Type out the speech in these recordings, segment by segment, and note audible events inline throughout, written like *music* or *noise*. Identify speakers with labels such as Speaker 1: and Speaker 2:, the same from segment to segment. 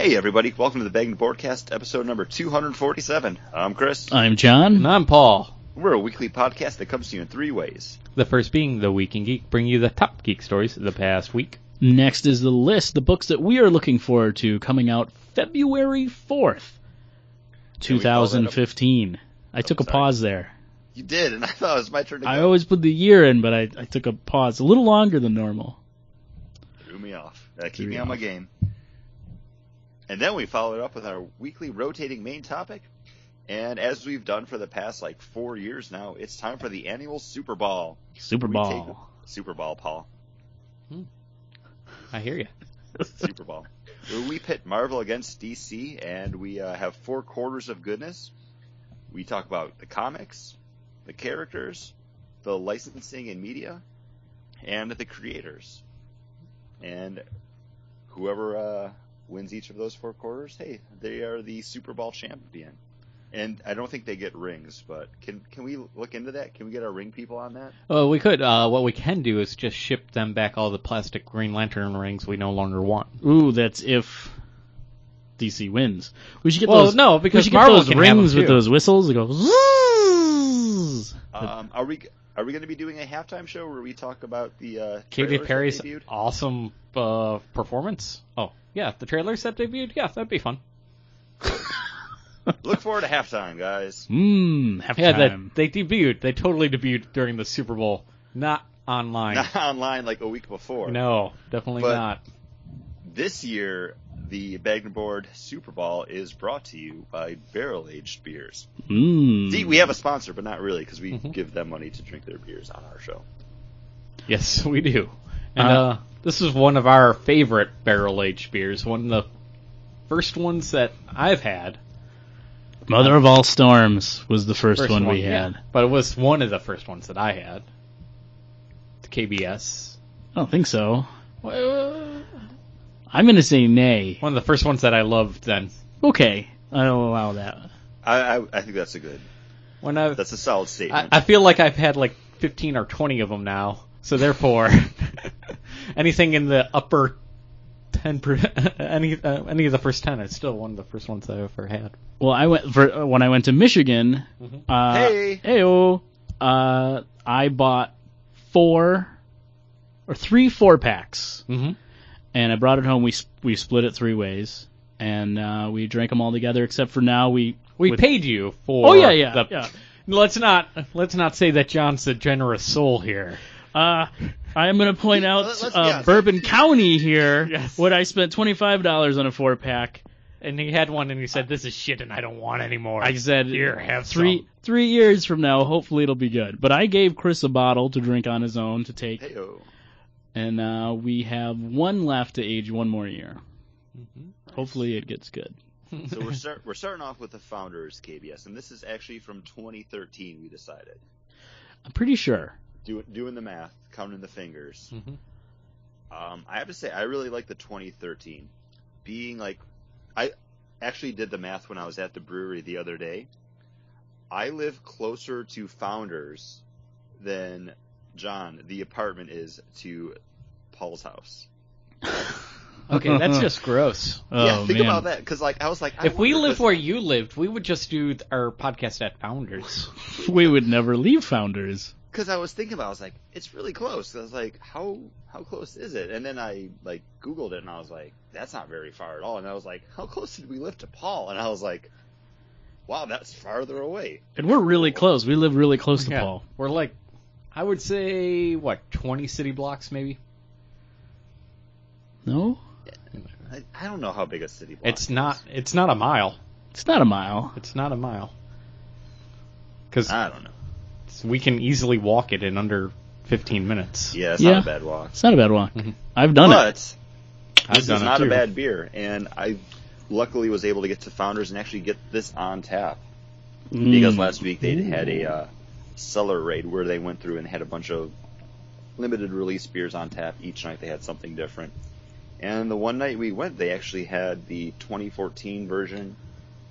Speaker 1: Hey everybody, welcome to the Begging Broadcast, episode number 247. I'm Chris.
Speaker 2: I'm John.
Speaker 3: *laughs* And I'm Paul.
Speaker 1: We're a weekly podcast that comes to you in three ways.
Speaker 3: The first being the Week in Geek, bring you the top geek stories of the past week.
Speaker 2: Next is the list, the books that we are looking forward to coming out February 4th,
Speaker 1: Can we follow that up?
Speaker 2: 2015. I took a
Speaker 1: sorry.
Speaker 2: pause there.
Speaker 1: You did, and *laughs* I thought it was my turn to go.
Speaker 2: I always put the year in, but I, I took a pause, a little longer than normal.
Speaker 1: Threw me off. That keep
Speaker 2: Threw
Speaker 1: me
Speaker 2: you
Speaker 1: on my
Speaker 2: off.
Speaker 1: game. And then we followed up with our weekly rotating main topic. And as we've done for the past like four years now, it's time for the annual Super Bowl.
Speaker 2: Super
Speaker 1: We
Speaker 2: Bowl.
Speaker 1: take- Super Bowl, Paul.
Speaker 3: I hear you.
Speaker 1: Super Bowl. Where we pit Marvel against DC, and we uh, have four quarters of goodness. We talk about the comics, the characters, the licensing and media, and the creators. And whoever uh, wins each of those four quarters, hey, they are the Super Bowl champion. And I don't think they get rings, but can can we look into that? Can we get our ring people on that?
Speaker 3: Well, we could. Uh, what we can do is just ship them back all the plastic Green Lantern rings we no longer want.
Speaker 2: Ooh, that's if DC wins. We should get
Speaker 3: Well,
Speaker 2: those.
Speaker 3: no,
Speaker 2: we
Speaker 3: because
Speaker 2: should get
Speaker 3: Marvel
Speaker 2: those
Speaker 3: can have
Speaker 2: rings
Speaker 3: them
Speaker 2: with
Speaker 3: too.
Speaker 2: those whistles that go. zzzz.
Speaker 1: Um, are we are we going to be doing a halftime show where we talk about the uh,
Speaker 3: Katy
Speaker 1: trailers that
Speaker 3: Perry's
Speaker 1: debuted?
Speaker 3: awesome uh, performance. Oh, yeah, the trailers that debuted. Yeah, that'd be fun.
Speaker 1: Look forward to halftime,
Speaker 3: *laughs*
Speaker 1: guys.
Speaker 2: Mmm,
Speaker 3: Yeah,
Speaker 2: halftime.
Speaker 3: that, they debuted. They totally debuted during the Super Bowl. Not online.
Speaker 1: Not online like a week before.
Speaker 3: No, definitely
Speaker 1: But-
Speaker 3: not.
Speaker 1: This year, the Bag and Board Super Bowl is brought to you by Barrel Aged Beers.
Speaker 3: Hmm.
Speaker 2: Mmm.
Speaker 1: See, we have a sponsor, but not really because we
Speaker 3: Mhm.
Speaker 1: give them money to drink their beers on our show.
Speaker 3: Yes, *laughs* we do. And
Speaker 2: Uh,
Speaker 3: uh, this is one of our favorite barrel aged beers, one of the first ones that I've had.
Speaker 2: Mother of all storms was the first, one, we
Speaker 3: yeah.
Speaker 2: had.
Speaker 3: But it was one of the first ones that I had. The KBS.
Speaker 2: I don't think so.
Speaker 3: Well,
Speaker 2: I'm gonna say nay.
Speaker 3: One of the first ones that I loved then.
Speaker 2: Okay, I'll allow that.
Speaker 1: I, I, I think that's a good.
Speaker 3: When I,
Speaker 1: That's a solid
Speaker 3: I,
Speaker 1: statement.
Speaker 3: I feel like I've had like 15 or 20 of them now. So therefore, *laughs* anything in the upper 10, per, *laughs* any, uh, any of the first 10 is still one of the first ones I've ever had.
Speaker 2: Well, I went for when I went to Michigan.
Speaker 3: Mhm.
Speaker 2: Uh,
Speaker 1: Hey.
Speaker 2: heyo, uh, I bought four or three four packs,
Speaker 3: Mm-hmm.
Speaker 2: and I brought it home. We sp- we split it three ways, and uh, we drank them all together. Except for now, we
Speaker 3: We
Speaker 2: with-
Speaker 3: paid you for.
Speaker 2: Oh yeah, yeah,
Speaker 3: the-
Speaker 2: yeah.
Speaker 3: Let's not let's not say that John's a generous soul here.
Speaker 2: Uh, I am going to point out
Speaker 1: Let's-
Speaker 2: uh,
Speaker 1: yes.
Speaker 2: Bourbon County here,
Speaker 3: Yes.
Speaker 2: what I spent twenty five dollars on a four pack.
Speaker 3: And he had one, and he said, "This is shit, and I don't want any more."
Speaker 2: I said
Speaker 3: "Here, have
Speaker 2: three
Speaker 3: some."
Speaker 2: three years from now, hopefully it'll be good. But I gave Chris a bottle to drink on his own to take,
Speaker 3: *laughs*
Speaker 1: Heyo.
Speaker 2: and uh, we have one left to age one more year. Hopefully it gets good.
Speaker 1: so
Speaker 3: *laughs*
Speaker 1: we're start, we're starting off with the founders KBS, and this is actually from 2013. We decided
Speaker 2: I'm pretty sure.
Speaker 1: Do, doing the math, counting the fingers.
Speaker 3: Mhm.
Speaker 1: Um, I have to say, I really like the 2013. Being like, I actually did the math when I was at the brewery the other day. I live closer to Founders than John, the apartment, is to Paul's house.
Speaker 3: Okay, that's just gross.
Speaker 2: Oh,
Speaker 1: yeah, think
Speaker 2: man.
Speaker 1: about that. Because like, I was like, I
Speaker 3: *laughs* If we
Speaker 1: wonder
Speaker 3: lived where you lived, we would just do th- our podcast at Founders.
Speaker 2: *laughs* We would never leave Founders.
Speaker 1: because I was thinking about, it, I was like, it's really close. I was like, how how close is it? And then I like Googled it, and I was like, that's not very far at all. And I was like, how close did we live to Paul? And I was like, wow, that's farther away.
Speaker 2: And we're really close. We live really close to
Speaker 3: Yeah.
Speaker 2: Paul.
Speaker 3: We're like, I would say, what, twenty city blocks, maybe.
Speaker 2: No?
Speaker 1: I, I don't know how big a city. Block
Speaker 3: It's
Speaker 1: is.
Speaker 3: not. It's not a mile.
Speaker 2: It's not a mile.
Speaker 3: It's not a mile. Because
Speaker 1: I don't know.
Speaker 3: we can easily walk it in under fifteen minutes.
Speaker 1: Yeah, it's
Speaker 2: Yeah.
Speaker 1: not a bad walk.
Speaker 2: It's not a bad walk.
Speaker 3: Mhm.
Speaker 2: I've done it.
Speaker 1: but
Speaker 3: I've
Speaker 1: this
Speaker 3: done
Speaker 1: is
Speaker 3: it
Speaker 1: not a
Speaker 3: too.
Speaker 1: bad beer, and I luckily was able to get to Founders and actually get this on tap because
Speaker 2: Mm.
Speaker 1: last week they had a uh, cellar raid where they went through and had a bunch of limited release beers on tap. Each night they had something different. And the one night we went, they actually had the 2014 version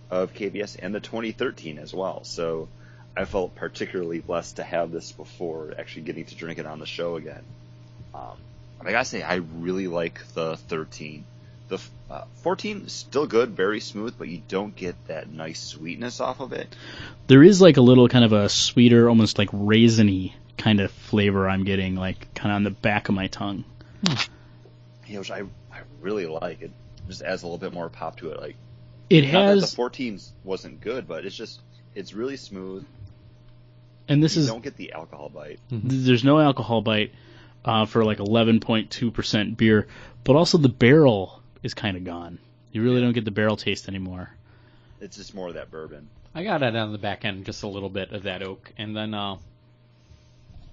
Speaker 1: of KBS and the 2013 as well. So I felt particularly blessed to have this before actually getting to drink it on the show again. Um, I gotta say, I really like the 13. The f- Uh, 14 still good, very smooth, but you don't get that nice sweetness off of it.
Speaker 2: There is like a little kind of a sweeter, almost like raisiny kind of flavor I'm getting, like kind of on the back of my tongue.
Speaker 1: Yeah, which I, I really like. It just adds a little bit more pop to it. Like
Speaker 2: It
Speaker 1: not that the
Speaker 2: has,
Speaker 1: 14 wasn't good, but it's just it's really smooth.
Speaker 2: and this
Speaker 1: you
Speaker 2: is
Speaker 1: don't get the alcohol bite.
Speaker 2: th- there's no alcohol bite uh, for like 11.2% beer, but also the barrel is kind of gone. You really don't get the barrel taste anymore.
Speaker 1: It's just more of that bourbon.
Speaker 3: I got it on the back end, just a little bit of that oak, and then uh,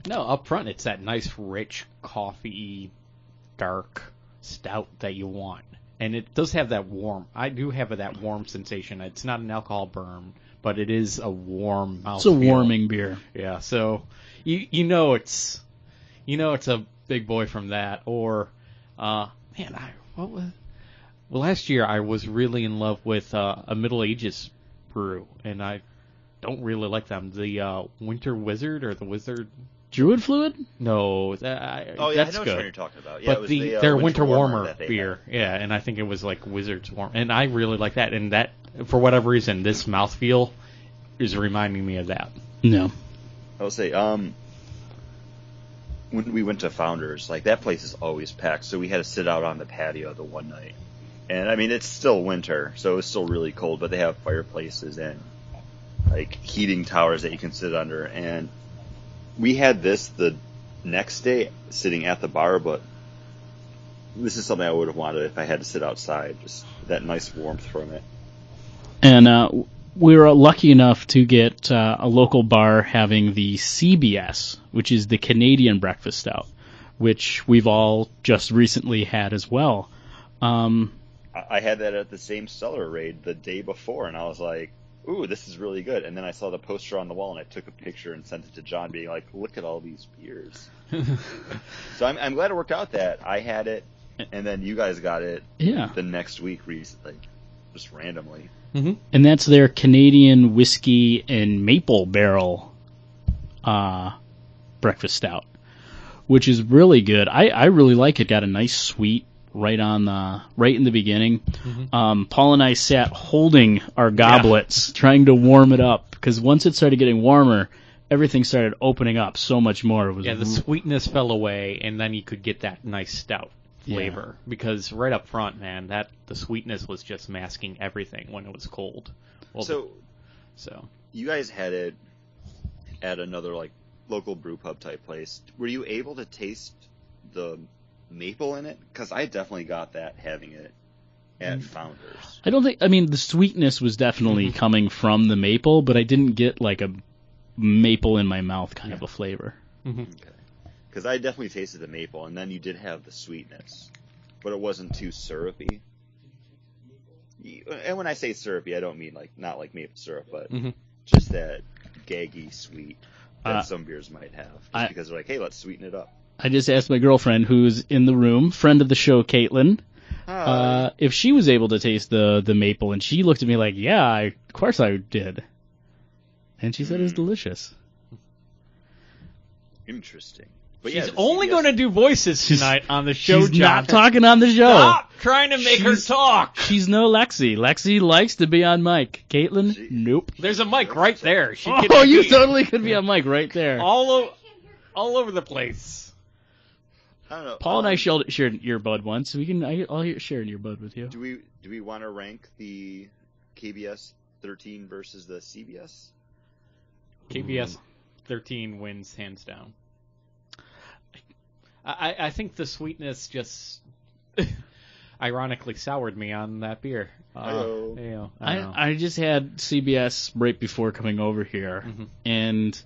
Speaker 3: no, up front it's that nice, rich, coffee, dark stout that you want, and it does have that warm. I do have that warm sensation. It's not an alcohol burn, but it is a warm mouth.
Speaker 2: It's a warming beer.
Speaker 3: Yeah, so you you know it's you know it's a big boy from that or uh man I what was well last year I was really in love with uh, a Middle Ages brew and I don't really like them the uh, Winter Wizard or the Wizard
Speaker 2: Druid fluid?
Speaker 3: no that, I,
Speaker 1: Oh yeah,
Speaker 3: that's
Speaker 1: I know
Speaker 3: good
Speaker 1: what you're talking about. Yeah, it
Speaker 3: but
Speaker 1: was
Speaker 3: the,
Speaker 1: uh,
Speaker 3: their winter, warmer,
Speaker 1: that they
Speaker 3: beer, yeah, and I think it was like Wizards warm, and I really like that. And that, for whatever reason, this mouthfeel is reminding me of that. *laughs*
Speaker 2: No.
Speaker 1: had. I'll say um. When we went to Founders, like that place is always packed, so we had to sit out on the patio the one night. And I mean, it's still winter, so it was still really cold, but they have fireplaces and like heating towers that you can sit under. And we had this the next day sitting at the bar, but this is something I would have wanted if I had to sit outside, just that nice warmth from it.
Speaker 2: And uh, w- we were lucky enough to get uh, a local bar having the CBS, which is the Canadian breakfast stout, which we've all just recently had as well. Um,
Speaker 1: I I had that at the same cellar raid the day before, and I was like, "Ooh, this is really good." And then I saw the poster on the wall, and I took a picture and sent it to John, being like, "Look at all these beers." so I'm, I'm glad it worked out that I had it, and then you guys got it
Speaker 2: yeah,
Speaker 1: the next week, recently, just randomly.
Speaker 2: and that's their Canadian whiskey and maple barrel uh, breakfast stout, which is really good. I, I really like it. Got a nice sweet right on the right in the beginning.
Speaker 3: Mm-hmm.
Speaker 2: Um, Paul and I sat holding our goblets, *laughs* trying to warm it up because once it started getting warmer, everything started opening up so much more. It was
Speaker 3: Yeah, the sweetness fell away, and then you could get that nice stout flavor because right up front, man, that the sweetness was just masking everything when it was cold. Well,
Speaker 1: so
Speaker 3: so
Speaker 1: you guys had it at another like local brew pub type place. Were you able to taste the maple in it? Because I definitely got that having it at Founders.
Speaker 2: I don't think. I mean, the sweetness was definitely
Speaker 3: Mm-hmm.
Speaker 2: coming from the maple, but I didn't get like a maple in my mouth kind of a flavor.
Speaker 1: Because I definitely tasted the maple, and then you did have the sweetness, but it wasn't too syrupy. You- And when I say syrupy, I don't mean like not like maple syrup, but
Speaker 3: Mm-hmm.
Speaker 1: just that gaggy sweet that
Speaker 2: Uh,
Speaker 1: some beers might have, just
Speaker 2: I-
Speaker 1: because they're like, hey, let's sweeten it up.
Speaker 2: I just asked my girlfriend, who's in the room, friend of the show, Caitlin,
Speaker 1: Ah,
Speaker 2: uh, if she was able to taste the the maple, and she looked at me like, "Yeah, I, of course I did," and she said it was delicious.
Speaker 1: Interesting. But
Speaker 3: she's
Speaker 1: yeah, the
Speaker 3: only
Speaker 1: CBS
Speaker 3: going to do voices
Speaker 2: She's-
Speaker 3: tonight on the show.
Speaker 2: She's
Speaker 3: John.
Speaker 2: not talking on the show.
Speaker 3: Stop trying to make
Speaker 2: She's-
Speaker 3: her talk.
Speaker 2: She's no Lexi. Lexi likes to be on mic. Caitlin,
Speaker 1: She-
Speaker 2: nope.
Speaker 3: There's a mic right there. She can
Speaker 2: Oh, you
Speaker 3: *laughs* be
Speaker 2: totally could be on mic right there.
Speaker 3: all o- all over the place.
Speaker 1: I don't know.
Speaker 2: Paul and
Speaker 1: um,
Speaker 2: I shared, shared an earbud once. We can. I, I'll share an earbud with you.
Speaker 1: Do we do we want to rank the KBS 13 versus the CBS?
Speaker 3: KBS 13 wins hands down. I, I- I think the sweetness just *laughs* ironically soured me on that beer. Uh,
Speaker 1: Ayo.
Speaker 3: you know, I, don't know.
Speaker 2: I, I just had CBS right before coming over here,
Speaker 3: Mhm.
Speaker 2: and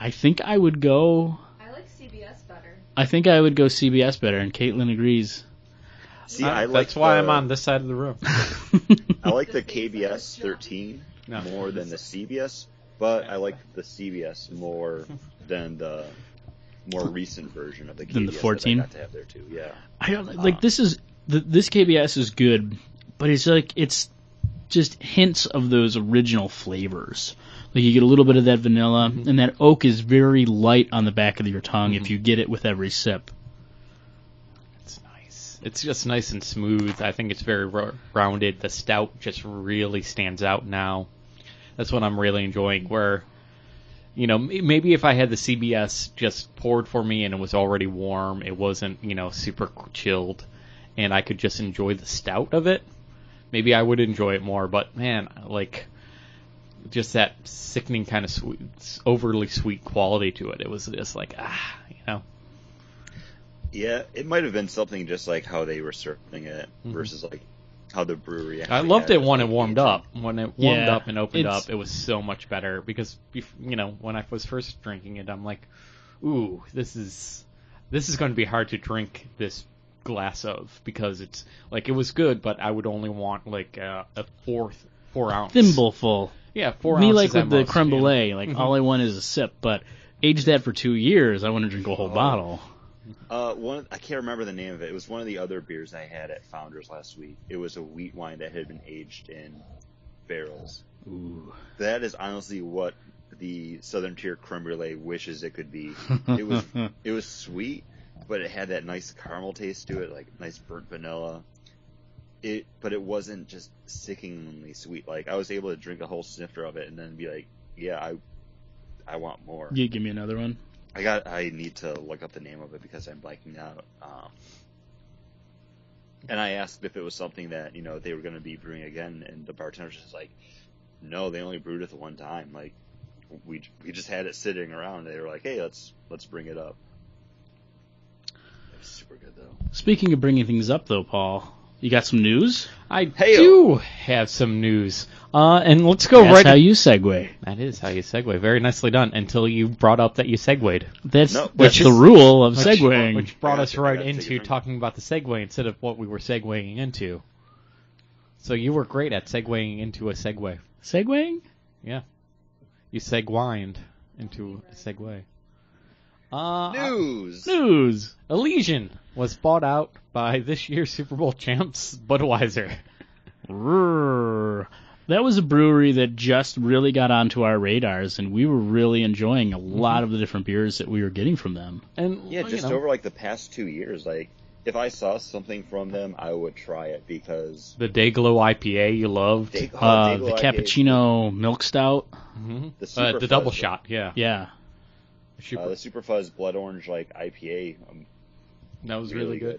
Speaker 2: I think I would go.
Speaker 4: I like CBS better.
Speaker 2: I think I would go CBS better, and Caitlin agrees. *laughs*
Speaker 1: See,
Speaker 3: Uh,
Speaker 1: I like
Speaker 3: that's why
Speaker 1: the-
Speaker 3: I'm on this side of the room.
Speaker 1: I like the
Speaker 4: This makes
Speaker 1: KBS
Speaker 4: sense, John.
Speaker 1: 13
Speaker 3: No.
Speaker 1: more than
Speaker 3: *laughs*
Speaker 1: the CBS, but I like the CBS more than the more recent version of the KBS
Speaker 2: Than the
Speaker 1: that I
Speaker 2: 14?
Speaker 1: got to have there too. Yeah,
Speaker 2: I don't
Speaker 3: Uh.
Speaker 2: like this is th this KBS is good, but it's like it's just hints of those original flavors. Like you get a little bit of that vanilla,
Speaker 3: Mm-hmm.
Speaker 2: and that oak is very light on the back of your tongue if you get it with every sip.
Speaker 3: It's nice. It's just nice and smooth. I think it's very ro- rounded. The stout just really stands out now. That's what I'm really enjoying. Where, you know, m- maybe if I had the CBS just poured for me and it was already warm, it wasn't, you know, super chilled, and I could just enjoy the stout of it, maybe I would enjoy it more. But man, like, just that sickening kind of sweet, overly sweet quality to it. It was just like, ah, you know.
Speaker 1: Yeah, it might have been something just like how they were serving it
Speaker 3: Mhm.
Speaker 1: versus like how the brewery.
Speaker 3: I
Speaker 1: actually
Speaker 3: loved
Speaker 1: had
Speaker 3: it when
Speaker 1: like,
Speaker 3: it warmed
Speaker 1: aging.
Speaker 3: up. When it warmed
Speaker 2: Yeah,
Speaker 3: up and opened
Speaker 2: it's-
Speaker 3: up, it was so much better because bef- you know when I was first drinking it, I'm like, "Ooh, this is this is going to be hard to drink this glass of because it's like it was good, but I would only want like uh, a fourth four ounce
Speaker 2: Thimbleful.
Speaker 3: Yeah, four
Speaker 2: Me
Speaker 3: ounces
Speaker 2: like
Speaker 3: at
Speaker 2: with the
Speaker 3: most, Mm-hmm.
Speaker 2: creme
Speaker 3: you know?
Speaker 2: brulee. Like all I want is a sip, but age that for two years, I want to drink a whole
Speaker 1: Oh.
Speaker 2: bottle.
Speaker 1: Uh, one I can't remember the name of it. It was one of the other beers I had at Founders last week. It was a wheat wine that had been aged in barrels.
Speaker 2: Ooh.
Speaker 1: That is honestly what the Southern Tier Creme Brulee wishes it could be. It was it was sweet, but it had that nice caramel taste to it, like nice burnt vanilla. It, but it wasn't just sickeningly sweet. Like I was able to drink a whole snifter of it and then be like, yeah, I, I want more.
Speaker 2: *laughs*
Speaker 3: *laughs*
Speaker 2: you give me another one.
Speaker 1: I got. I need to look up the name of it because I'm blanking out. Um, and I asked if it was something that you know they were going to be brewing again, and the bartender's just like, "No, they only brewed it the one time. Like, we we just had it sitting around. And they were like, hey, let's let's bring it up." It's super good though.
Speaker 2: Speaking of bringing things up, though, Paul, you got some news?
Speaker 3: I
Speaker 1: Heyo.
Speaker 3: do have some news, uh, and let's go
Speaker 2: That's
Speaker 3: right.
Speaker 2: how you segue.
Speaker 3: that is how you segue. Very nicely done. Until you brought up that you segued.
Speaker 2: That's
Speaker 1: No,
Speaker 2: that's
Speaker 1: which
Speaker 2: the
Speaker 1: is-
Speaker 2: rule of
Speaker 3: Which-
Speaker 2: segueing.
Speaker 3: Which, brought
Speaker 1: I
Speaker 3: us
Speaker 1: gotta
Speaker 3: right
Speaker 1: take a
Speaker 3: into
Speaker 1: drink.
Speaker 3: talking about the segue instead of what we were segueing into. So you were great at segueing into a segue.
Speaker 2: segueing?
Speaker 3: Yeah. You seguined into a segue. Uh,
Speaker 1: News.
Speaker 2: News.
Speaker 3: Elysian was bought out by this year's Super Bowl champs, Budweiser.
Speaker 2: Rrrr. That was a brewery that just really got onto our radars, and we were really enjoying a
Speaker 3: Mm-hmm.
Speaker 2: lot of the different beers that we were getting from them.
Speaker 3: And
Speaker 1: Yeah,
Speaker 3: you
Speaker 1: just
Speaker 3: know,
Speaker 1: over like the past two years, like if I saw something from them, I would try it because
Speaker 3: the Dayglow IPA you loved.
Speaker 1: they,
Speaker 2: Uh,
Speaker 1: they
Speaker 2: the
Speaker 1: like a-
Speaker 2: cappuccino milk stout.
Speaker 3: Mhm.
Speaker 1: the,
Speaker 3: Uh,
Speaker 1: super
Speaker 3: the double
Speaker 1: fuzz-
Speaker 3: shot, yeah.
Speaker 2: Yeah.
Speaker 1: Uh, the Super Fuzz Blood Orange like IPA. Um,
Speaker 3: that was
Speaker 1: really
Speaker 3: really good.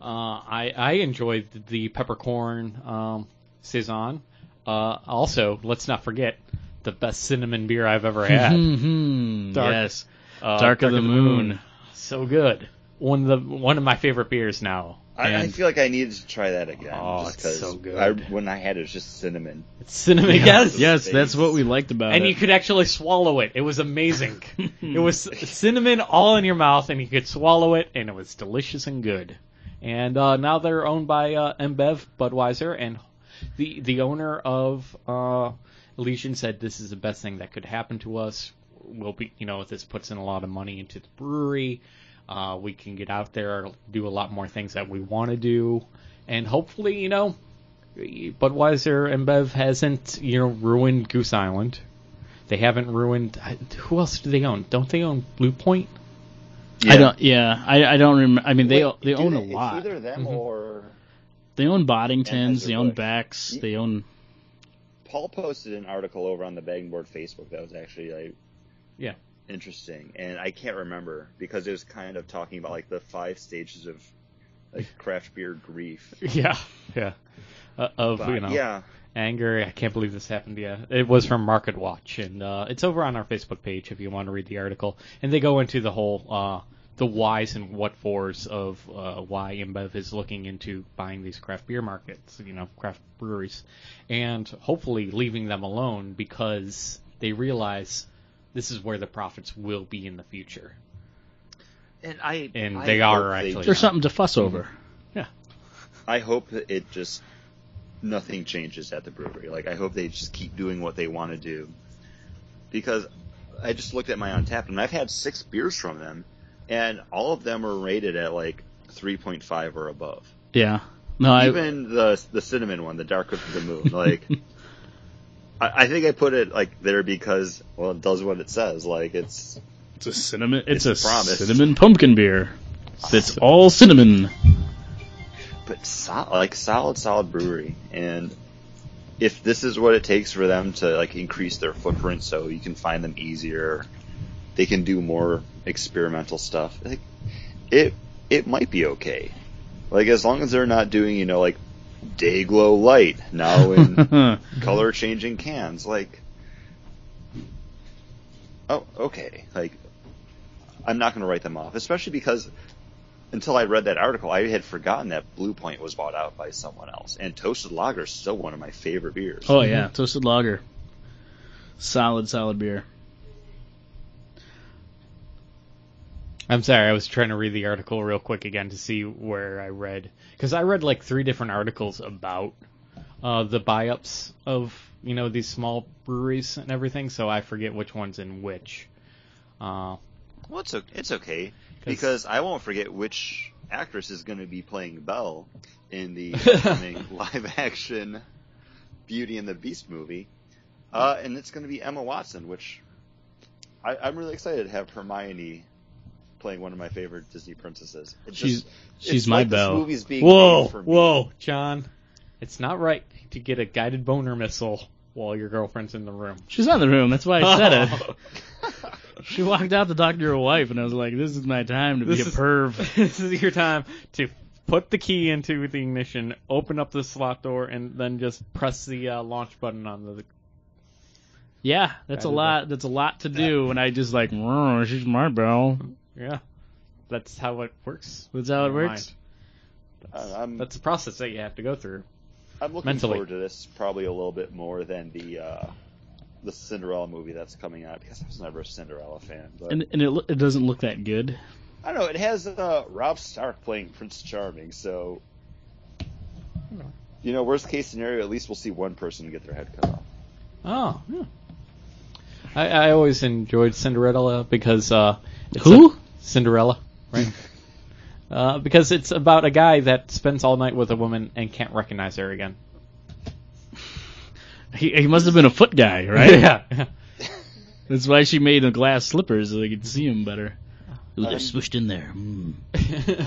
Speaker 1: good.
Speaker 3: Uh, I I enjoyed the peppercorn um, saison. Uh, also, let's not forget the best cinnamon beer
Speaker 2: *laughs*
Speaker 3: I've ever had.
Speaker 2: Mhm.
Speaker 3: Dark-
Speaker 2: Yes.
Speaker 3: Uh,
Speaker 2: Dark of the Moon.
Speaker 3: so good. One of the one of my favorite beers now.
Speaker 1: I, I
Speaker 3: And
Speaker 1: feel like I needed to try that again.
Speaker 3: Oh,
Speaker 1: just
Speaker 3: it's
Speaker 1: 'cause
Speaker 3: so good.
Speaker 1: I, when I had it, it was just cinnamon.
Speaker 3: it's cinnamon, *laughs*
Speaker 2: *laughs*
Speaker 3: yes,
Speaker 2: Yes, that's what we liked about
Speaker 3: And
Speaker 2: it.
Speaker 3: you could actually swallow it. It
Speaker 2: *laughs*
Speaker 3: was amazing. it was cinnamon all in your mouth, and you could swallow it, and it was delicious and good. And uh, now they're owned by uh, Embev Budweiser, and the the owner of uh, Elysian said this is the best thing that could happen to us. We'll be, you know, this puts in a lot of money into the brewery. Uh, we can get out there, do a lot more things that we want to do, and hopefully, you know, Budweiser and Bev hasn't you know ruined Goose Island. They haven't ruined. Who else do they own? Don't they own Blue Point?
Speaker 2: I don't. Yeah, I, I don't remember. I mean, they
Speaker 1: Wait,
Speaker 2: they
Speaker 1: do
Speaker 2: own a
Speaker 1: it's
Speaker 2: lot.
Speaker 1: either them
Speaker 3: Mhm.
Speaker 1: or
Speaker 2: They own Boddingtons. They own
Speaker 1: Anheuser-Busch.
Speaker 2: Becks.
Speaker 1: You-
Speaker 2: They own.
Speaker 1: Paul posted an article over on the Bagging Board Facebook that was actually like,
Speaker 3: Yeah.
Speaker 1: interesting. And I can't remember because it was kind of talking about like the five stages of like craft beer
Speaker 3: *laughs*
Speaker 1: grief.
Speaker 3: *laughs* Yeah, yeah. Uh, of
Speaker 1: But,
Speaker 3: you know
Speaker 1: yeah,
Speaker 3: anger. I can't believe this happened. Yeah, it was from Market Watch, and uh, it's over on our Facebook page if you want to read the article. And they go into the whole uh, the whys and what fors of uh, why InBev is looking into buying these craft beer markets, you know, craft breweries, and hopefully leaving them alone because they realize this is where the profits will be in the future.
Speaker 1: and I
Speaker 3: And
Speaker 1: I
Speaker 3: they are
Speaker 1: hope they-
Speaker 3: actually-
Speaker 2: There's something to fuss over.
Speaker 1: I hope that it just nothing changes at the brewery. Like I hope they just keep doing what they want to do, because I just looked at my Untappd and I've had six beers from them, and all of them are rated at like 3.5 or above.
Speaker 2: Yeah. No, I.
Speaker 1: Even the the cinnamon one, the Dark of the Moon, like. I I think I put it like there because well it does what it says like it's
Speaker 2: It's a cinnamon. It's,
Speaker 1: It's
Speaker 2: a
Speaker 1: promised.
Speaker 2: cinnamon pumpkin beer. That's all cinnamon.
Speaker 1: but sol- like solid, solid brewery. And if this is what it takes for them to like increase their footprint, so you can find them easier, they can do more experimental stuff. Like it, it might be okay. Like as long as they're not doing, you know, like day glow light
Speaker 2: *laughs*
Speaker 1: now in color changing cans. Like, oh, okay. Like, I'm not going to write them off, especially because until I read that article, I had forgotten that Blue Point was bought out by someone else. And Toasted Lager is still one of my favorite beers.
Speaker 2: oh *laughs* yeah, toasted lager, solid, solid beer.
Speaker 3: I'm sorry, I was trying to read the article real quick again to see where I read because I read like three different articles about uh, the buy-ups of you know these small breweries and everything, so I forget which ones in which. Uh,
Speaker 1: Well, it's, o- it's okay because I won't forget which actress is going to be playing Belle in
Speaker 2: *laughs*
Speaker 1: the upcoming live action Beauty and the Beast movie. Uh, and it's going to be Emma Watson, which I, I'm really excited to have Hermione playing one of my favorite Disney princesses. It
Speaker 2: She's-
Speaker 1: just- it's
Speaker 2: She's my
Speaker 1: like this
Speaker 2: belle.
Speaker 1: movie's being
Speaker 3: whoa,
Speaker 1: made for me.
Speaker 3: whoa, John, it's not right to get a guided boner missile while your girlfriend's in the *laughs* room.
Speaker 2: She's not in the room. That's why I *laughs* said it. She walked out to talk to her wife, and I was like, "This is my time to
Speaker 3: This
Speaker 2: be
Speaker 3: is-
Speaker 2: a perv."
Speaker 3: this is your time to put the key into the ignition, open up the slot door, and then just press the uh, launch button on the.
Speaker 2: Yeah, that's a
Speaker 3: Guided
Speaker 2: lot. That's a lot to do. And I just like, "Whoa, she's my belle.
Speaker 3: Yeah, that's how it works.
Speaker 2: That's how it
Speaker 3: Never
Speaker 2: works.
Speaker 1: *laughs* Uh, I'm,
Speaker 3: That's a process that you have to go through.
Speaker 1: I'm looking
Speaker 3: mentally.
Speaker 1: forward to this probably a little bit more than the uh, the Cinderella movie that's coming out because I was never a Cinderella fan. But
Speaker 2: And, and it, lo- it doesn't look that good.
Speaker 1: I don't know. It has uh, Rob Stark playing Prince Charming, so you know, worst case scenario, at least we'll see one person get their head cut off.
Speaker 3: Oh, yeah. I, I always enjoyed Cinderella because uh, it's
Speaker 2: Who?
Speaker 3: a- Cinderella, *laughs* right? uh, because it's about a guy that spends all night with a woman and can't recognize her *laughs* again.
Speaker 2: He, he must have been a foot guy, right? *laughs*
Speaker 3: *laughs* yeah.
Speaker 2: That's why she made the glass slippers so they could see him better. Ooh, they're swished in there. Mm.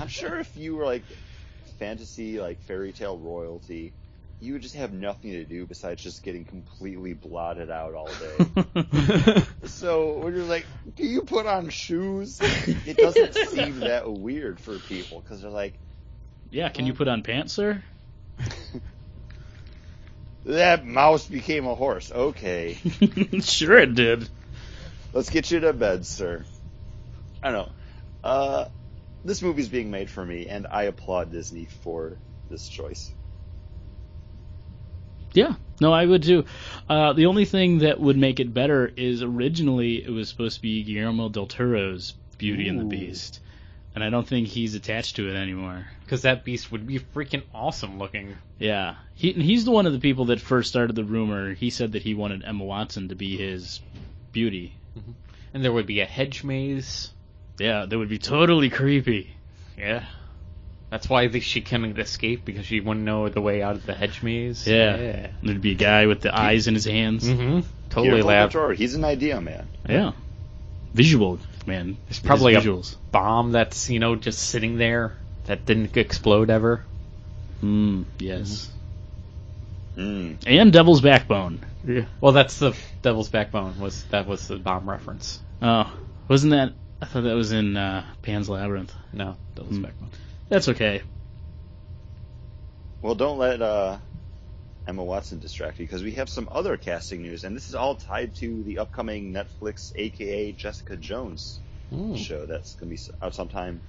Speaker 1: *laughs* I'm
Speaker 3: *laughs*
Speaker 1: sure if you were like fantasy, like fairy tale royalty, you would just have nothing to do besides just getting completely blotted out all day. *laughs* So when you're like, do you put on shoes? It doesn't seem that weird for people because they're like,
Speaker 2: yeah, can you put on pants, sir?
Speaker 1: *laughs* that mouse became a horse. Okay,
Speaker 2: *laughs* sure, it did.
Speaker 1: let's get you to bed, sir. I don't know. Uh, this movie's being made for me, and I applaud Disney for this choice.
Speaker 2: Yeah, no, I would too. Uh, the only thing that would make it better is originally it was supposed to be Guillermo del Toro's Beauty and the
Speaker 3: Ooh.
Speaker 2: Beast, and I don't think he's attached to it anymore.
Speaker 3: Because that beast would be freaking awesome looking.
Speaker 2: Yeah, he he's the one of the people that first started the rumor. He said that he wanted Emma Watson to be his beauty.
Speaker 3: And there would be a hedge maze.
Speaker 2: Yeah, that would be totally creepy.
Speaker 3: Yeah. That's why the, she couldn't escape because she wouldn't know the way out of the hedge maze.
Speaker 2: Yeah. There'd be a guy with the eyes in his hands.
Speaker 3: Mm-hmm. Totally
Speaker 1: Guillermo del
Speaker 3: lab.
Speaker 1: Toro, He's an idea man.
Speaker 2: Yeah, visual man.
Speaker 3: There's Mm-hmm. probably a-
Speaker 2: His visuals.
Speaker 3: Bomb that's, you know, just sitting there that didn't explode ever. Mm-hmm.
Speaker 2: Mm, yes,
Speaker 1: Mm.
Speaker 2: and Devil's Backbone.
Speaker 3: Yeah. Well, that's the Devil's Backbone. Was That was the bomb reference.
Speaker 2: Oh, wasn't that? I thought that was in uh, Pan's Labyrinth.
Speaker 3: No, Devil's
Speaker 2: Hmm.
Speaker 3: Backbone.
Speaker 2: That's okay.
Speaker 1: Well, don't let uh, Emma Watson distract you because we have some other casting news, and this is all tied to the upcoming Netflix, aka Jessica Jones
Speaker 2: Hmm.
Speaker 3: Mm.
Speaker 1: show that's going to be out sometime.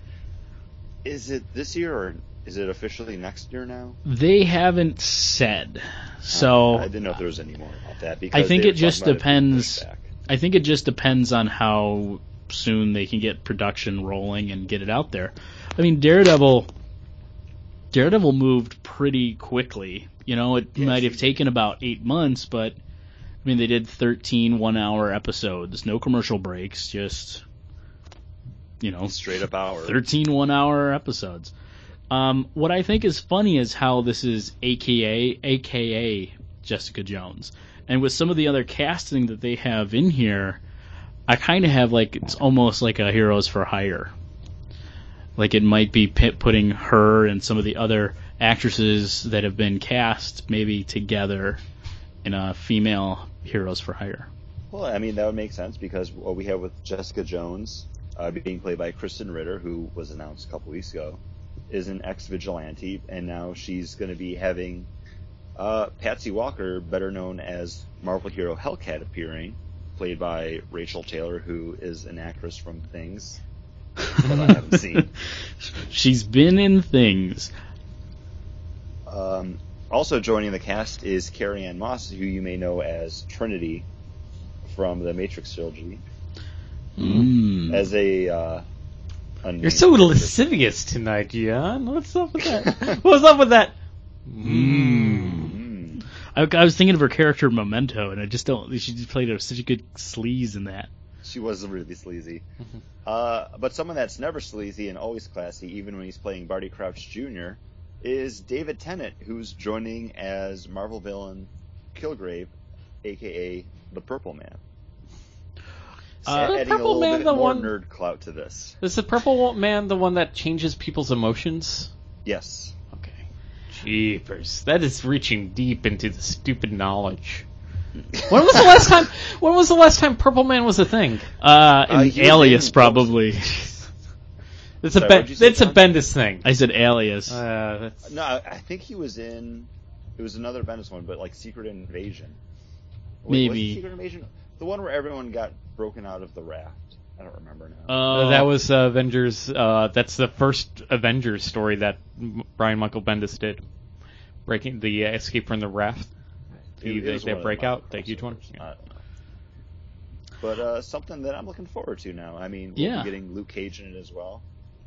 Speaker 1: Is it this year or is it officially next year now?
Speaker 2: They haven't said, so
Speaker 1: I
Speaker 2: I,
Speaker 1: didn't know if there was any more about that. Because
Speaker 2: think
Speaker 1: they were
Speaker 2: it just
Speaker 1: talking about it being pushed
Speaker 2: depends-
Speaker 1: back.
Speaker 2: think it just depends on how soon they can get production rolling and get it out there. I mean, Daredevil, Daredevil moved pretty quickly. You know, it
Speaker 1: Yes.
Speaker 2: might have taken about eight months, but I mean, they did 13 one-hour episodes, no commercial breaks, just you know,
Speaker 1: Straight up hour.
Speaker 2: 13 one hour episodes. Um, what I think is funny is how this is AKA, AKA Jessica Jones. And with some of the other casting that they have in here, I kind of have like, it's almost like a Heroes for Hire. Like it might be pit- putting her and some of the other actresses that have been cast maybe together in a female Heroes for Hire.
Speaker 1: Well, I mean that would make sense because what we have with Jessica Jones uh, being played by Kristen Ritter, who was announced a couple weeks ago, is an ex vigilante, and now she's going to be having uh, Patsy Walker, better known as Marvel hero Hellcat, appearing, played by Rachel Taylor, who is an actress from Things that I haven't seen.
Speaker 2: *laughs* She's been in things.
Speaker 1: Um, also joining the cast is Carrie Ann Moss, who you may know as Trinity from the Matrix trilogy,
Speaker 2: Mm.
Speaker 1: as a. Uh,
Speaker 3: Hmm. You're so lascivious tonight, Jan. What's up with that? What's up with that?
Speaker 1: Mm.
Speaker 2: I, I was thinking of her character Memento, and I just don't. She just played a, such a good sleaze in that.
Speaker 1: She was really sleazy.
Speaker 2: Mm-hmm.
Speaker 1: Uh, but someone that's never sleazy and always classy, even when he's playing Barty Crouch Jr., is David Tennant, who's joining as Marvel villain Kilgrave, aka the Purple Man.
Speaker 2: Uh,
Speaker 1: adding a little bit more nerd clout to this.
Speaker 3: Is the purple man the one that changes people's emotions?
Speaker 1: Yes.
Speaker 3: Okay. Jeepers. That is reaching deep into the stupid knowledge. When was the last time when was the last time Purple Man was a thing?
Speaker 2: Uh, an
Speaker 1: he was
Speaker 2: alias,
Speaker 1: in-
Speaker 2: probably.
Speaker 3: It's a
Speaker 1: Sorry,
Speaker 3: ben,
Speaker 1: what'd you say,
Speaker 3: it's a
Speaker 1: John?
Speaker 3: Bendis thing.
Speaker 2: I said alias.
Speaker 3: Uh,
Speaker 1: *laughs*
Speaker 3: that's-
Speaker 1: No, I I think he was in. It was another Venice one, but like Secret Invasion. was it
Speaker 2: Maybe.
Speaker 1: Secret Invasion, the one where everyone got broken out of the raft. I don't remember now.
Speaker 2: Oh.
Speaker 3: that was uh, Avengers. Uh, that's the first Avengers story that M- Brian Michael Bendis did, breaking the uh, escape from the raft. The,
Speaker 1: It- it
Speaker 3: the-
Speaker 1: was
Speaker 3: that
Speaker 1: one of the
Speaker 3: breakout,
Speaker 1: Marvel
Speaker 3: that huge one.
Speaker 1: crossovers.
Speaker 3: Yeah.
Speaker 1: I don't know. But uh, something that I'm looking forward to now. I mean, we'll
Speaker 2: Yeah.
Speaker 1: be getting Luke Cage in it as well.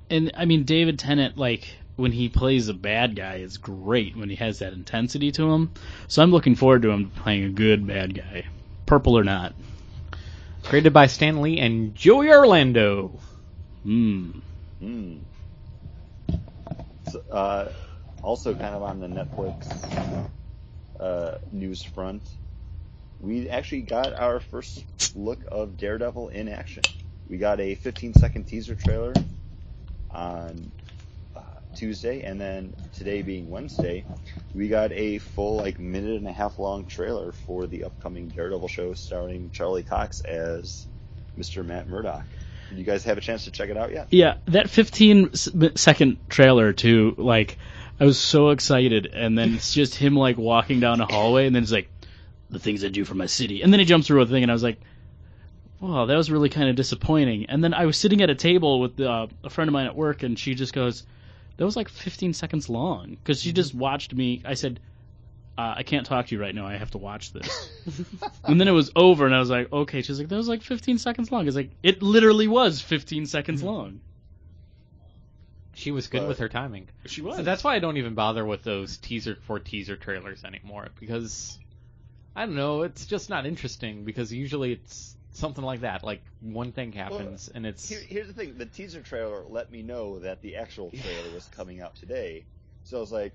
Speaker 2: and I mean David Tennant, like when he plays a bad guy, is great when he has that intensity to him. So I'm looking forward to him playing a good bad guy, purple or not.
Speaker 3: Created by Stan Lee and Joey Orlando.
Speaker 2: Hmm.
Speaker 1: Hmm. So, uh, also, kind of on the Netflix uh, news front, we actually got our first look of Daredevil in action. We got a 15 second teaser trailer on uh, Tuesday, and then today being Wednesday, we got a full like minute and a half long trailer for the upcoming Daredevil show starring Charlie Cox as Mr. Matt Murdock. Did you guys have a chance to check it out yet?
Speaker 2: Yeah, that 15 s- second trailer too. Like, I was so excited, and then it's just him like walking down a hallway, and then it's like, the things I do for my city, and then he jumps through a thing, and I was like. Wow, that was really kind of disappointing. And then I was sitting at a table with uh, a friend of mine at work, and she just goes, that was like 15 seconds long because she just watched me. I said, uh, I can't talk to you right now. I have to watch this. and then it was over, and I was like, okay. She's like, that was like 15 seconds long. It's like it literally was 15 seconds long.
Speaker 3: She was good
Speaker 1: But-
Speaker 3: with her timing.
Speaker 2: She
Speaker 3: So that's why I don't even bother with those teaser for teaser trailers anymore because I don't know, it's just not interesting because usually it's something like that, like one thing happens and it's
Speaker 1: Here, here's the thing: the teaser trailer let me know that the actual trailer was coming out today, so I was like,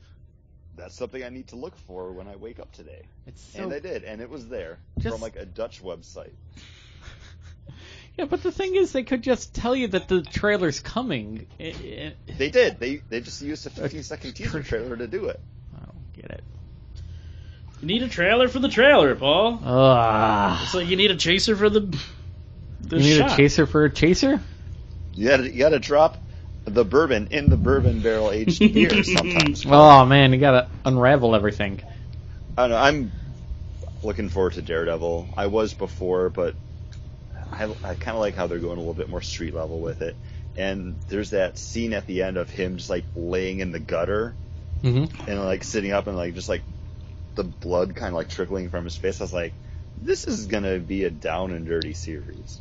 Speaker 1: "That's something I need to look for when I wake up today."
Speaker 3: it's
Speaker 1: and
Speaker 3: so
Speaker 1: I did, and it was there
Speaker 3: Just-
Speaker 1: from like a Dutch website.
Speaker 3: Yeah, but the thing is they could just tell you that the trailer's coming. I- I-
Speaker 1: They did. They they just used a 15 second teaser trailer to do it.
Speaker 3: I don't get it.
Speaker 2: You need a trailer for the trailer, Paul.
Speaker 3: Ugh.
Speaker 2: It's like you need a chaser for the. the
Speaker 3: You need
Speaker 2: shot. *laughs*
Speaker 3: a chaser for a chaser?
Speaker 1: You got to you got to drop the bourbon in the bourbon barrel aged
Speaker 3: *laughs*
Speaker 1: beer sometimes.
Speaker 3: Oh man, you gotta unravel everything.
Speaker 1: I don't know. I'm looking forward to Daredevil. I was before, but I, I kind of like how they're going a little bit more street level with it. And there's that scene at the end of him just like laying in the gutter
Speaker 3: Mm-hmm.
Speaker 1: and like sitting up and like just like the blood kind of like trickling from his face. I was like, this is gonna be a down and dirty series.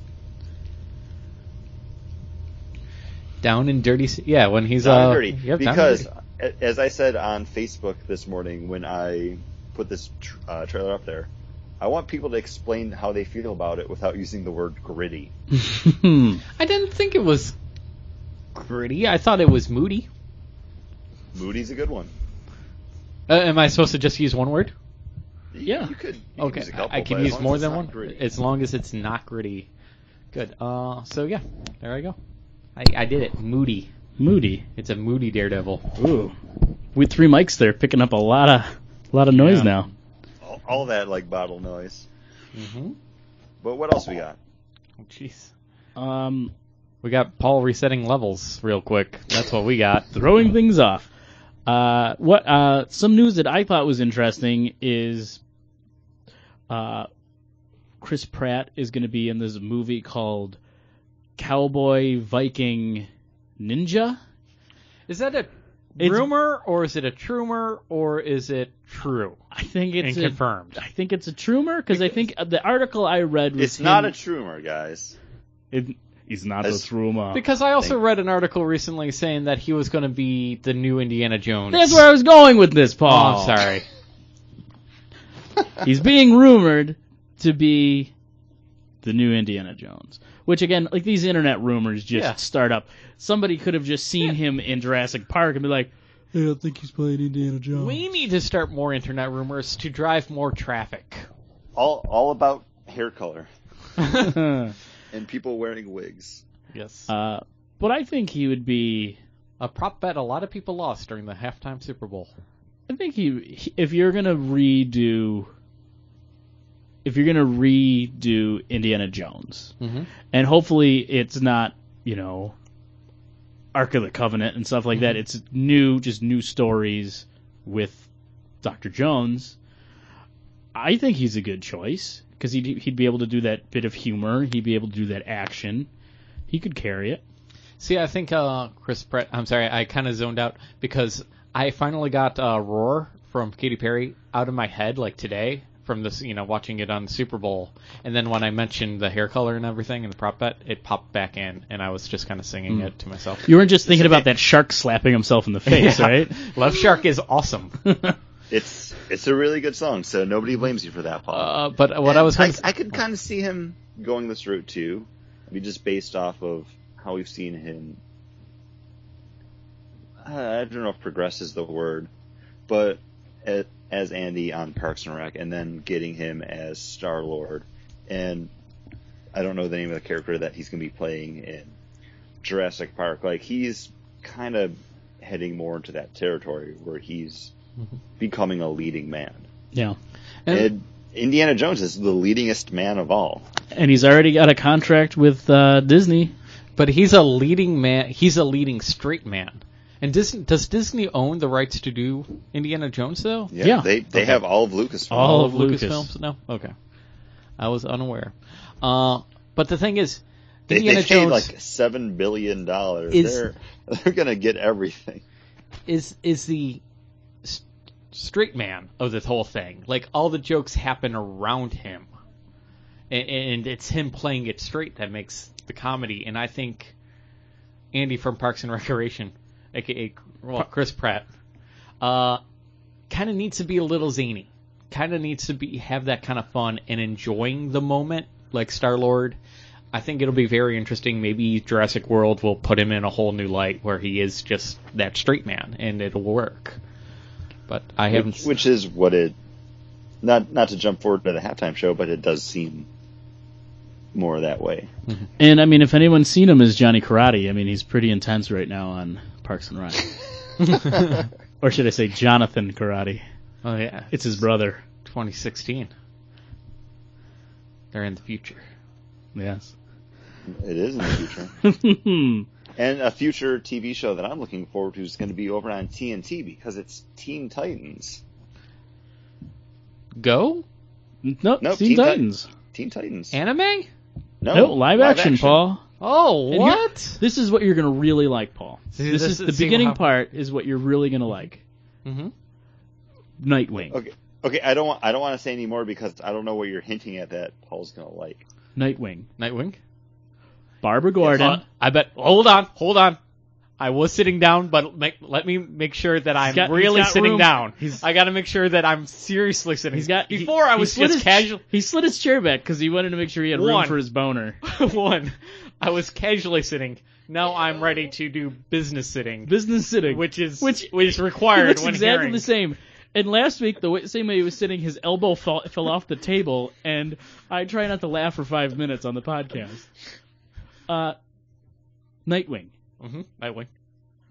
Speaker 3: Down and dirty. s- Yeah, when he's
Speaker 1: down
Speaker 3: uh,
Speaker 1: and dirty
Speaker 3: yep, down and
Speaker 1: because
Speaker 3: dirty.
Speaker 1: a- as I said on Facebook this morning when I put this tr- uh, trailer up there, I want people to explain how they feel about it without using the word gritty.
Speaker 2: hmm.
Speaker 3: I didn't think it was gritty. I thought it was moody.
Speaker 1: Moody's a good one.
Speaker 3: Uh, am I supposed to just use one word?
Speaker 1: You-
Speaker 2: Yeah.
Speaker 1: you could. You could
Speaker 3: Okay,
Speaker 1: use a couple,
Speaker 3: I can
Speaker 1: but as
Speaker 3: use
Speaker 1: long as
Speaker 3: more
Speaker 1: it's
Speaker 3: than
Speaker 1: not
Speaker 3: one.
Speaker 1: gritty.
Speaker 3: As long as it's not gritty. Good. Uh, so yeah, there I go. I, I did it. Moody.
Speaker 2: Moody.
Speaker 3: It's a moody daredevil.
Speaker 2: Ooh. with three mics there picking up a lot of a lot of noise
Speaker 3: Yeah.
Speaker 2: now.
Speaker 1: All, all that like bottle noise.
Speaker 3: Mm-hmm.
Speaker 1: But what else we got?
Speaker 3: Oh, Jeez.
Speaker 2: Um,
Speaker 3: We got Paul resetting levels real quick. That's what we got.
Speaker 2: throwing things off. Uh, what uh, some news that I thought was interesting is uh, Chris Pratt is going to be in this movie called Cowboy Viking Ninja.
Speaker 3: Is that a
Speaker 2: It's-
Speaker 3: rumor or is it a trumor or is it true
Speaker 2: I think it's
Speaker 3: and
Speaker 2: a,
Speaker 3: confirmed?
Speaker 2: I think it's a trumor because I think uh, the article I read was
Speaker 1: It's not a
Speaker 2: him-
Speaker 1: troomer, guys.
Speaker 2: it- it's not
Speaker 1: It's-
Speaker 2: a truma.
Speaker 3: Because I also read an article recently saying that he was going to be the new Indiana Jones.
Speaker 2: That's where I was going with this,
Speaker 3: Oh,
Speaker 2: Paul.
Speaker 3: I'm sorry.
Speaker 2: He's being rumored to be the new Indiana Jones. Which again, like these internet rumors just
Speaker 3: Yeah.
Speaker 2: start up. Somebody could have just seen him in Jurassic Park and be like, *laughs* I don't think he's playing Indiana Jones.
Speaker 3: We need to start more internet rumors to drive more traffic.
Speaker 1: All all about hair color
Speaker 2: uh,
Speaker 1: and people wearing wigs.
Speaker 3: Yes.
Speaker 2: but I think he would be.
Speaker 3: Uh, a prop bet a lot of people lost during the halftime Super Bowl.
Speaker 2: I think he, he- If you're gonna redo. If you're gonna redo Indiana Jones,
Speaker 3: Mm-hmm.
Speaker 2: and hopefully it's not you know Ark of the Covenant and stuff like that. It's new, just new stories with Doctor Jones. I think he's a good choice because he'd he'd be able to do that bit of humor. He'd be able to do that action. He could carry it.
Speaker 3: See, I think uh, Chris Pratt. I'm sorry, I kind of zoned out because I finally got uh, "Roar" from Katy Perry out of my head like today from this, you know, watching it on Super Bowl. And then when I mentioned the hair color and everything and the prop bet, it popped back in, and I was just kind of singing
Speaker 2: Hmm.
Speaker 3: it to myself.
Speaker 2: You weren't just thinking about that shark slapping himself in the *laughs* face,
Speaker 3: Yeah.
Speaker 2: right?
Speaker 3: Love Shark is awesome.
Speaker 2: *laughs*
Speaker 1: It's it's a really good song, so nobody blames you for that, Paul.
Speaker 3: Uh, but what I was
Speaker 1: I,
Speaker 3: gonna,
Speaker 1: I could kind of see him going this route too. I mean, just based off of how we've seen him. I I don't know if "progress" is the word, but a- as Andy on Parks and Rec, and then getting him as Star Lord, and I don't know the name of the character that he's going to be playing in Jurassic Park. Like he's kind of heading more into that territory where he's becoming a leading man.
Speaker 2: Yeah.
Speaker 3: And-
Speaker 1: And Indiana Jones is the leadingest man of all.
Speaker 2: And he's already got a contract with uh, Disney.
Speaker 3: but he's a leading man. He's a leading straight man. And Disney, does Disney own the rights to do Indiana Jones though?
Speaker 1: Yeah,
Speaker 2: Yeah.
Speaker 1: they they have all of Lucasfilm.
Speaker 2: All- of Lucas.
Speaker 3: Lucasfilms? No, okay. I was unaware. Uh, but the thing is,
Speaker 1: they,
Speaker 3: Indiana
Speaker 1: they paid
Speaker 3: Jones
Speaker 1: like seven billion dollars.
Speaker 3: Is-
Speaker 1: They're *laughs* they're gonna get everything.
Speaker 3: is is the s- straight man of this whole thing. Like all the jokes happen around him, and, and it's him playing it straight that makes the comedy. And I think Andy from Parks and Recreation, aka well, Chris Pratt, uh, kind of needs to be a little zany. Kind of needs to be have that kind of fun and enjoying the moment, like Star Lord. I think it'll be very interesting. Maybe Jurassic World will put him in a whole new light where he is just that straight man, and it'll work. But I haven't.
Speaker 1: Which, which is what it. Not not to jump forward to the halftime show, but it does seem more that way.
Speaker 2: And I mean, if anyone's seen him as Johnny Karate, I mean, he's pretty intense right now on Parks and Rec. *laughs* or should I say Jonathan Karate?
Speaker 3: oh yeah,
Speaker 2: It's his brother.
Speaker 3: 2016. They're in the future.
Speaker 2: Yes. *laughs*
Speaker 1: It is in the future, and a future TV show that I'm looking forward to is going to be over on TNT because it's Teen Titans.
Speaker 3: Go
Speaker 2: nope,
Speaker 1: Nope,
Speaker 2: Teen
Speaker 1: Teen
Speaker 2: Titans.
Speaker 1: Teen Titans.
Speaker 3: anime?
Speaker 1: no,
Speaker 2: No, live, action, Paul.
Speaker 3: Oh
Speaker 2: And
Speaker 3: what?
Speaker 2: This is what you're going to really like, Paul.
Speaker 3: See,
Speaker 2: this,
Speaker 3: this
Speaker 2: is
Speaker 3: is-
Speaker 2: the
Speaker 3: see
Speaker 2: beginning
Speaker 3: how-
Speaker 2: part is what you're really going to like.
Speaker 3: Mm-hmm.
Speaker 2: Nightwing.
Speaker 1: Okay, okay. I don't want I don't want to say any more because I don't know what you're hinting at that Paul's gonna like.
Speaker 2: Nightwing.
Speaker 3: Nightwing.
Speaker 2: Barbara Gordon.
Speaker 3: Uh, I bet. Hold on, hold on. I was sitting down, but make, let me make sure that I'm
Speaker 2: got- he's
Speaker 3: really
Speaker 2: got
Speaker 3: sitting
Speaker 2: room.
Speaker 3: down.
Speaker 2: He's-
Speaker 3: I got to make sure that I'm seriously sitting.
Speaker 2: He's got he-
Speaker 3: Before I
Speaker 2: he
Speaker 3: was
Speaker 2: slid
Speaker 3: just
Speaker 2: his-
Speaker 3: casual. *laughs*
Speaker 2: He slid his chair back because he wanted to make sure he had room
Speaker 3: One.
Speaker 2: for his boner.
Speaker 3: One, I was casually sitting. Now I'm ready to do business sitting,
Speaker 2: Business sitting,
Speaker 3: which is
Speaker 2: which
Speaker 3: which is required
Speaker 2: He looks
Speaker 3: when
Speaker 2: exactly
Speaker 3: hearing.
Speaker 2: the same. And last week, the way, same way he was sitting, his elbow fell, fell off the table, and I try not to laugh for five minutes on the podcast. Uh, Nightwing,
Speaker 3: Mhm, Nightwing.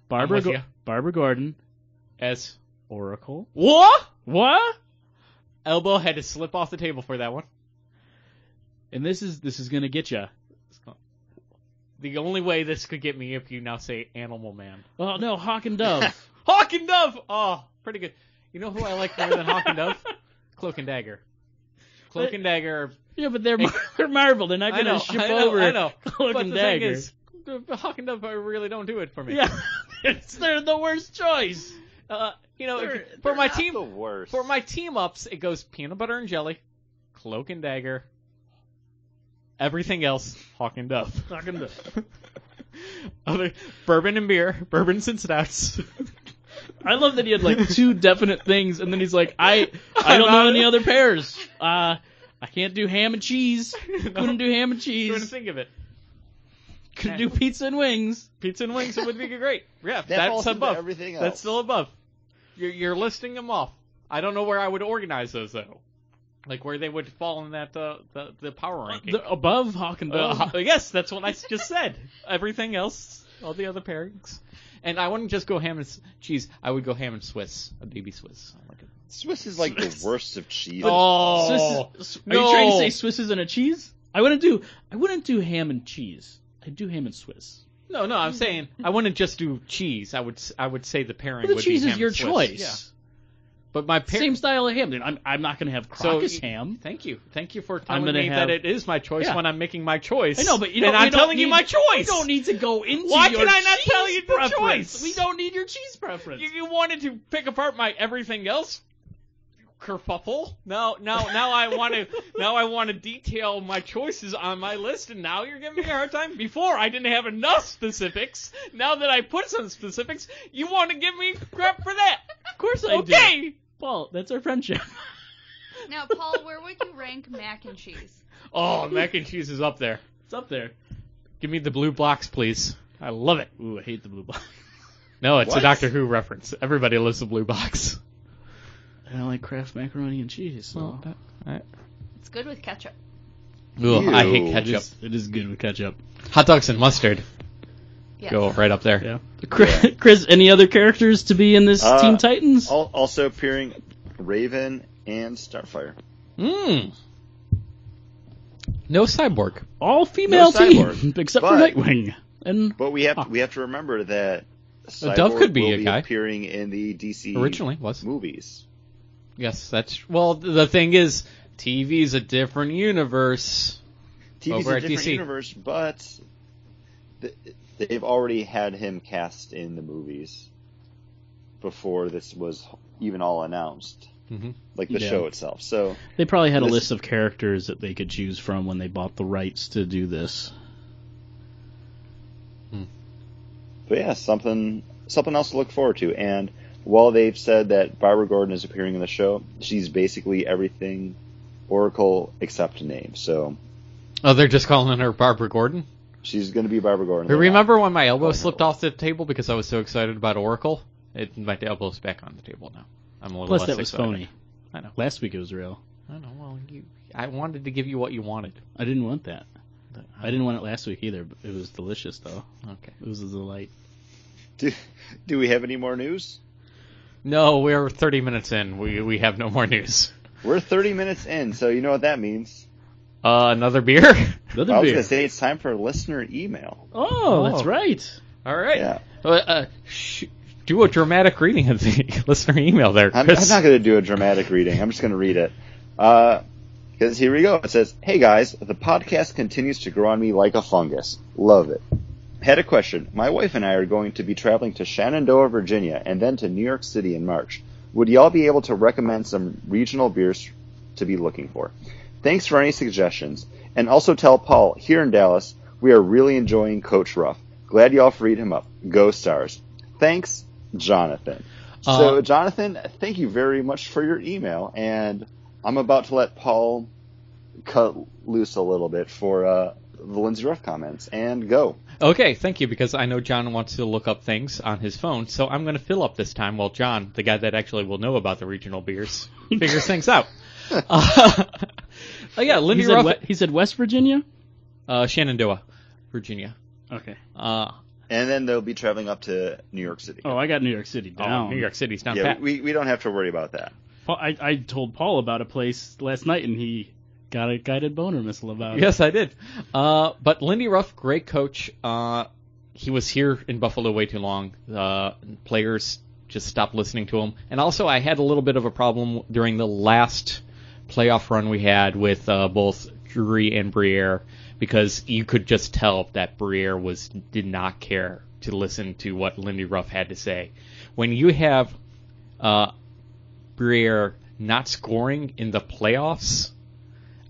Speaker 2: Barbara,
Speaker 3: with
Speaker 2: Go-
Speaker 3: ya.
Speaker 2: Barbara Gordon,
Speaker 3: As
Speaker 2: Oracle.
Speaker 3: what?
Speaker 2: What?
Speaker 3: Elbow had to slip off the table for that one.
Speaker 2: And this is this is gonna get you.
Speaker 3: The only way this could get me if you now say Animal Man.
Speaker 2: Well, no, Hawk and Dove. *laughs*
Speaker 3: Hawk and Dove. Oh, pretty good. You know who I like more than Hawk and Dove? *laughs* Cloak and Dagger. Cloak and Dagger. are-
Speaker 2: yeah, but they're Mar- they're Marvel. They're not
Speaker 3: I
Speaker 2: gonna
Speaker 3: know.
Speaker 2: ship
Speaker 3: I know.
Speaker 2: over.
Speaker 3: I
Speaker 2: *laughs*
Speaker 3: *laughs* know.
Speaker 2: Cloak
Speaker 3: but
Speaker 2: and
Speaker 3: the
Speaker 2: Dagger.
Speaker 3: thing is, the Hawk and Dove really don't do it for me. *laughs*
Speaker 2: Yeah, it's, they're the worst choice.
Speaker 3: Uh, you know,
Speaker 1: They're-
Speaker 3: if-
Speaker 1: they're
Speaker 3: for my
Speaker 1: not
Speaker 3: team,
Speaker 1: the worst.
Speaker 3: For my team ups, it goes peanut butter and jelly, cloak and dagger, everything else, *laughs* hawk and dove.
Speaker 2: Hawk and Dove.
Speaker 3: Other bourbon and beer, bourbons and *laughs* stouts.
Speaker 2: I love that he had
Speaker 3: *laughs*
Speaker 2: like two definite things, and then he's like, I I don't know any other pairs. Uh, I can't do ham and cheese. Couldn't do ham and
Speaker 3: Couldn't
Speaker 2: cheese.
Speaker 3: think of it.
Speaker 2: Couldn't do pizza and wings.
Speaker 3: Pizza and wings would be great. Yeah,
Speaker 1: that
Speaker 3: that's
Speaker 1: falls into
Speaker 3: above.
Speaker 1: everything else.
Speaker 3: That's still above. You're, you're listing them off. I don't know where I would organize those though, like where they would fall in that uh, the the power
Speaker 2: *laughs*
Speaker 3: ranking.
Speaker 2: The- above Hawk and
Speaker 3: Uh, *laughs*
Speaker 2: Dove.
Speaker 3: ho- yes, that's what I s- just said. Everything else, all the other pairings, and I wouldn't just go ham and s- cheese. I would go ham and Swiss, a baby Swiss. I like it.
Speaker 1: Swiss is like the worst of cheese.
Speaker 3: Oh,
Speaker 2: Swiss is, are
Speaker 3: no.
Speaker 2: you trying to say Swiss isn't a cheese? I wouldn't do I wouldn't do ham and cheese. I do ham and Swiss.
Speaker 3: no, no. I'm saying I wouldn't just do cheese. I would, s- I would say the pairing.
Speaker 2: But the
Speaker 3: would
Speaker 2: cheese
Speaker 3: be
Speaker 2: is
Speaker 3: ham
Speaker 2: your
Speaker 3: and Swiss.
Speaker 2: choice.
Speaker 3: Yeah. But my pair-
Speaker 2: Same style of ham. Dude, I'm I'm not gonna have
Speaker 3: So
Speaker 2: Crocus
Speaker 3: you-
Speaker 2: ham.
Speaker 3: Thank you, thank you for telling
Speaker 2: gonna
Speaker 3: me
Speaker 2: have-
Speaker 3: that it is my choice
Speaker 2: Yeah.
Speaker 3: when I'm making my choice.
Speaker 2: I know, but you
Speaker 3: and
Speaker 2: don't,
Speaker 3: I'm
Speaker 2: you don't
Speaker 3: telling
Speaker 2: need,
Speaker 3: you my choice.
Speaker 2: We don't need to go into.
Speaker 3: Why
Speaker 2: your
Speaker 3: can I not
Speaker 2: cheese
Speaker 3: tell you the
Speaker 2: preference?
Speaker 3: choice?
Speaker 2: We don't need your cheese preference.
Speaker 3: You, you wanted to pick apart my everything else kerfuffle. Now, now, now I
Speaker 2: *laughs*
Speaker 3: want to now I want to detail my choices on my list, and now you're giving me a hard time. Before I didn't have enough specifics. Now that I put some specifics, you want to give me crap for that?
Speaker 2: of course I do.
Speaker 3: Okay.
Speaker 2: Paul, that's our friendship. *laughs*
Speaker 4: *laughs* Now, Paul, where would you rank mac and cheese?
Speaker 3: Oh, mac and cheese is up there.
Speaker 2: It's up there.
Speaker 3: Give me the blue blocks, please. I love it.
Speaker 2: Ooh, I hate the blue box.
Speaker 3: No, it's
Speaker 1: What?
Speaker 3: a Doctor Who reference. Everybody loves the blue box.
Speaker 2: I don't like Kraft macaroni and cheese. So.
Speaker 4: It's good with ketchup.
Speaker 3: Ugh, I hate
Speaker 1: Ew.
Speaker 2: it,
Speaker 3: ketchup.
Speaker 2: is, it is good with ketchup.
Speaker 3: Hot dogs and mustard
Speaker 4: Yes.
Speaker 3: go right up there.
Speaker 2: Yeah. *laughs* Chris, Chris, any other characters to be in this
Speaker 1: Uh,
Speaker 2: Team Titans?
Speaker 1: Al- Also appearing Raven and Starfire.
Speaker 3: Mm. No cyborg.
Speaker 2: All female team *laughs*
Speaker 1: cyborg,
Speaker 2: except
Speaker 1: but-
Speaker 2: for Nightwing. And
Speaker 1: But we have
Speaker 2: Huh.
Speaker 1: we have to remember that
Speaker 3: A dove
Speaker 1: Cyborg
Speaker 3: could be
Speaker 1: will
Speaker 3: a guy.
Speaker 1: appearing in the DC
Speaker 3: Originally was.
Speaker 1: movies.
Speaker 3: Yes, that's well. th- The thing is, TV's a different universe.
Speaker 1: TV's
Speaker 3: Over
Speaker 1: a
Speaker 3: at
Speaker 1: different
Speaker 3: DC.
Speaker 1: universe, but th- they've already had him cast in the movies before this was even all announced,
Speaker 3: Mhm.
Speaker 1: like the
Speaker 2: Yeah.
Speaker 1: show itself. So
Speaker 2: they probably had a
Speaker 1: This-
Speaker 2: list of characters that they could choose from when they bought the rights to do this.
Speaker 1: But yeah, something something else to look forward to. And while they've said that Barbara Gordon is appearing in the show, she's basically everything Oracle except name. So
Speaker 3: Oh, they're just calling her Barbara Gordon.
Speaker 1: she's going to be Barbara Gordon. They're
Speaker 3: Remember when my elbow
Speaker 1: Oh, no.
Speaker 3: slipped off the table because I was so excited about Oracle? It, my elbow's back on the table now. I'm a little
Speaker 2: Plus,
Speaker 3: less
Speaker 2: that was
Speaker 3: excited.
Speaker 2: phony.
Speaker 3: I know.
Speaker 2: Last week it was real.
Speaker 3: I know. Well, you, I wanted to give you what you wanted.
Speaker 2: I didn't want that. I didn't want it last week either, but it was delicious though.
Speaker 3: Okay.
Speaker 2: It was a delight.
Speaker 1: Do, do we have any more news?
Speaker 3: No, we're 30 minutes in. We we have no more news.
Speaker 1: We're 30 minutes in, so you know what that means.
Speaker 3: Uh, another *laughs* beer.
Speaker 2: Another
Speaker 1: I was
Speaker 2: beer.
Speaker 1: going to say it's time for listener email.
Speaker 2: Oh,
Speaker 3: Oh.
Speaker 2: that's right.
Speaker 3: All right.
Speaker 1: Yeah.
Speaker 3: Uh, uh, sh- do a dramatic reading of the *laughs* listener email there,
Speaker 1: I'm, I'm
Speaker 3: Chris.
Speaker 1: not going to do a dramatic reading. I'm just going to read it. Because here we go. It says, Hey guys, the podcast continues to grow on me like a fungus. Love it. Had a question. My wife and I are going to be traveling to Shenandoah, Virginia, and then to New York City in March. Would y'all be able to recommend some regional beers to be looking for? Thanks for any suggestions. And also tell Paul, here in Dallas, we are really enjoying Coach Ruff. Glad y'all freed him up. Go Stars. Thanks, Jonathan. so,
Speaker 3: Uh,
Speaker 1: Jonathan, thank you very much for your email. And I'm about to let Paul cut loose a little bit for uh, the Lindsay Ruff comments and go.
Speaker 3: Okay, thank you, because I know John wants to look up things on his phone, so I'm going to fill up this time while John, the guy that actually will know about the regional beers,
Speaker 2: *laughs*
Speaker 3: figures things *laughs* out. Uh, *laughs* oh, yeah,
Speaker 2: He
Speaker 3: Lindy
Speaker 2: said,
Speaker 3: Ruff,
Speaker 2: we- he said West Virginia.
Speaker 3: uh, Shenandoah, Virginia.
Speaker 2: Okay.
Speaker 3: Uh,
Speaker 1: And then they'll be traveling up to New York City.
Speaker 2: Oh, I got New York City down.
Speaker 3: Oh, New York City's down
Speaker 1: yeah,
Speaker 3: pat.
Speaker 1: we, we don't have to worry about that.
Speaker 2: Pa- I, I told Paul about a place last night, and he got a guided boner missile about it.
Speaker 3: Yes, I did. Uh, but Lindy Ruff, great coach. Uh, he was here in Buffalo way too long. Uh, players just stopped listening to him. And also, I had a little bit of a problem during the last playoff run we had with uh, both Drury and Briere because you could just tell that Briere was did not care to listen to what Lindy Ruff had to say. When you have uh, Briere not scoring in the playoffs,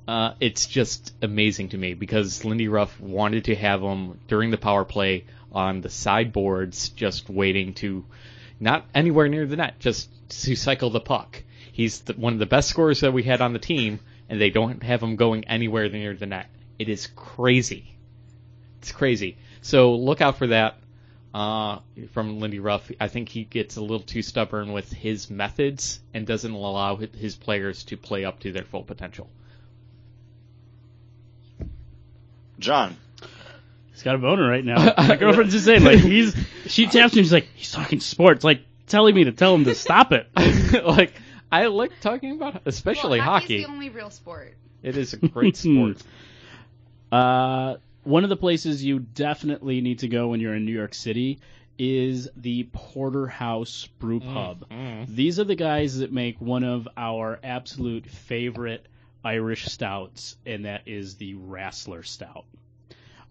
Speaker 3: uh, it's just amazing to me because Lindy Ruff wanted to have him during the power play on the sideboards, just waiting to not anywhere near the net, just to cycle the puck. He's the, one of the best scorers that we had on the team, and they don't have him going anywhere near the net. It is crazy. It's crazy. So look out for that uh, from Lindy Ruff. I think he gets a little too stubborn with his methods and doesn't allow hi- his players to play up to their full potential.
Speaker 1: John,
Speaker 2: He's got a boner right
Speaker 3: *laughs*
Speaker 2: now. My girlfriend's just saying, like, he's, she taps him, she's like, he's talking sports, like, telling me to tell him to stop
Speaker 3: *laughs*
Speaker 2: it.
Speaker 3: like I like talking about especially
Speaker 4: well,
Speaker 3: hockey.
Speaker 4: hockey's the only real sport.
Speaker 3: It is a
Speaker 1: *laughs*
Speaker 3: great
Speaker 1: Hmm.
Speaker 3: sport.
Speaker 2: Uh, one of the places you definitely need to go when you're in New York City is the Porterhouse Brew Pub. These are the guys that make one of our absolute favorite Irish stouts, and that is the Rassler Stout.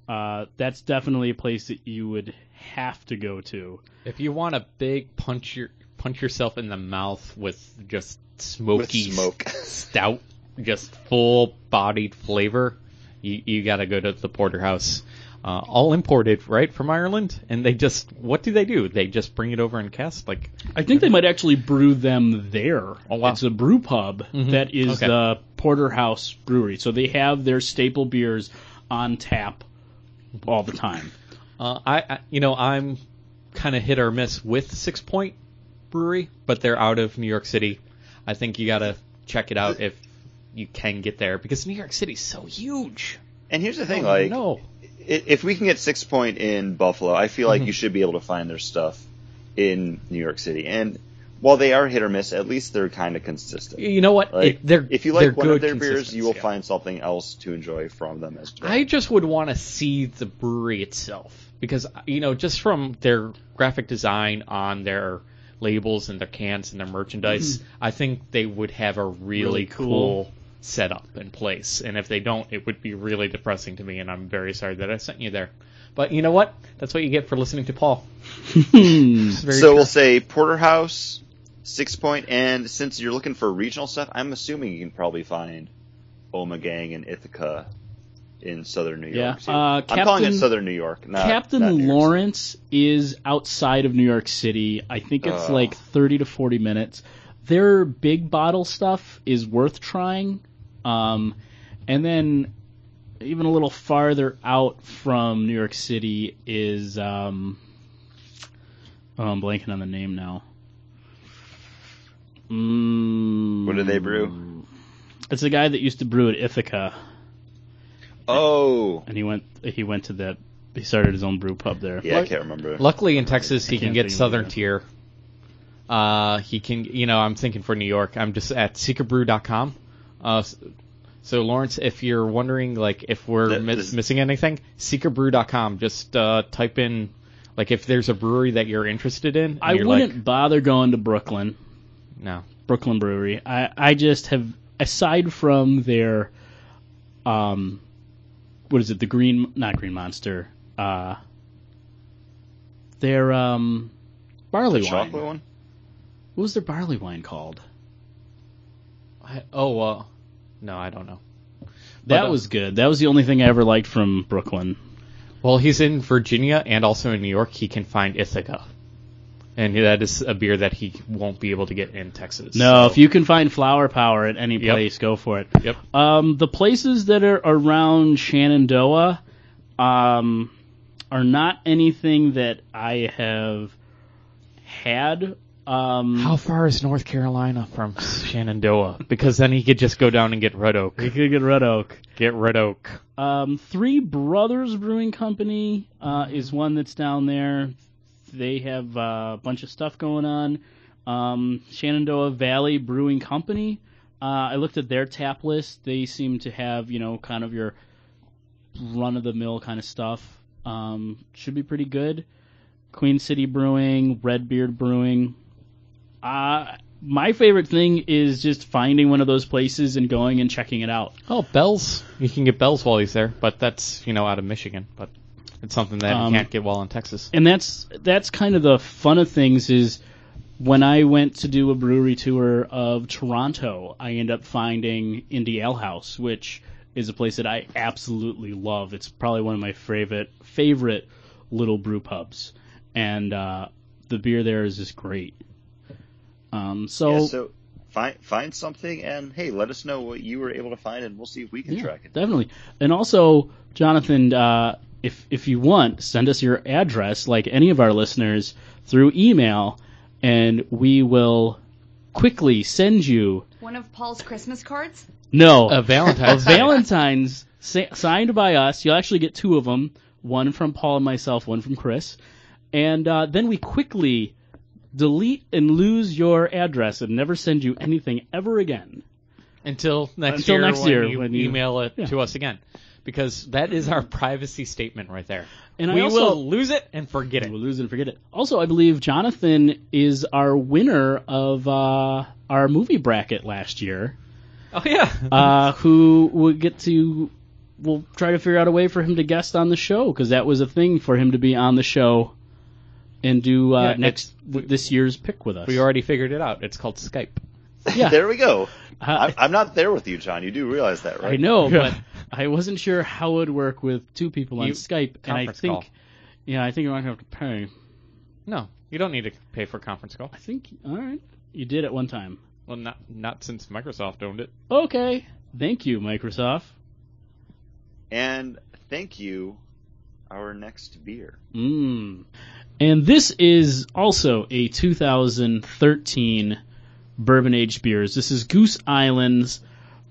Speaker 2: Uh, that's definitely a place that you would have to go to.
Speaker 3: If you want a big punch your punch yourself in the mouth with just smoky
Speaker 1: with smoke.
Speaker 3: stout, just full bodied flavor, you you gotta go to the porterhouse. Uh, all imported right from Ireland, and they just what do they do? They just bring it over and cast like
Speaker 2: I think they might actually brew them there.
Speaker 3: Oh, wow. Mm-hmm.
Speaker 2: It's a brew pub that is
Speaker 3: Okay.
Speaker 2: the Porterhouse Brewery. So they have their staple beers on tap all the time.
Speaker 3: Uh, I, I, you know, I'm kind of hit or miss with Six Point Brewery, but they're out of New York City. I think you gotta check it out if you can get there because New York City's so huge.
Speaker 1: And here's the thing,
Speaker 3: Oh,
Speaker 1: like,
Speaker 3: no,
Speaker 1: i- if we can get Six Point in Buffalo, I feel
Speaker 3: Mm-hmm.
Speaker 1: like you should be able to find their stuff in New York City. And while they are hit or miss, at least they're kind of consistent.
Speaker 3: you know what?
Speaker 1: Like,
Speaker 3: It- they're
Speaker 1: if you
Speaker 3: they're
Speaker 1: like one
Speaker 3: good
Speaker 1: of their beers, you will
Speaker 3: consistency.
Speaker 1: find something else to enjoy from them as well.
Speaker 3: I just would want to see the brewery itself because you know just from their graphic design on their labels and their cans and their merchandise, I think they would have a really,
Speaker 2: Really cool.
Speaker 3: cool, setup in place. And if they don't, it would be really depressing to me. And I'm very sorry that I sent you there. But you know what? That's what you get for listening to Paul. It's very
Speaker 1: so we'll say Porterhouse, Six Point, and since you're looking for regional stuff, I'm assuming you can probably find Omegang and Ithaca in southern New York.
Speaker 2: Yeah,
Speaker 1: too.
Speaker 2: uh,
Speaker 1: I'm calling it
Speaker 2: Captain-
Speaker 1: southern New York. Not,
Speaker 2: Captain
Speaker 1: not New York
Speaker 2: Lawrence is outside of New York City. I think it's
Speaker 1: Oh.
Speaker 2: like 30 to 40 minutes. Their big bottle stuff is worth trying. Um, and then even a little farther out from New York City is um, oh, I'm blanking on the name now. Mm,
Speaker 1: What do they brew?
Speaker 2: It's the guy that used to brew at Ithaca,
Speaker 1: City. Oh,
Speaker 2: and he went he went to that he started his own brew pub there.
Speaker 1: yeah, I
Speaker 3: Like-
Speaker 1: can't remember.
Speaker 3: Luckily, in Texas, he can
Speaker 2: can't
Speaker 3: get
Speaker 2: think of
Speaker 3: Southern
Speaker 2: it.
Speaker 3: Tier. Uh, he can, you know, I'm thinking for New York. I'm just at seekerbrew.com. Uh, s- so Lawrence, if you're wondering, like, if we're
Speaker 1: That-
Speaker 3: mi-
Speaker 1: this-
Speaker 3: missing anything, seekerbrew.com. Just uh, type in, like, if there's a brewery that you're interested in. and
Speaker 2: I
Speaker 3: you're
Speaker 2: wouldn't bother going to Brooklyn,
Speaker 3: Like, no.
Speaker 2: Brooklyn Brewery. I, I just have, aside from their, um, what is it? The Green, not Green Monster. Uh, their um, barley
Speaker 1: The
Speaker 2: wine.
Speaker 1: chocolate one.
Speaker 2: What was their barley wine called?
Speaker 3: I, oh, uh, no, I don't know.
Speaker 2: That
Speaker 3: But, uh,
Speaker 2: was good. That was the only thing I ever liked from Brooklyn.
Speaker 3: Well, he's in Virginia and also in New York. He can find Ithaca. And that is a beer that he won't be able to get in Texas.
Speaker 2: No,
Speaker 3: So-
Speaker 2: if you can find flower power at any
Speaker 3: Yep.
Speaker 2: place, go for it.
Speaker 3: Yep.
Speaker 2: Um, the places that are around Shenandoah um, are not anything that I have had Um,
Speaker 3: How far is North Carolina from
Speaker 2: *laughs*
Speaker 3: Shenandoah? Because then he could just go down and get Red Oak.
Speaker 2: we could get Red Oak.
Speaker 3: Get Red Oak.
Speaker 2: Um, Three Brothers Brewing Company uh, is one that's down there. They have uh, a bunch of stuff going on. Um, Shenandoah Valley Brewing Company. Uh, I looked at their tap list. They seem to have you know kind of your run of the mill kind of stuff. Um, should be pretty good. Queen City Brewing, Redbeard Brewing. Uh, my favorite thing is just finding one of those places and going and checking it out.
Speaker 3: Oh, Bell's. You can get Bell's while he's there, but that's, you know, out of Michigan. But it's something that
Speaker 2: Um,
Speaker 3: you can't get while in Texas.
Speaker 2: and that's that's kind of the fun of things is when I went to do a brewery tour of Toronto, I end up finding Indie Ale House, which is a place that I absolutely love. It's probably one of my favorite favorite little brew pubs, and uh, the beer there is just great. Um, so,
Speaker 1: Yeah, so find find something and hey, let us know what you were able to find, and we'll see if we can
Speaker 2: Yeah,
Speaker 1: track it.
Speaker 2: Definitely. And also, Jonathan, uh, if if you want, send us your address, like any of our listeners, through email, and we will quickly send you
Speaker 4: One of Paul's Christmas cards?
Speaker 2: no
Speaker 3: A *laughs* Valentine's Day.
Speaker 2: Valentine's sa- signed by us. You'll actually get two of them: one from Paul and myself, one from Chris. And uh, then we quickly delete and lose your address and never send you anything ever again.
Speaker 3: Until next
Speaker 2: Until
Speaker 3: year,
Speaker 2: next
Speaker 3: when,
Speaker 2: year,
Speaker 3: you
Speaker 2: when you-
Speaker 3: email it
Speaker 2: yeah.
Speaker 3: to us again. Because that is our privacy statement right there.
Speaker 2: And I
Speaker 3: we
Speaker 2: also-
Speaker 3: will lose it and forget it.
Speaker 2: *laughs* We'll lose it and forget it. Also, I believe Jonathan is our winner of uh, our movie bracket last year,
Speaker 3: Oh, yeah.
Speaker 2: uh, who will get to. We'll try to figure out a way for him to guest on the show because that was a thing for him to be on the show and do uh,
Speaker 3: Yeah,
Speaker 2: next th- this year's pick with us.
Speaker 3: we already figured it out. It's called Skype.
Speaker 2: *laughs* yeah.
Speaker 1: there we go. I'm,
Speaker 2: I,
Speaker 1: I'm not there with you, John. You do realize that, right?
Speaker 2: I know,
Speaker 3: Yeah.
Speaker 2: but I wasn't sure how it would work with two people on
Speaker 3: You-
Speaker 2: Skype, and I
Speaker 3: conference
Speaker 2: think,
Speaker 3: call.
Speaker 2: yeah, I think you're going to have to pay.
Speaker 3: No, you don't need to pay for conference call.
Speaker 2: I think, all right, you did at one time.
Speaker 3: Well, not not since Microsoft owned it.
Speaker 2: Okay, thank you, Microsoft.
Speaker 1: And thank you, our next beer.
Speaker 2: Mm. And this is also a 2013 bourbon aged beers. This is Goose Island's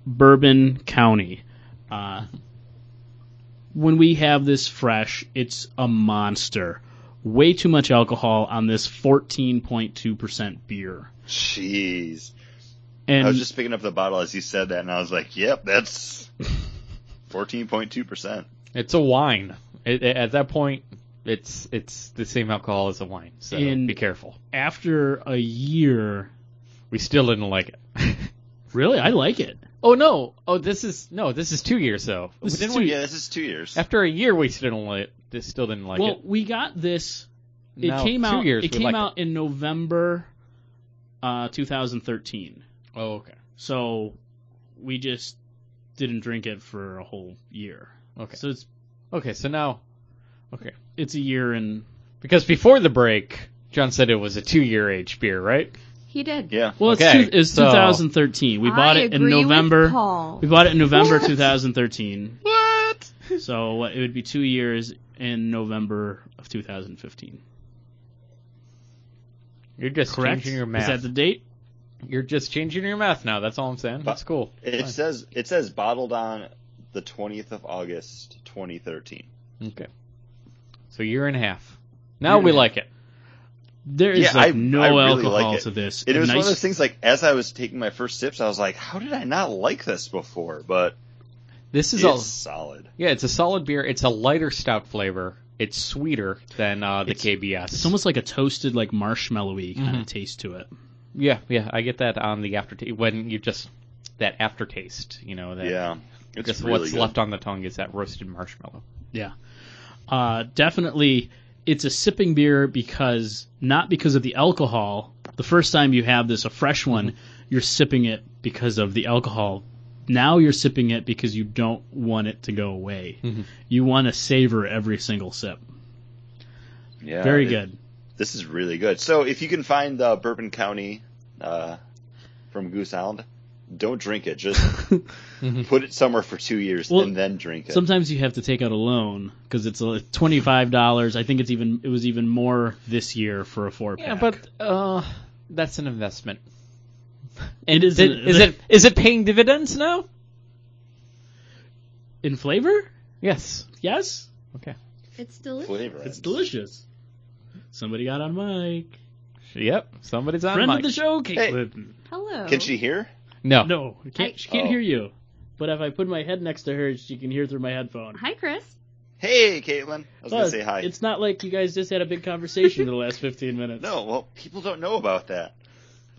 Speaker 2: Bourbon County. Uh, when we have this fresh, it's a monster. Way too much alcohol on this 14.2% beer.
Speaker 1: Jeez.
Speaker 2: And
Speaker 1: I was just picking up the bottle as you said that, and I was like, yep,
Speaker 2: *laughs*
Speaker 1: that's 14.2%.
Speaker 3: It's a wine. It, it- at that point, it's it's the same alcohol as a wine. So
Speaker 2: And-
Speaker 3: be careful.
Speaker 2: after a year,
Speaker 3: We still didn't like it. *laughs*
Speaker 2: really, I like it.
Speaker 3: oh no! Oh, this is no. This is two years though.
Speaker 2: This is
Speaker 3: Didn't
Speaker 2: two
Speaker 3: we-
Speaker 1: Yeah, this is two years.
Speaker 3: After a year, we still didn't like. This still didn't like
Speaker 2: well,
Speaker 3: it.
Speaker 2: we got this It
Speaker 3: Now,
Speaker 2: came
Speaker 3: two
Speaker 2: out.
Speaker 3: Years,
Speaker 2: it
Speaker 3: we
Speaker 2: came
Speaker 3: liked
Speaker 2: out in November, uh, 2013.
Speaker 3: Oh, okay.
Speaker 2: So we just didn't drink it for a whole year.
Speaker 3: Okay.
Speaker 2: So it's
Speaker 3: Okay. So now, okay.
Speaker 2: it's a year and
Speaker 3: Because before the break, John said it was a two-year age beer, right?
Speaker 4: He did.
Speaker 1: Yeah.
Speaker 2: well,
Speaker 3: Okay,
Speaker 2: it's, two, it's
Speaker 3: so-
Speaker 2: 2013. We bought
Speaker 4: I
Speaker 2: it in
Speaker 4: agree with
Speaker 2: November.
Speaker 4: Paul.
Speaker 2: We bought it in November 2013.
Speaker 1: *laughs*
Speaker 3: What?
Speaker 2: So it would be two years in November of 2015.
Speaker 3: You're just
Speaker 2: Correct?
Speaker 3: changing your
Speaker 2: Is
Speaker 3: math.
Speaker 2: that the date?
Speaker 3: You're just changing your math now. That's all I'm saying. That's cool.
Speaker 1: It says it says bottled on the 20th of August, 2013.
Speaker 3: Okay. So year and a half. Now
Speaker 2: Year
Speaker 3: we
Speaker 2: and a
Speaker 3: like it.
Speaker 2: There is
Speaker 1: Yeah,
Speaker 2: like
Speaker 1: I-
Speaker 2: no
Speaker 1: I really
Speaker 2: alcohol
Speaker 1: like it.
Speaker 2: to this.
Speaker 1: It
Speaker 2: A
Speaker 1: was one of
Speaker 2: nice-
Speaker 1: those things like as I was taking my first sips, I was like, how did I not like this before? But
Speaker 3: This is
Speaker 1: it's
Speaker 3: all.
Speaker 1: solid.
Speaker 3: Yeah, it's a solid beer. It's a lighter stout flavor. It's sweeter than uh, the
Speaker 2: It's-
Speaker 3: KBS.
Speaker 2: It's almost like a toasted, like marshmallowy kind
Speaker 1: Mm-hmm.
Speaker 2: of taste to it.
Speaker 3: Yeah, yeah. I get that on the aftertaste when you just that aftertaste. You know that.
Speaker 1: Yeah. It's
Speaker 3: Just
Speaker 1: really
Speaker 3: what's
Speaker 1: good.
Speaker 3: left on the tongue is that roasted marshmallow.
Speaker 2: Yeah. Uh, definitely, it's a sipping beer because, not because of the alcohol. The first time you have this, a fresh one, you're sipping it because of the alcohol. Now you're sipping it because you don't want it to go away. You want to savor every single sip.
Speaker 1: Yeah,
Speaker 2: Very
Speaker 1: it-
Speaker 2: good.
Speaker 1: This is really good. So if you can find uh, Bourbon County uh, from Goose Island, don't drink it.
Speaker 2: *laughs*
Speaker 1: Just put it somewhere for two years
Speaker 2: Well,
Speaker 1: and then drink it.
Speaker 2: Sometimes you have to take out a loan because it's uh, twenty five dollars. I think it's even it was even more this year for a four pack.
Speaker 3: Yeah, but uh, That's an investment.
Speaker 2: It is.
Speaker 3: Did- is it is it paying dividends now?
Speaker 2: in flavor?
Speaker 3: Yes.
Speaker 2: Yes.
Speaker 3: Okay.
Speaker 4: It's delicious.
Speaker 1: Flavor.
Speaker 2: It's delicious. Somebody got on mic.
Speaker 3: Yep. Somebody's on
Speaker 2: Friend
Speaker 3: mic.
Speaker 2: of the show, Caitlin.
Speaker 4: Hello.
Speaker 1: Can she hear?
Speaker 3: no.
Speaker 2: No, I can't, she can't
Speaker 1: Oh.
Speaker 2: hear you. But if I put my head next to her, she can hear through my headphone.
Speaker 4: Hi, Chris.
Speaker 1: Hey, Caitlin. I was gonna
Speaker 2: Plus,
Speaker 1: say hi.
Speaker 2: Uh, It's not like you guys just had a big conversation in
Speaker 1: *laughs*
Speaker 2: the last 15 minutes.
Speaker 1: No, well, people don't know about that.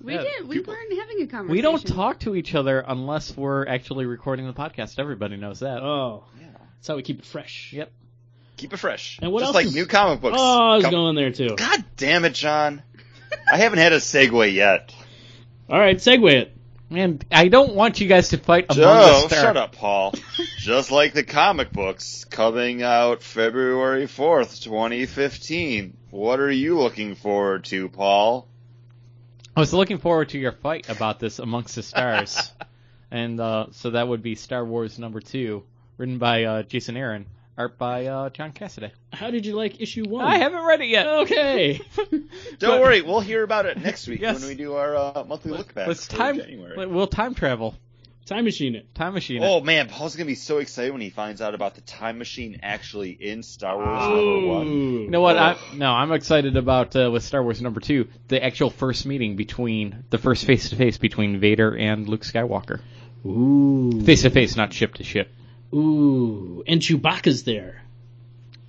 Speaker 4: We
Speaker 2: Yeah,
Speaker 4: did. We
Speaker 1: people-
Speaker 4: weren't having a conversation.
Speaker 3: We don't talk to each other unless we're actually recording the podcast. Everybody knows that.
Speaker 2: Oh,
Speaker 1: Yeah.
Speaker 2: that's how we keep it fresh.
Speaker 3: Yep.
Speaker 1: Keep it fresh.
Speaker 2: And what
Speaker 1: Just
Speaker 2: else
Speaker 1: like
Speaker 2: is-
Speaker 1: new comic books.
Speaker 2: Oh, I was
Speaker 1: Come-
Speaker 2: going there too.
Speaker 1: God damn it, John. I haven't had a segue yet.
Speaker 2: All right, segue it.
Speaker 3: Man, I don't want you guys to fight among
Speaker 1: Joe,
Speaker 3: the stars.
Speaker 1: shut up, Paul. Just like the comic books coming out February 4th, 2015. What are you looking forward to, Paul?
Speaker 3: I was looking forward to your fight about this amongst
Speaker 1: *laughs*
Speaker 3: the stars, and uh, so that would be Star Wars number two, written by uh, Jason Aaron, art by uh, John Cassaday.
Speaker 2: How did you like issue one?
Speaker 3: I haven't read it
Speaker 2: *laughs*
Speaker 3: yet.
Speaker 2: Okay.
Speaker 1: Don't
Speaker 3: But-
Speaker 1: worry, we'll hear about it next week
Speaker 3: Yes.
Speaker 1: when we do our uh, monthly look back
Speaker 3: Let's
Speaker 1: for
Speaker 3: time.
Speaker 1: January.
Speaker 3: let- We'll time travel.
Speaker 2: Time machine it.
Speaker 3: Time machine. it.
Speaker 1: Oh man, Paul's gonna be so excited when he finds out about the time machine actually in Star Wars number Ah, one.
Speaker 2: Ooh.
Speaker 3: You know what?
Speaker 1: Oh.
Speaker 3: I, no, I'm excited about uh, with Star Wars number two, the actual first meeting between the first face to face between Vader and Luke Skywalker.
Speaker 2: Ooh.
Speaker 3: Face to face, not ship to ship.
Speaker 2: Ooh. And Chewbacca's there.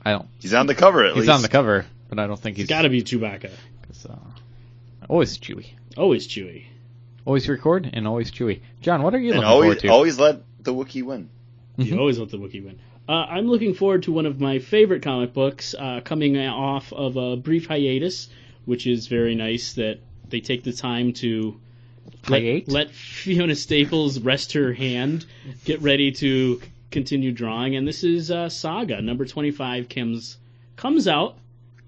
Speaker 3: I don't.
Speaker 1: Oh, He's on the cover at
Speaker 3: he's
Speaker 1: least.
Speaker 3: on the cover, but I don't think he's.
Speaker 2: It's got to be Chewbacca.
Speaker 3: 'cause, uh, always Chewy.
Speaker 2: Always Chewie.
Speaker 3: Always record and always Chewy. John, what are you
Speaker 1: And
Speaker 3: looking forward
Speaker 1: always,
Speaker 3: to?
Speaker 1: always let the Wookiee win.
Speaker 2: You always let the Wookiee win. Uh, I'm looking forward to one of my favorite comic books uh, coming off of a brief hiatus, which is very nice that they take the time to
Speaker 3: Hiate?
Speaker 2: let, let Fiona Staples rest her hand, get ready to continue drawing. And this is uh, Saga number 25. Kim's comes out.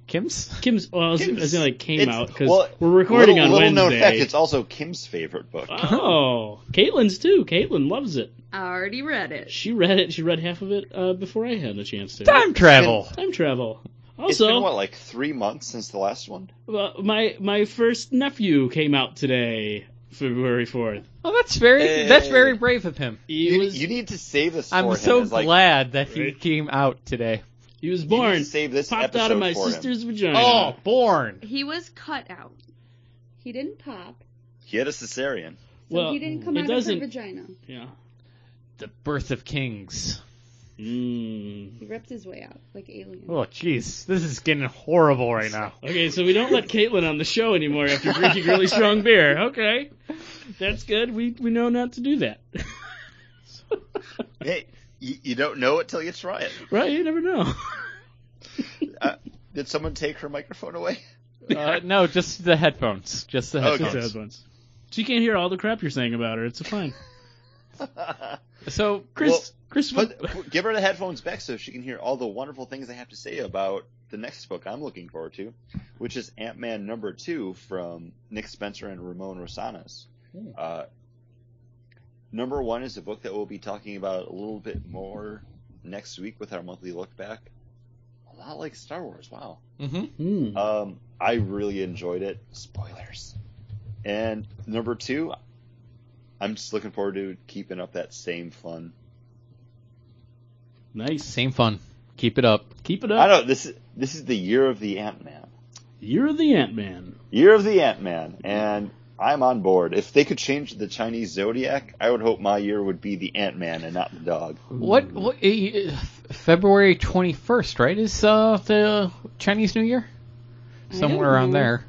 Speaker 3: Kim's?
Speaker 2: Kim's. Well, I was, I was
Speaker 1: Kim's-
Speaker 2: gonna like came
Speaker 1: it's-
Speaker 2: out because
Speaker 1: well,
Speaker 2: we're recording
Speaker 1: little,
Speaker 2: on
Speaker 1: little known
Speaker 2: Wednesday.
Speaker 1: fact, it's also Kim's favorite book.
Speaker 2: oh, Caitlin's too. Caitlin loves it.
Speaker 4: I already read it.
Speaker 2: She read it. She read half of it uh, before I had a chance to.
Speaker 3: Time travel.
Speaker 2: Time travel.
Speaker 1: It's
Speaker 2: Also,
Speaker 1: been what like three months since the last one.
Speaker 2: well, my my first nephew came out today, February fourth.
Speaker 3: Oh, that's very
Speaker 1: Hey.
Speaker 3: that's very brave of him.
Speaker 2: He
Speaker 1: You,
Speaker 2: was
Speaker 1: you need to save this. for
Speaker 3: I'm
Speaker 1: him
Speaker 3: so
Speaker 1: as, like,
Speaker 3: glad that he
Speaker 2: Right?
Speaker 3: came out today.
Speaker 2: he was
Speaker 1: you need to
Speaker 2: born,
Speaker 1: Save this
Speaker 2: popped
Speaker 1: episode
Speaker 2: out of my
Speaker 1: for him.
Speaker 2: sister's
Speaker 1: Hmm.
Speaker 2: vagina.
Speaker 3: Oh, born.
Speaker 4: He was cut out. He didn't pop,
Speaker 1: He had a cesarean.
Speaker 4: so
Speaker 2: Well,
Speaker 4: he didn't come
Speaker 2: it
Speaker 4: out
Speaker 2: doesn't-
Speaker 4: of her vagina.
Speaker 2: yeah.
Speaker 3: The birth of kings.
Speaker 2: Mm.
Speaker 4: He ripped his way out like alien.
Speaker 3: Oh, jeez. This is getting horrible
Speaker 1: *laughs*
Speaker 3: right now.
Speaker 2: Okay, so we don't let Caitlin on the show anymore after drinking really strong beer. Okay, that's good. We we know not to do that.
Speaker 1: Hey, you, you don't know it till you try it.
Speaker 2: right? You never
Speaker 1: Oh,
Speaker 2: know.
Speaker 1: Uh, did someone take her microphone away? *laughs*
Speaker 3: Uh, no, just the headphones. Just the
Speaker 1: Okay.
Speaker 3: headphones.
Speaker 2: She can't hear all the crap you're saying about her. It's fine.
Speaker 3: So,
Speaker 2: Chris,
Speaker 1: Well,
Speaker 2: Chris,
Speaker 1: Put, *laughs*
Speaker 2: what-
Speaker 1: put- give her the headphones back so she can hear all the wonderful things I have to say about the next book I'm looking forward to, which is Ant Man number two from Nick Spencer and Ramon Rosanas. Uh, number one is a book that we'll be talking about a little bit more next week with our monthly look back. A lot like Star Wars. Wow.
Speaker 3: hmm
Speaker 2: Hmm.
Speaker 1: Um, I really enjoyed it. Spoilers. And number two, I'm just looking forward to keeping up that same fun
Speaker 2: nice.
Speaker 3: same fun. Keep it up.
Speaker 2: Keep it
Speaker 1: I
Speaker 2: up.
Speaker 1: don't. This is this is the year of the Ant Man.
Speaker 2: You're the Ant Man.
Speaker 1: Year of the Ant Man, and I'm on board. If they could change the Chinese zodiac, I would hope my year would be the Ant Man and not the dog.
Speaker 3: What? what eh, eh, February 21st, right? Is uh, the Chinese New Year?
Speaker 4: I
Speaker 3: Somewhere
Speaker 4: don't
Speaker 3: around
Speaker 4: know.
Speaker 3: there.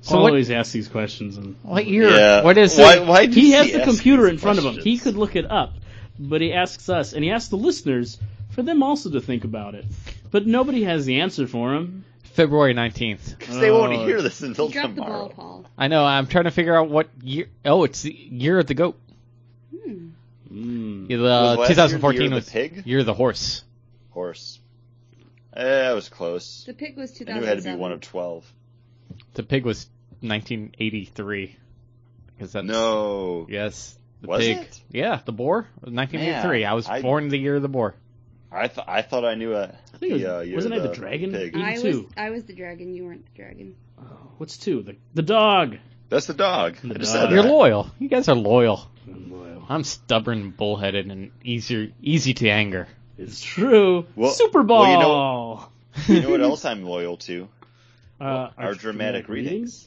Speaker 3: So
Speaker 2: Paul
Speaker 3: what-
Speaker 2: always asks these questions, and
Speaker 3: What year?
Speaker 1: Yeah.
Speaker 3: What is
Speaker 1: why,
Speaker 3: it?
Speaker 1: why does *laughs*
Speaker 2: he has the
Speaker 1: ask
Speaker 2: computer
Speaker 1: these
Speaker 2: in front of him. He
Speaker 1: questions?
Speaker 2: could look it up, but he asks us, and he asks the listeners for them also to think about it. But nobody has the answer for him.
Speaker 3: February 19th.
Speaker 1: 'Cause they won't
Speaker 2: Oh.
Speaker 1: hear this until
Speaker 4: He dropped the ball,
Speaker 1: tomorrow.
Speaker 4: Paul.
Speaker 3: I know. I'm trying to figure out what year. Oh, it's the year of the goat.
Speaker 4: Hmm.
Speaker 2: Mm.
Speaker 3: The,
Speaker 1: Was last year the
Speaker 3: 2014
Speaker 1: year of
Speaker 3: was
Speaker 1: the pig?
Speaker 3: year of the horse.
Speaker 1: Horse. Eh, that was close.
Speaker 4: The pig was
Speaker 1: I knew it
Speaker 4: 2007.
Speaker 1: had to be one of twelve.
Speaker 3: The pig was 1983. Because that's
Speaker 1: No.
Speaker 3: yes, the
Speaker 1: Was
Speaker 3: pig.
Speaker 1: it?
Speaker 3: Yeah, the boar. 1983.
Speaker 1: Man,
Speaker 3: I was
Speaker 1: I-
Speaker 3: born the year of the boar.
Speaker 1: I thought I thought I knew a.
Speaker 2: I think it was-
Speaker 1: the, uh, year
Speaker 2: wasn't
Speaker 1: of
Speaker 2: it the dragon?
Speaker 1: Pig.
Speaker 2: Uh,
Speaker 4: I was,
Speaker 2: 82.
Speaker 4: I was the dragon. You weren't the dragon.
Speaker 2: Oh, what's two? The the dog.
Speaker 1: That's the dog. I just said
Speaker 3: You're
Speaker 1: that.
Speaker 3: loyal. You guys are loyal.
Speaker 5: Well,
Speaker 3: I'm stubborn, and bullheaded, and easier, easy to anger.
Speaker 5: It's true.
Speaker 1: Well-
Speaker 5: Super Bowl.
Speaker 1: well, you You
Speaker 2: *laughs*
Speaker 1: know what else I'm loyal to?
Speaker 5: uh, our,
Speaker 1: Our dramatic readings.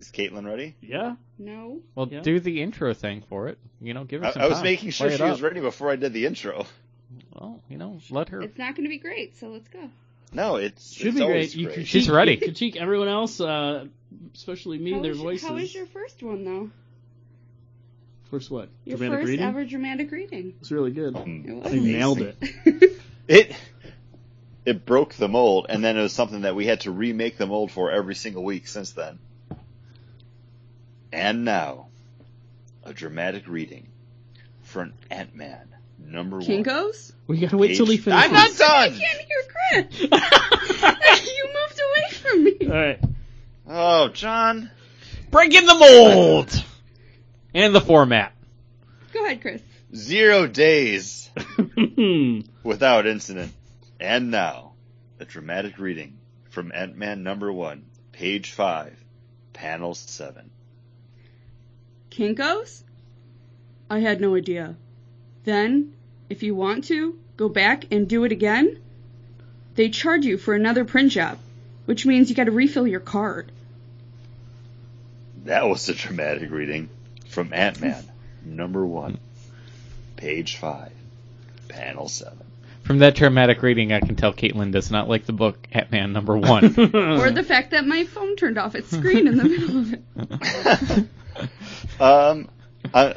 Speaker 1: Is Caitlin ready?
Speaker 5: Yeah.
Speaker 4: No.
Speaker 3: Well,
Speaker 5: Yeah.
Speaker 3: do the intro thing for it. You know, give her
Speaker 1: I,
Speaker 3: some
Speaker 1: I was
Speaker 3: time.
Speaker 1: making sure
Speaker 3: Play it
Speaker 1: she was
Speaker 3: up.
Speaker 1: ready before I did the intro. *laughs*
Speaker 3: Well, you know, let her. *laughs*
Speaker 4: It's not going to be great, so let's go.
Speaker 1: No, it's
Speaker 5: Should
Speaker 1: it's
Speaker 5: be
Speaker 1: always
Speaker 5: great. You could-
Speaker 3: She's ready.
Speaker 5: Critique everyone else, uh, especially me,
Speaker 4: How
Speaker 5: their
Speaker 4: was your-
Speaker 5: voices.
Speaker 4: How was your first one, though?
Speaker 5: First what?
Speaker 4: Your
Speaker 5: dramatic
Speaker 4: first
Speaker 5: reading?
Speaker 4: ever dramatic reading.
Speaker 5: It's really good.
Speaker 1: Mm.
Speaker 4: It was.
Speaker 5: I
Speaker 4: *laughs*
Speaker 5: nailed it.
Speaker 1: It it broke the mold, and then it was something that we had to remake the mold for every single week since then. And now, a dramatic reading from Ant Man number one.
Speaker 4: Kinkos?
Speaker 5: We gotta wait till
Speaker 1: Page-
Speaker 5: we finish.
Speaker 1: I'm not done.
Speaker 4: I can't hear crap. *laughs* you moved away from me.
Speaker 5: Alright.
Speaker 1: Oh, John.
Speaker 3: Breaking the mold! and the format.
Speaker 4: Go ahead, Chris.
Speaker 1: Zero days without incident. And now, a dramatic reading from Ant Man number one, page five, panel seven.
Speaker 4: Kinkos? I had no idea. Then, if you want to, go back and do it again. They charge you for another print job, which means you gotta refill your card.
Speaker 1: That was a dramatic reading from Ant Man *laughs* number one, page five, panel seven.
Speaker 3: From that dramatic reading, I can tell Caitlin does not like the book Ant Man number one.
Speaker 5: Uh.
Speaker 4: Or the fact that my phone turned off its screen in the middle of it.
Speaker 1: Um, I,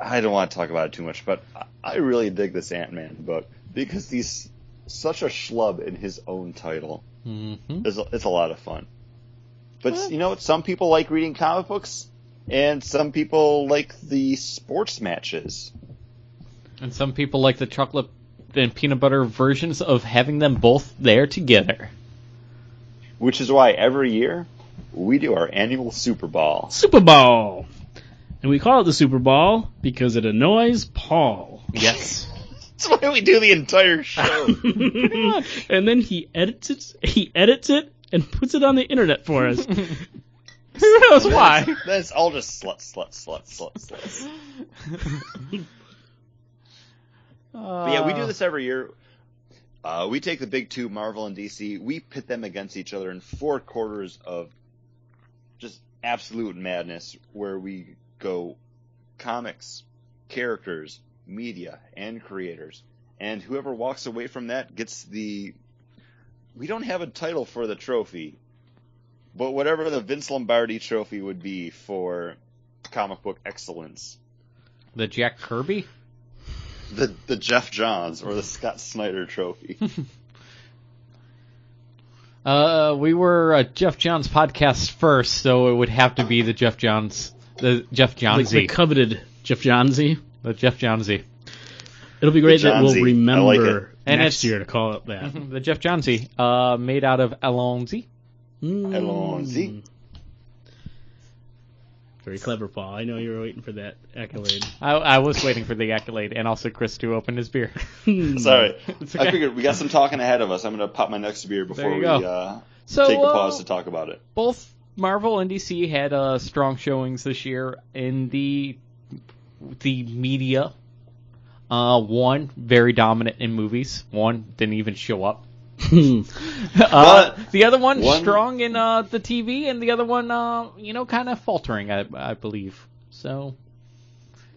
Speaker 1: I don't want to talk about it too much, but I- I really dig this Ant Man book because he's such a schlub in his own title.
Speaker 3: mm-hmm.
Speaker 1: It's a, it's a lot of fun. But you know, what? some people like reading comic books, and some people like the sports matches.
Speaker 3: And some people like the chocolate and peanut butter versions of having them both there together.
Speaker 1: Which is why every year we do our annual Super Bowl.
Speaker 5: *laughs* Super Bowl. And we call it the Super Bowl because it annoys Paul. *laughs*
Speaker 3: Yes.
Speaker 1: That's why we do the entire show.
Speaker 5: and then he edits it, he edits it and puts it on the internet for
Speaker 1: *laughs*
Speaker 5: us.
Speaker 3: *laughs* Who knows why?
Speaker 1: then it's all just slut, slut, slut, slut, slut. But yeah, we do this every year. Uh, we take the big two, Marvel and DC. We pit them against each other in four quarters of just absolute madness, where we go comics, characters, media, and creators. And whoever walks away from that gets the. We don't have a title for the trophy, but whatever the Vince Lombardi trophy would be for comic book excellence,
Speaker 3: The Jack Kirby?
Speaker 1: the the Jeff Johns or the Scott Snyder
Speaker 3: *laughs*
Speaker 1: trophy.
Speaker 3: Uh, we were uh, Jeff Johns podcast first, so it would have to be the Jeff Johns, the Jeff
Speaker 5: Like the
Speaker 3: Johnsy,
Speaker 5: coveted Jeff Johnsy.
Speaker 3: the Jeff Johnsy,
Speaker 5: It'll be great that
Speaker 1: Johnsy. I
Speaker 5: we'll
Speaker 1: like it.
Speaker 5: remember
Speaker 3: And it's-
Speaker 5: next year to call
Speaker 1: *laughs*
Speaker 5: it that.
Speaker 3: the Jeff Johnsy, uh, made out of Alonzi.
Speaker 5: Mm.
Speaker 1: Alonzi.
Speaker 5: Very clever, Paul. I know you were waiting for that accolade.
Speaker 1: *laughs*
Speaker 5: *laughs*
Speaker 3: I, I was waiting for the accolade and also Chris to open his beer.
Speaker 1: Sorry,
Speaker 3: Hmm. It's
Speaker 1: I
Speaker 3: okay.
Speaker 1: figured we got some talking ahead of us. I'm gonna pop my next beer before
Speaker 3: There you
Speaker 1: we
Speaker 3: go.
Speaker 1: uh,
Speaker 3: So
Speaker 1: take a
Speaker 3: uh,
Speaker 1: pause to talk about it.
Speaker 3: both Marvel and DC had uh, strong showings this year in the the media. Uh, one very dominant in movies. One didn't even show up. Uh,
Speaker 1: But-
Speaker 3: the other one,
Speaker 1: One-
Speaker 3: strong in uh, the TV, and the other one, uh, you know, kind of faltering, I, I believe. So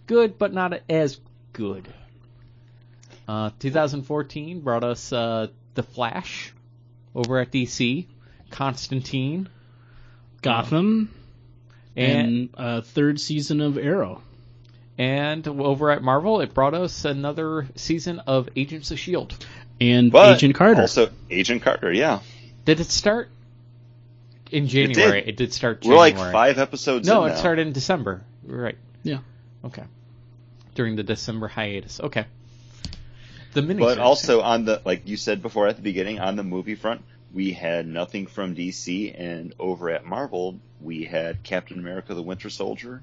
Speaker 3: good, but not as good. Uh, 2014 brought us uh, the Flash over at DC, Constantine,
Speaker 5: Gotham
Speaker 3: and
Speaker 5: and uh, third season of Arrow.
Speaker 3: and over at Marvel, it brought us another season of Agents of Shield.
Speaker 5: and
Speaker 1: But
Speaker 5: Agent Carter.
Speaker 1: also Agent Carter. Yeah,
Speaker 3: Did it start in
Speaker 1: did.
Speaker 3: January? It did, start.
Speaker 1: we're like
Speaker 3: January.
Speaker 1: five episodes.
Speaker 3: No,
Speaker 1: in
Speaker 3: it
Speaker 1: now.
Speaker 3: started in December. You're Right.
Speaker 5: Yeah.
Speaker 3: Okay. During the December hiatus. Okay. The mini.
Speaker 1: But also on the like you said before at the beginning on the movie front, we had nothing from DC, and over at Marvel, we had Captain America: The Winter Soldier,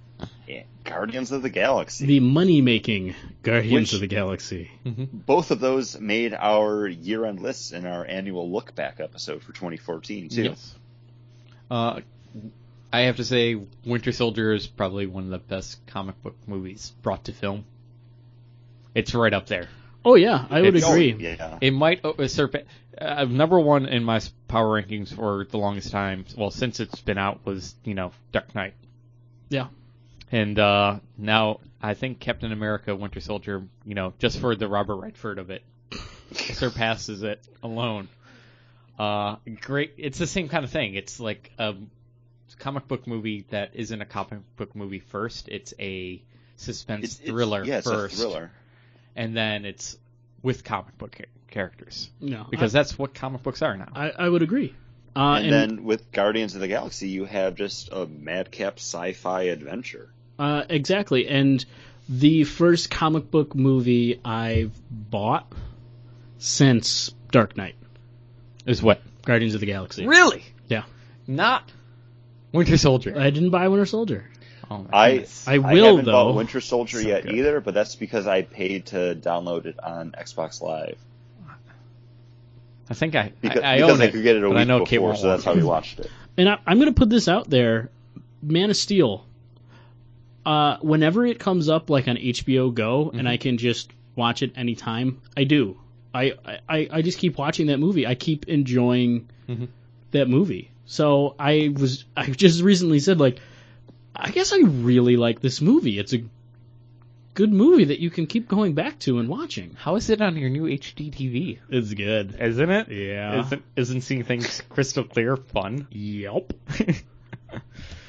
Speaker 1: and Guardians of the Galaxy.
Speaker 5: the money making Guardians
Speaker 1: Which-
Speaker 5: of the Galaxy.
Speaker 1: Both of those made our year-end lists and our annual look-back episode for 2014 too.
Speaker 3: Yes. Uh, I have to say, Winter Soldier is probably one of the best comic book movies brought to film. It's right up there.
Speaker 2: Oh yeah, I would
Speaker 3: It's-
Speaker 2: agree.
Speaker 1: Yeah.
Speaker 3: It might o- usurp it. Uh, number one in my s- power rankings for the longest time, well, since it's been out, was, you know, Dark Knight.
Speaker 2: Yeah.
Speaker 3: And uh, now I think Captain America Winter Soldier, you know, just for the Robert
Speaker 1: *laughs*
Speaker 3: Redford of it, surpasses it alone. Uh, great. It's the same kind of thing. It's like a comic book movie that isn't a comic book movie first. It's a suspense
Speaker 1: It's, it's-
Speaker 3: thriller
Speaker 1: yeah, it's a
Speaker 3: first,
Speaker 1: thriller.
Speaker 3: and then it's with comic book char- characters
Speaker 1: Uh-huh.
Speaker 2: No,
Speaker 3: because that's what comic books are now.
Speaker 2: I, I would agree. Uh,
Speaker 1: and,
Speaker 2: and
Speaker 1: then with Guardians of the Galaxy, you have just a madcap sci-fi adventure.
Speaker 2: Uh, exactly. And the first comic book movie I've bought since Dark Knight,
Speaker 3: Is what
Speaker 2: Guardians of the Galaxy.
Speaker 3: really?
Speaker 2: Yeah.
Speaker 3: not Winter Soldier.
Speaker 2: I didn't buy Winter Soldier.
Speaker 3: oh my
Speaker 1: I-
Speaker 3: goodness.
Speaker 2: I
Speaker 1: I
Speaker 2: will
Speaker 1: haven't
Speaker 2: though.
Speaker 1: bought Winter Soldier
Speaker 3: So
Speaker 1: yet
Speaker 3: good.
Speaker 1: either, but that's because I paid to download it on Xbox Live
Speaker 3: I think I
Speaker 1: because
Speaker 3: I, I
Speaker 1: because
Speaker 3: own
Speaker 1: I
Speaker 3: it,
Speaker 1: could get it a
Speaker 3: but
Speaker 1: week
Speaker 3: I know Kate
Speaker 1: before,
Speaker 3: won't
Speaker 1: so that's how
Speaker 3: want
Speaker 1: we
Speaker 3: it.
Speaker 1: watched it.
Speaker 2: and I, I'm going to put this out there: Man of Steel. Uh, whenever it comes up, like on HBO Go, and I can just watch it anytime, I do. I I, I just keep watching that movie. I keep enjoying
Speaker 3: Mhm.
Speaker 2: that movie. So I was I just recently said like, I guess I really like this movie. It's a good movie that you can keep going back to and watching.
Speaker 3: How is it on your new HD TV?
Speaker 2: It's good.
Speaker 3: Isn't it?
Speaker 2: Yeah.
Speaker 3: Isn't isn't seeing things crystal clear fun?
Speaker 2: Yep.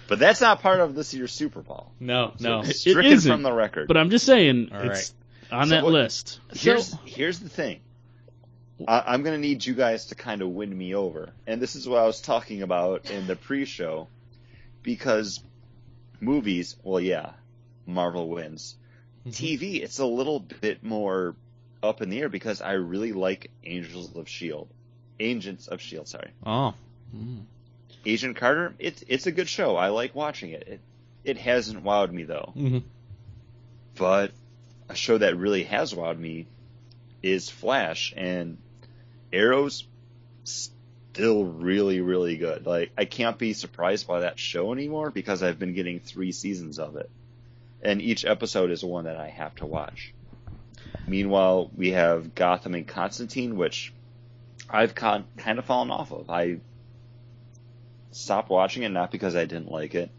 Speaker 1: But that's not part of this year's Super Bowl.
Speaker 3: No, no.
Speaker 1: It's stricken
Speaker 2: isn't,
Speaker 1: from the record.
Speaker 2: But I'm just saying,
Speaker 3: All
Speaker 2: it's on
Speaker 1: So
Speaker 2: that
Speaker 1: what-
Speaker 2: list.
Speaker 1: here's here's the thing. I, I'm gonna need you guys to kind of win me over, and this is what I was talking about in the pre-show, because movies, well, yeah, Marvel wins.
Speaker 3: Mhm.
Speaker 1: TV, it's a little bit more up in the air because I really like Angels of Shield, E Agents of Shield, E sorry,
Speaker 3: *laughs* Oh,
Speaker 1: Agent Carter. It's it's a good show. I like watching it. It it hasn't wowed me though.
Speaker 3: Mhm.
Speaker 1: but a show that really has wowed me is Flash and Arrow's still really really good. Like I can't be surprised by that show anymore because I've been getting 3 seasons of it. And each episode is one that I have to watch. Meanwhile, we have Gotham and Constantine which I've con- kind of fallen off of. I stopped watching it not because I didn't like it,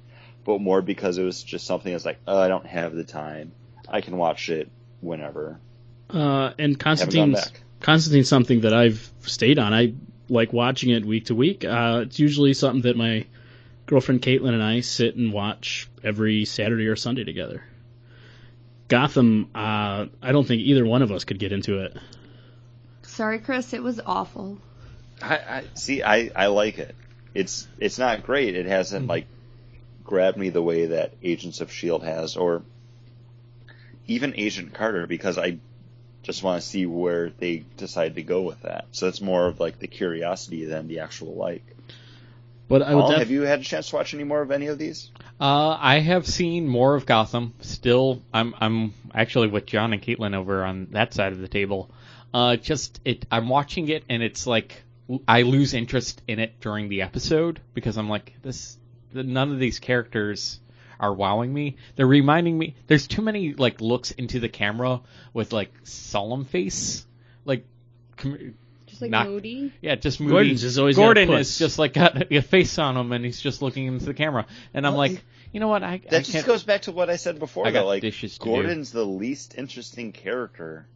Speaker 1: but more because it was just something that's like, oh, I don't have the time. I can watch it whenever.
Speaker 2: Uh, and
Speaker 1: Haven't gone
Speaker 2: Constantine's
Speaker 1: back.
Speaker 2: Constantine's something that I've stayed on. I like watching it week to week. Uh, it's usually something that my girlfriend Caitlin and I sit and watch every Saturday or Sunday together. Gotham, uh, I don't think either one of us could get into it.
Speaker 6: Sorry, Chris, it was awful.
Speaker 1: I, I see. I, I like it. It's it's not great. It hasn't
Speaker 3: Hmm.
Speaker 1: like grabbed me the way that Agents of Shield E has, or even Agent Carter, because I just want to see where they decide to go with that. So it's more of like the curiosity than the actual like.
Speaker 2: But I would
Speaker 1: Paul,
Speaker 2: def-
Speaker 1: have you had a chance to watch any more of any of these?
Speaker 3: Uh, I have seen more of Gotham. Still, I'm I'm actually with John and Caitlin over on that side of the table. Uh, just it, I'm watching it and it's like I lose interest in it during the episode because I'm like this. the- None of these characters are wowing me. They're reminding me. There's too many like looks into the camera with like solemn face, like. Com-
Speaker 6: Just like
Speaker 3: Not-
Speaker 6: moody.
Speaker 3: yeah, just moody.
Speaker 2: Gordon's just always got a
Speaker 3: Gordon
Speaker 2: puss.
Speaker 3: is just like got a face on him, and he's just looking into the camera. And I'm like, you know what? I, I
Speaker 1: That just
Speaker 3: can't-
Speaker 1: goes back to what I said before.
Speaker 3: I got
Speaker 1: though, like
Speaker 3: dishes to do.
Speaker 1: Gordon's the least interesting character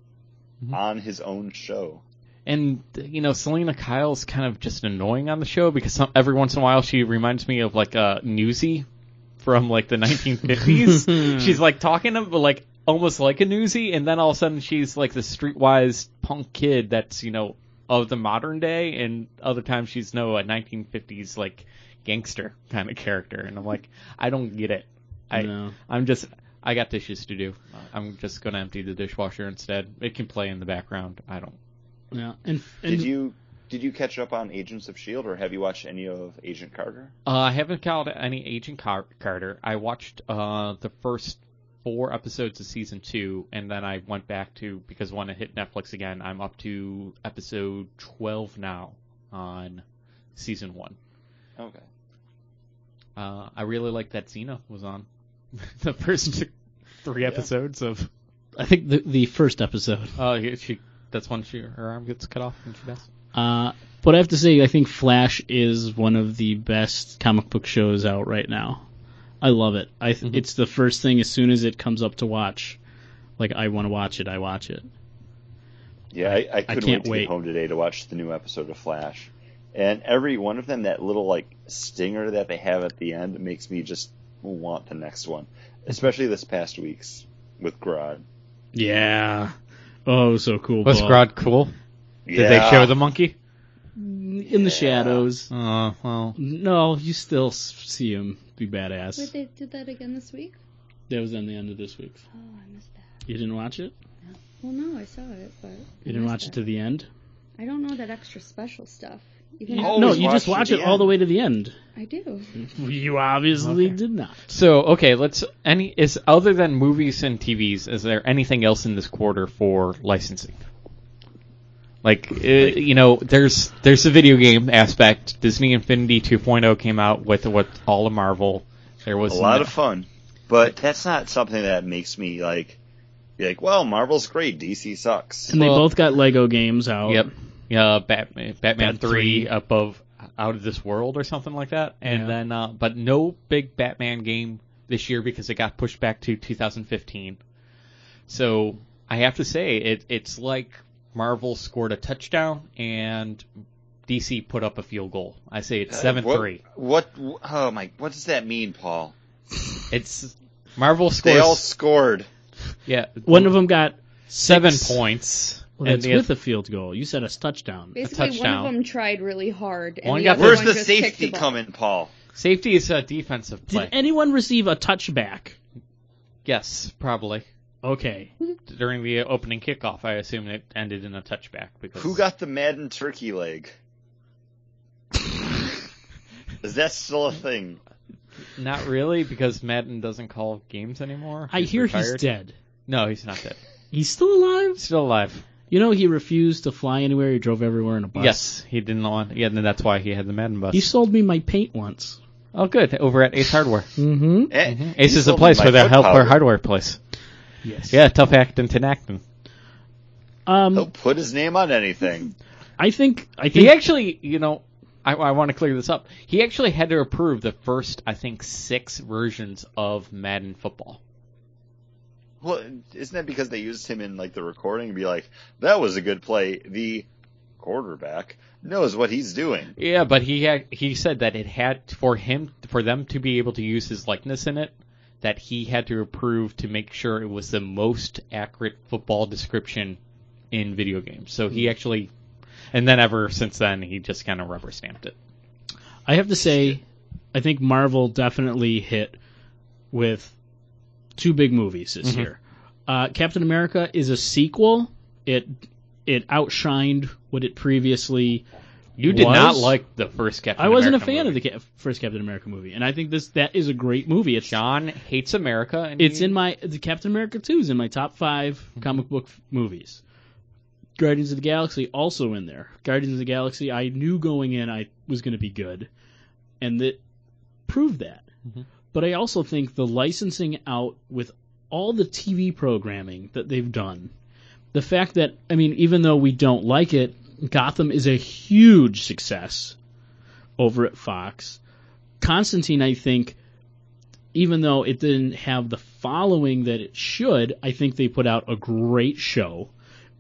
Speaker 3: Mhm.
Speaker 1: on his own show.
Speaker 3: and you know Selena Kyle's kind of just annoying on the show because some, every once in a while she reminds me of like a newsie from like the 1950s. she's like talking to, but like almost like a newsie, and then all of a sudden she's like the streetwise punk kid that's you know of the modern day, and other times she's no a 1950s like gangster kind of character, and I'm like I don't get it. I
Speaker 2: No.
Speaker 3: I'm just. I got dishes to do. I'm just gonna empty the dishwasher instead. It can play in the background. I don't
Speaker 2: yeah. And, and
Speaker 1: Did you did you catch up on Agents of Shield, E or have you watched any of Agent Carter?
Speaker 3: Uh, I haven't called any Agent Car- Carter. I watched uh, the first four episodes of season two, and then I went back to because when it hit Netflix again, I'm up to episode twelve now on season one.
Speaker 1: Okay.
Speaker 3: Uh, I really like that Xena was on *laughs* the first *laughs* three episodes of.
Speaker 2: I think the the first episode.
Speaker 3: Oh, yeah, she. That's when she her arm gets cut off and she dies.
Speaker 2: Uh, but I have to say, I think Flash is one of the best comic book shows out right now. I love it. I
Speaker 3: Mm-hmm.
Speaker 2: th- it's the first thing as soon as it comes up to watch. Like I want to watch it, I watch it.
Speaker 1: Yeah, I, I couldn't
Speaker 2: can't
Speaker 1: wait to
Speaker 2: wait.
Speaker 1: get home today to watch the new episode of Flash. And every one of them, that little like stinger that they have at the end, makes me just want the next one. Especially this past week's with Grodd.
Speaker 2: Yeah. Oh, so cool.
Speaker 3: Was
Speaker 2: Paul.
Speaker 3: Grodd cool? Did they show the monkey?
Speaker 2: in the shadows?
Speaker 3: Oh, well.
Speaker 2: No, you still s- see him be badass.
Speaker 6: Wait, they did that again this week?
Speaker 2: That was on the end of this week.
Speaker 6: Oh, I missed that.
Speaker 2: You didn't watch it?
Speaker 6: Well, no, I saw it, but.
Speaker 2: You didn't watch it to the end?
Speaker 6: I don't know that extra special stuff. Even
Speaker 1: You
Speaker 3: Oh.
Speaker 6: though
Speaker 2: no,
Speaker 1: always
Speaker 2: you just watch
Speaker 1: watch
Speaker 2: it
Speaker 1: it
Speaker 2: all the way to the end.
Speaker 6: I do.
Speaker 2: You obviously
Speaker 3: Okay.
Speaker 2: did not.
Speaker 3: So okay, let's any is other than movies and TVs. Is there anything else in this quarter for licensing? Like uh, you know, there's there's the video game aspect. Disney Infinity 2.0 came out with with all of Marvel. There was
Speaker 1: A lot of fun, but that's not something that makes me like be like, well, Marvel's great, DC sucks.
Speaker 2: And
Speaker 3: Well-
Speaker 2: they both got Lego games out.
Speaker 3: Yep. Yeah, Batman, Batman
Speaker 2: Bat Oh. three.
Speaker 3: three above out of this world or something like that, and
Speaker 2: Yeah.
Speaker 3: then uh, but no big Batman game this year because it got pushed back to 2015. So I have to say it it's like Marvel scored a touchdown and DC put up a field goal. I say it's seven
Speaker 1: Uh, What-
Speaker 3: three.
Speaker 1: What? Oh my! What does that mean, Paul?
Speaker 3: It's Marvel
Speaker 1: They
Speaker 3: scores
Speaker 1: all scored.
Speaker 3: yeah
Speaker 2: One of them got
Speaker 3: seven
Speaker 2: six-
Speaker 3: points.
Speaker 2: Well, that's
Speaker 3: the
Speaker 2: with a field goal. You said a touchdown.
Speaker 6: Basically, one
Speaker 3: touchdown.
Speaker 6: of them tried really hard. And
Speaker 3: One
Speaker 6: the
Speaker 3: got
Speaker 6: other
Speaker 1: Where's
Speaker 6: one
Speaker 1: the
Speaker 6: just kicked
Speaker 1: safety
Speaker 6: the ball.
Speaker 1: coming, Paul?
Speaker 3: safety is a defensive
Speaker 2: Did
Speaker 3: play.
Speaker 2: anyone receive a touchback?
Speaker 3: yes, probably.
Speaker 2: Okay.
Speaker 3: during the opening kickoff, I assume it ended in a touchback because
Speaker 1: Who got the Madden turkey *laughs* leg? Is that still a thing?
Speaker 3: not really because Madden doesn't call games anymore.
Speaker 2: I
Speaker 3: He's
Speaker 2: hear
Speaker 3: retired.
Speaker 2: he's dead.
Speaker 3: No, he's not dead.
Speaker 2: He's still alive?
Speaker 3: Still alive.
Speaker 2: You know, he refused to fly anywhere. He drove everywhere in a bus.
Speaker 3: Yes, he didn't want. Yeah, and that's why he had the Madden bus.
Speaker 2: He sold me my paint once.
Speaker 3: oh, good. Over at Ace Hardware.
Speaker 2: Mm-hmm.
Speaker 1: Eh,
Speaker 3: Ace
Speaker 1: you
Speaker 3: is the
Speaker 1: sold
Speaker 3: place
Speaker 1: my
Speaker 3: for their
Speaker 1: foot
Speaker 3: help
Speaker 1: powder.
Speaker 3: or hardware place.
Speaker 2: Yes.
Speaker 3: Yeah, Oh. tough acting to acting.
Speaker 2: Um,
Speaker 1: They'll put his name on anything.
Speaker 2: I think I think
Speaker 3: He actually, you know, I, I want to clear this up. He actually had to approve the first, I think, six versions of Madden football.
Speaker 1: Well, isn't that because they used him in like the recording and be like, "That was a good play." The quarterback knows what he's doing.
Speaker 3: Yeah, but he had he said that it had for him for them to be able to use his likeness in it that he had to approve to make sure it was the most accurate football description in video games. So
Speaker 2: Hmm.
Speaker 3: he actually and then ever since then he just kind of rubber stamped it.
Speaker 2: I have to say, I think Marvel definitely hit with two big movies this year. Uh, Captain America is a sequel. It it outshined what it previously.
Speaker 3: You did
Speaker 2: Was?
Speaker 3: not like the first Captain
Speaker 2: I wasn't
Speaker 3: America
Speaker 2: a fan
Speaker 3: movie.
Speaker 2: of the Cap- first Captain America movie, and I think this that is a great movie. It's
Speaker 3: John hates America and
Speaker 2: it's
Speaker 3: he-
Speaker 2: in my the Captain America two is in my top five comic book f- movies. Guardians of the Galaxy also in there. Guardians of the Galaxy, I knew going in I was going to be good, and that proved that. But I also think the licensing out with all the TV programming that they've done, the fact that I mean, even though we don't like it, Gotham is a huge success over at Fox. Constantine, I think, even though it didn't have the following that it should, I think they put out a great show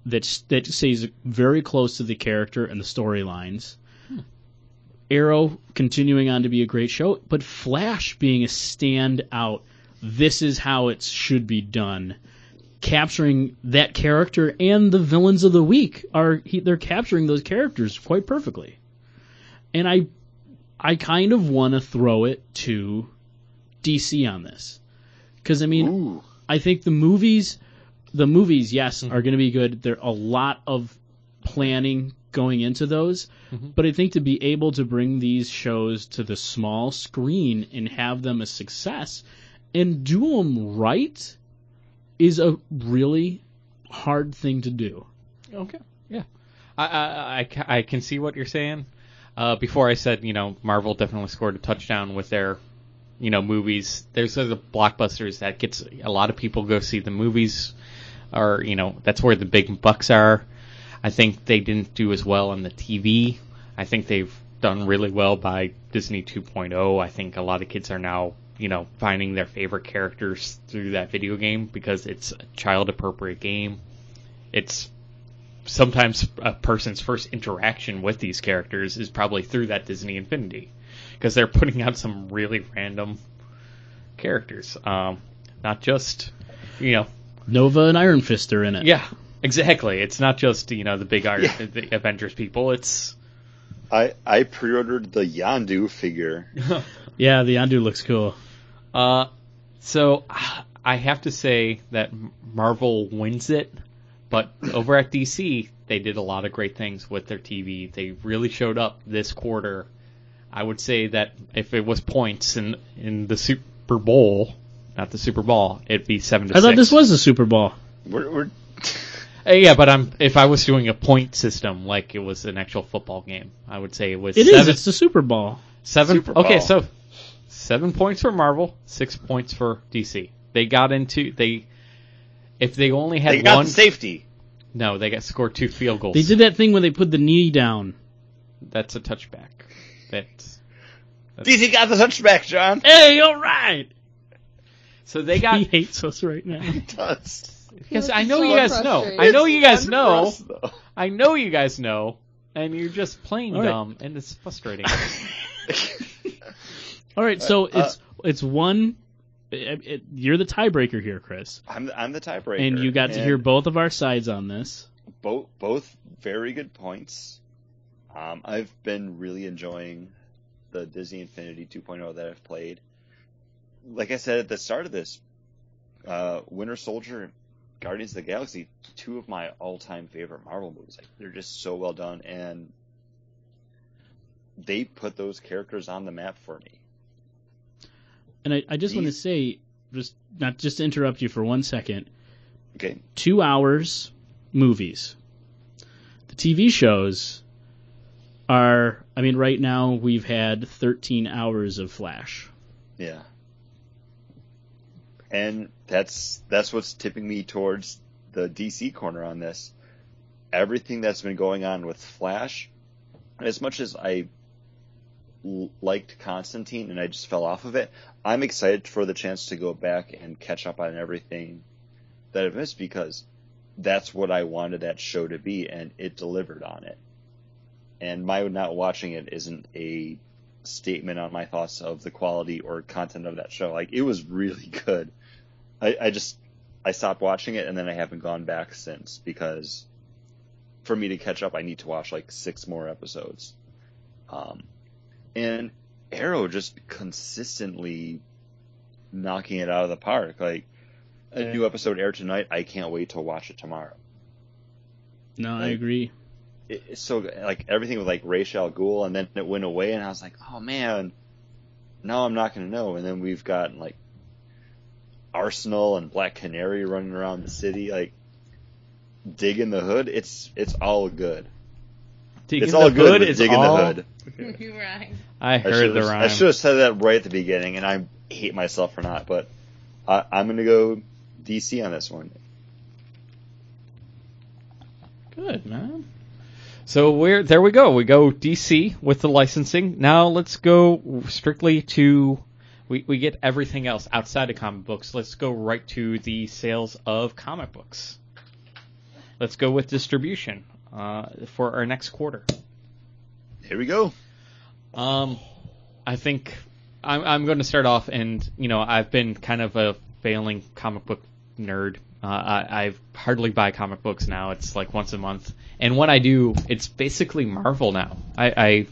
Speaker 2: that that stays very close to the character and the storylines. Arrow continuing on to be a great show, but Flash being a standout. This is how it should be done. Capturing that character and the villains of the week are he, they're capturing those characters quite perfectly. And I I kind of want to throw it to DC on this. Cuz I mean
Speaker 1: Ooh,
Speaker 2: I think the movies, the movies, yes,
Speaker 3: Mm-hmm.
Speaker 2: are going to be good. There are a lot of planning going into those,
Speaker 3: Mm-hmm.
Speaker 2: but I think to be able to bring these shows to the small screen and have them a success and do them right is a really hard thing to do.
Speaker 3: Okay. Yeah. I, I, I, ca- I can see what you're saying. Uh, before I said, you know, Marvel definitely scored a touchdown with their you know movies. There's the blockbusters that gets a lot of people go see the movies, or you know that's where the big bucks are. I think they didn't do as well on the TV. I think they've done really well by Disney 2.0. I think a lot of kids are now you know finding their favorite characters through that video game because it's a child appropriate game. It's sometimes a person's first interaction with these characters is probably through that Disney Infinity because they're putting out some really random characters. Um, not just, you know,
Speaker 2: Nova and Iron Fist are in it.
Speaker 3: yeah, exactly. It's not just you know the big Iron,
Speaker 1: Yeah.
Speaker 3: the Avengers people. It's
Speaker 1: I I pre-ordered the Yandu figure.
Speaker 2: yeah. The Andu looks cool.
Speaker 3: uh, so I have to say that Marvel wins it, but over at DC they did a lot of great things with their TV. They really showed up this quarter. I would say that if it was points in in the Super Bowl, not the Super Bowl, it'd be seven to
Speaker 2: I
Speaker 3: six.
Speaker 2: thought this was the Super Bowl.
Speaker 1: We're, we're
Speaker 3: Uh, yeah, but I'm if I was doing a point system like it was an actual football game, I would say it was
Speaker 2: It is.
Speaker 3: seven.
Speaker 2: It's the Super Bowl.
Speaker 3: seven
Speaker 1: Super Bowl.
Speaker 3: okay, so seven points for Marvel, six points for DC. They got into they if they only had
Speaker 1: they got
Speaker 3: one
Speaker 1: the safety.
Speaker 3: no, they got scored two field goals.
Speaker 2: They did that thing when they put the knee down.
Speaker 3: That's a touchback. That's
Speaker 1: DC got the touchback, John.
Speaker 2: Hey, all right.
Speaker 3: so they got
Speaker 2: *laughs* He hates us right now.
Speaker 1: It does.
Speaker 3: because
Speaker 6: He
Speaker 3: I know
Speaker 6: looks
Speaker 3: you
Speaker 6: so
Speaker 3: guys know.
Speaker 6: frustrated. *laughs*
Speaker 3: I know you guys
Speaker 1: It's
Speaker 3: know.
Speaker 1: us, though.
Speaker 3: I know you guys know. And you're just plain
Speaker 2: All right.
Speaker 3: dumb, and it's frustrating.
Speaker 2: All right. So
Speaker 1: Uh,
Speaker 2: it's it's one. it- it- you're the tiebreaker here, Chris,
Speaker 1: I'm I'm the tiebreaker,
Speaker 2: and you got to hear both of our sides on this.
Speaker 1: both both very good points. Um, I've been really enjoying the Disney Infinity 2.0 that I've played. Like I said at the start of this, uh, Winter Soldier, Guardians of the Galaxy, two of my all-time favorite Marvel movies. Like, they're just so well done, and they put those characters on the map for me.
Speaker 2: And I, I just want to
Speaker 1: These-
Speaker 2: say, just not just to interrupt you for one second.
Speaker 1: Okay,
Speaker 2: two hours movies. The TV shows are, I mean, right now we've had 13 hours of Flash.
Speaker 1: Yeah. And that's that's what's tipping me towards the DC corner on this. Everything that's been going on with Flash, as much as I l- liked Constantine and I just fell off of it, I'm excited for the chance to go back and catch up on everything that I've missed because that's what I wanted that show to be, and it delivered on it. And my not watching it isn't a statement on my thoughts of the quality or content of that show. Like it was really *laughs* good. I, I just I stopped watching it and then I haven't gone back since because for me to catch up, I need to watch like six more episodes. Um, and Arrow just consistently knocking it out of the park. Like a new episode aired tonight. I can't wait to watch it tomorrow
Speaker 2: No, I
Speaker 1: Right.
Speaker 2: agree.
Speaker 1: it- it's so good. like everything with like Rachel Ghoul, and then it went away, and I was like, oh man, now I'm not gonna know. And then we've got like Arsenal and Black Canary running around the city, like digging the hood. It's it's all good.
Speaker 3: Digging
Speaker 1: it's all
Speaker 3: the
Speaker 1: good.
Speaker 3: hood
Speaker 1: with
Speaker 3: is
Speaker 1: digging
Speaker 3: all-
Speaker 1: the hood.
Speaker 6: You're right.
Speaker 3: I
Speaker 1: I
Speaker 3: heard
Speaker 1: should
Speaker 3: the
Speaker 1: have I
Speaker 3: rhyme.
Speaker 1: should have said that right at the beginning, and I hate myself for not. But I, I'm gonna go DC on this one.
Speaker 3: Good man. So we're there. We go. We go DC with the licensing. Now let's go strictly to. We, we get everything else outside of comic books. Let's go right to the sales of comic books. Let's go with distribution uh, for our next quarter.
Speaker 1: Here we go.
Speaker 3: Um, I think I'm, I'm going to start off, and you know, I've been kind of a failing comic book nerd. Uh, I, I hardly buy comic books now. It's like once a month, and when I do, it's basically Marvel now. I, I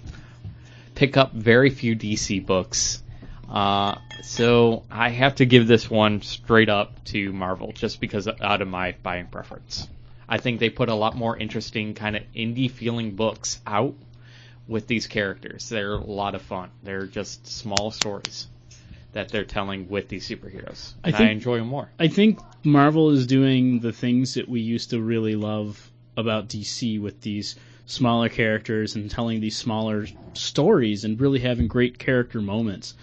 Speaker 3: pick up very few DC books, uh, so I have to give this one straight up to Marvel, just because out of my buying preference. I think they put a lot more interesting kind of indie feeling books out with these characters. They're a lot of fun. They're just small stories that they're telling with these superheroes.
Speaker 2: I
Speaker 3: And I,
Speaker 2: think-
Speaker 3: enjoy them more.
Speaker 2: I think Marvel is doing the things that we used to really love about DC with these smaller characters and telling these smaller stories and really having great character moments.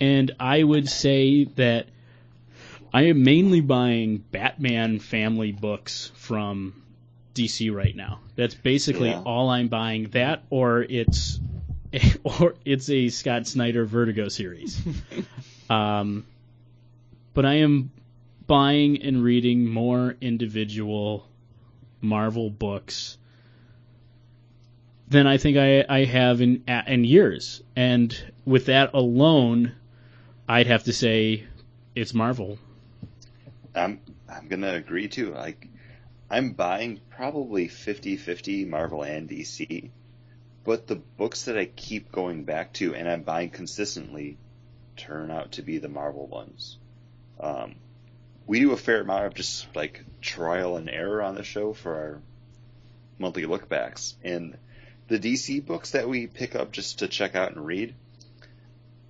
Speaker 2: and I would say that I am mainly buying Batman family books from DC right now. That's basically
Speaker 1: Yeah.
Speaker 2: all I'm buying. That or it's *laughs* or it's a Scott Snyder Vertigo series. um, but I am buying and reading more individual Marvel books than I think I, I have in in years. And with that alone, I'd have to say it's Marvel.
Speaker 1: I'm I'm gonna agree too. Like I'm buying probably 50-50 Marvel and DC, but the books that I keep going back to and I'm buying consistently turn out to be the Marvel ones. Um, we do a fair amount of just like trial and error on the show for our monthly lookbacks, and the DC books that we pick up just to check out and read.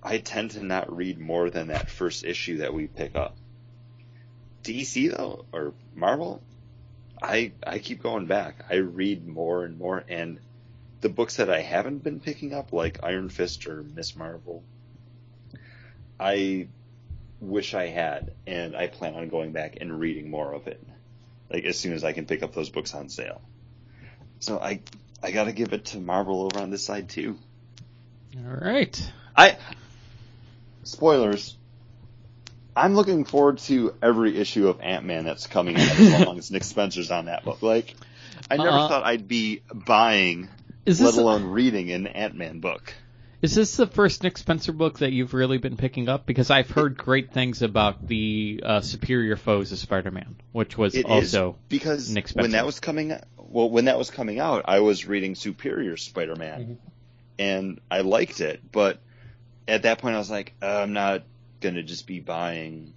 Speaker 1: I tend to not read more than that first issue that we pick up. DC though or Marvel, I I keep going back. I read more and more, and the books that I haven't been picking up, like Iron Fist or Miss Marvel, I wish I had, and I plan on going back and reading more of it, like as soon as I can pick up those books on sale. So I I gotta give it to Marvel over on this side too.
Speaker 3: All right.
Speaker 1: I spoilers. I'm looking forward to every issue of Ant Man that's coming out as long as
Speaker 3: *laughs*
Speaker 1: Nick Spencer's on that book. Like, I never
Speaker 3: Uh,
Speaker 1: thought I'd be buying,
Speaker 3: Is
Speaker 1: let
Speaker 3: this
Speaker 1: alone reading, an Ant Man book.
Speaker 3: is this the first Nick Spencer book that you've really been picking up? Because I've heard great things about the uh, Superior Foes of Spider-Man, which was
Speaker 1: It is
Speaker 3: also
Speaker 1: because
Speaker 3: Nick Spencer.
Speaker 1: when that was coming, well, when that was coming out, I was reading Superior Spider Man, and I liked it, but at that point, I was like, uh, I'm not gonna just be buying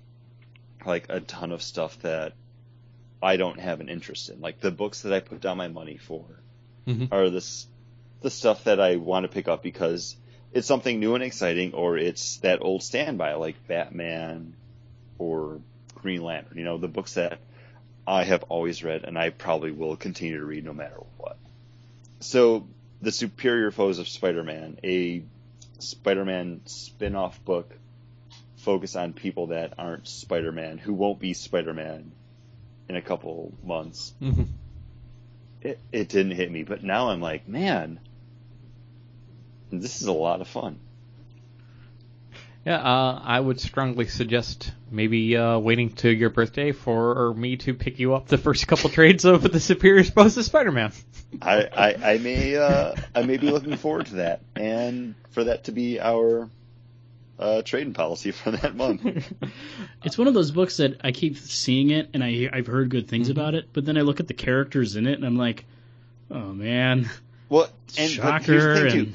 Speaker 1: like a ton of stuff that I don't have an interest in. Like the books that I put down my money for
Speaker 3: Mhm.
Speaker 1: are this the stuff that I want to pick up because it's something new and exciting, or it's that old standby like Batman or Green Lantern. You know, the books that I have always read and I probably will continue to read no matter what. So, The Superior Foes of Spider Man, a Spider Man spin off book focused on people that aren't Spider Man, who won't be Spider Man in a couple months.
Speaker 3: Mhm.
Speaker 1: It, it didn't hit me, but now I'm like, man, this is a lot of fun.
Speaker 3: Yeah, uh, I would strongly suggest maybe uh, waiting till your birthday for me to pick you up the first couple *laughs* trades of the Superior Spouse of Spider-Man.
Speaker 1: I, I, I may uh, I may be looking forward to that, and for that to be our uh, trading policy for that month.
Speaker 2: It's one of those books that I keep seeing it and I I've heard good things about it, but then I look at the characters in it and I'm like, oh man,
Speaker 1: Well, and but here's
Speaker 2: shocker
Speaker 1: the thing, too.
Speaker 2: and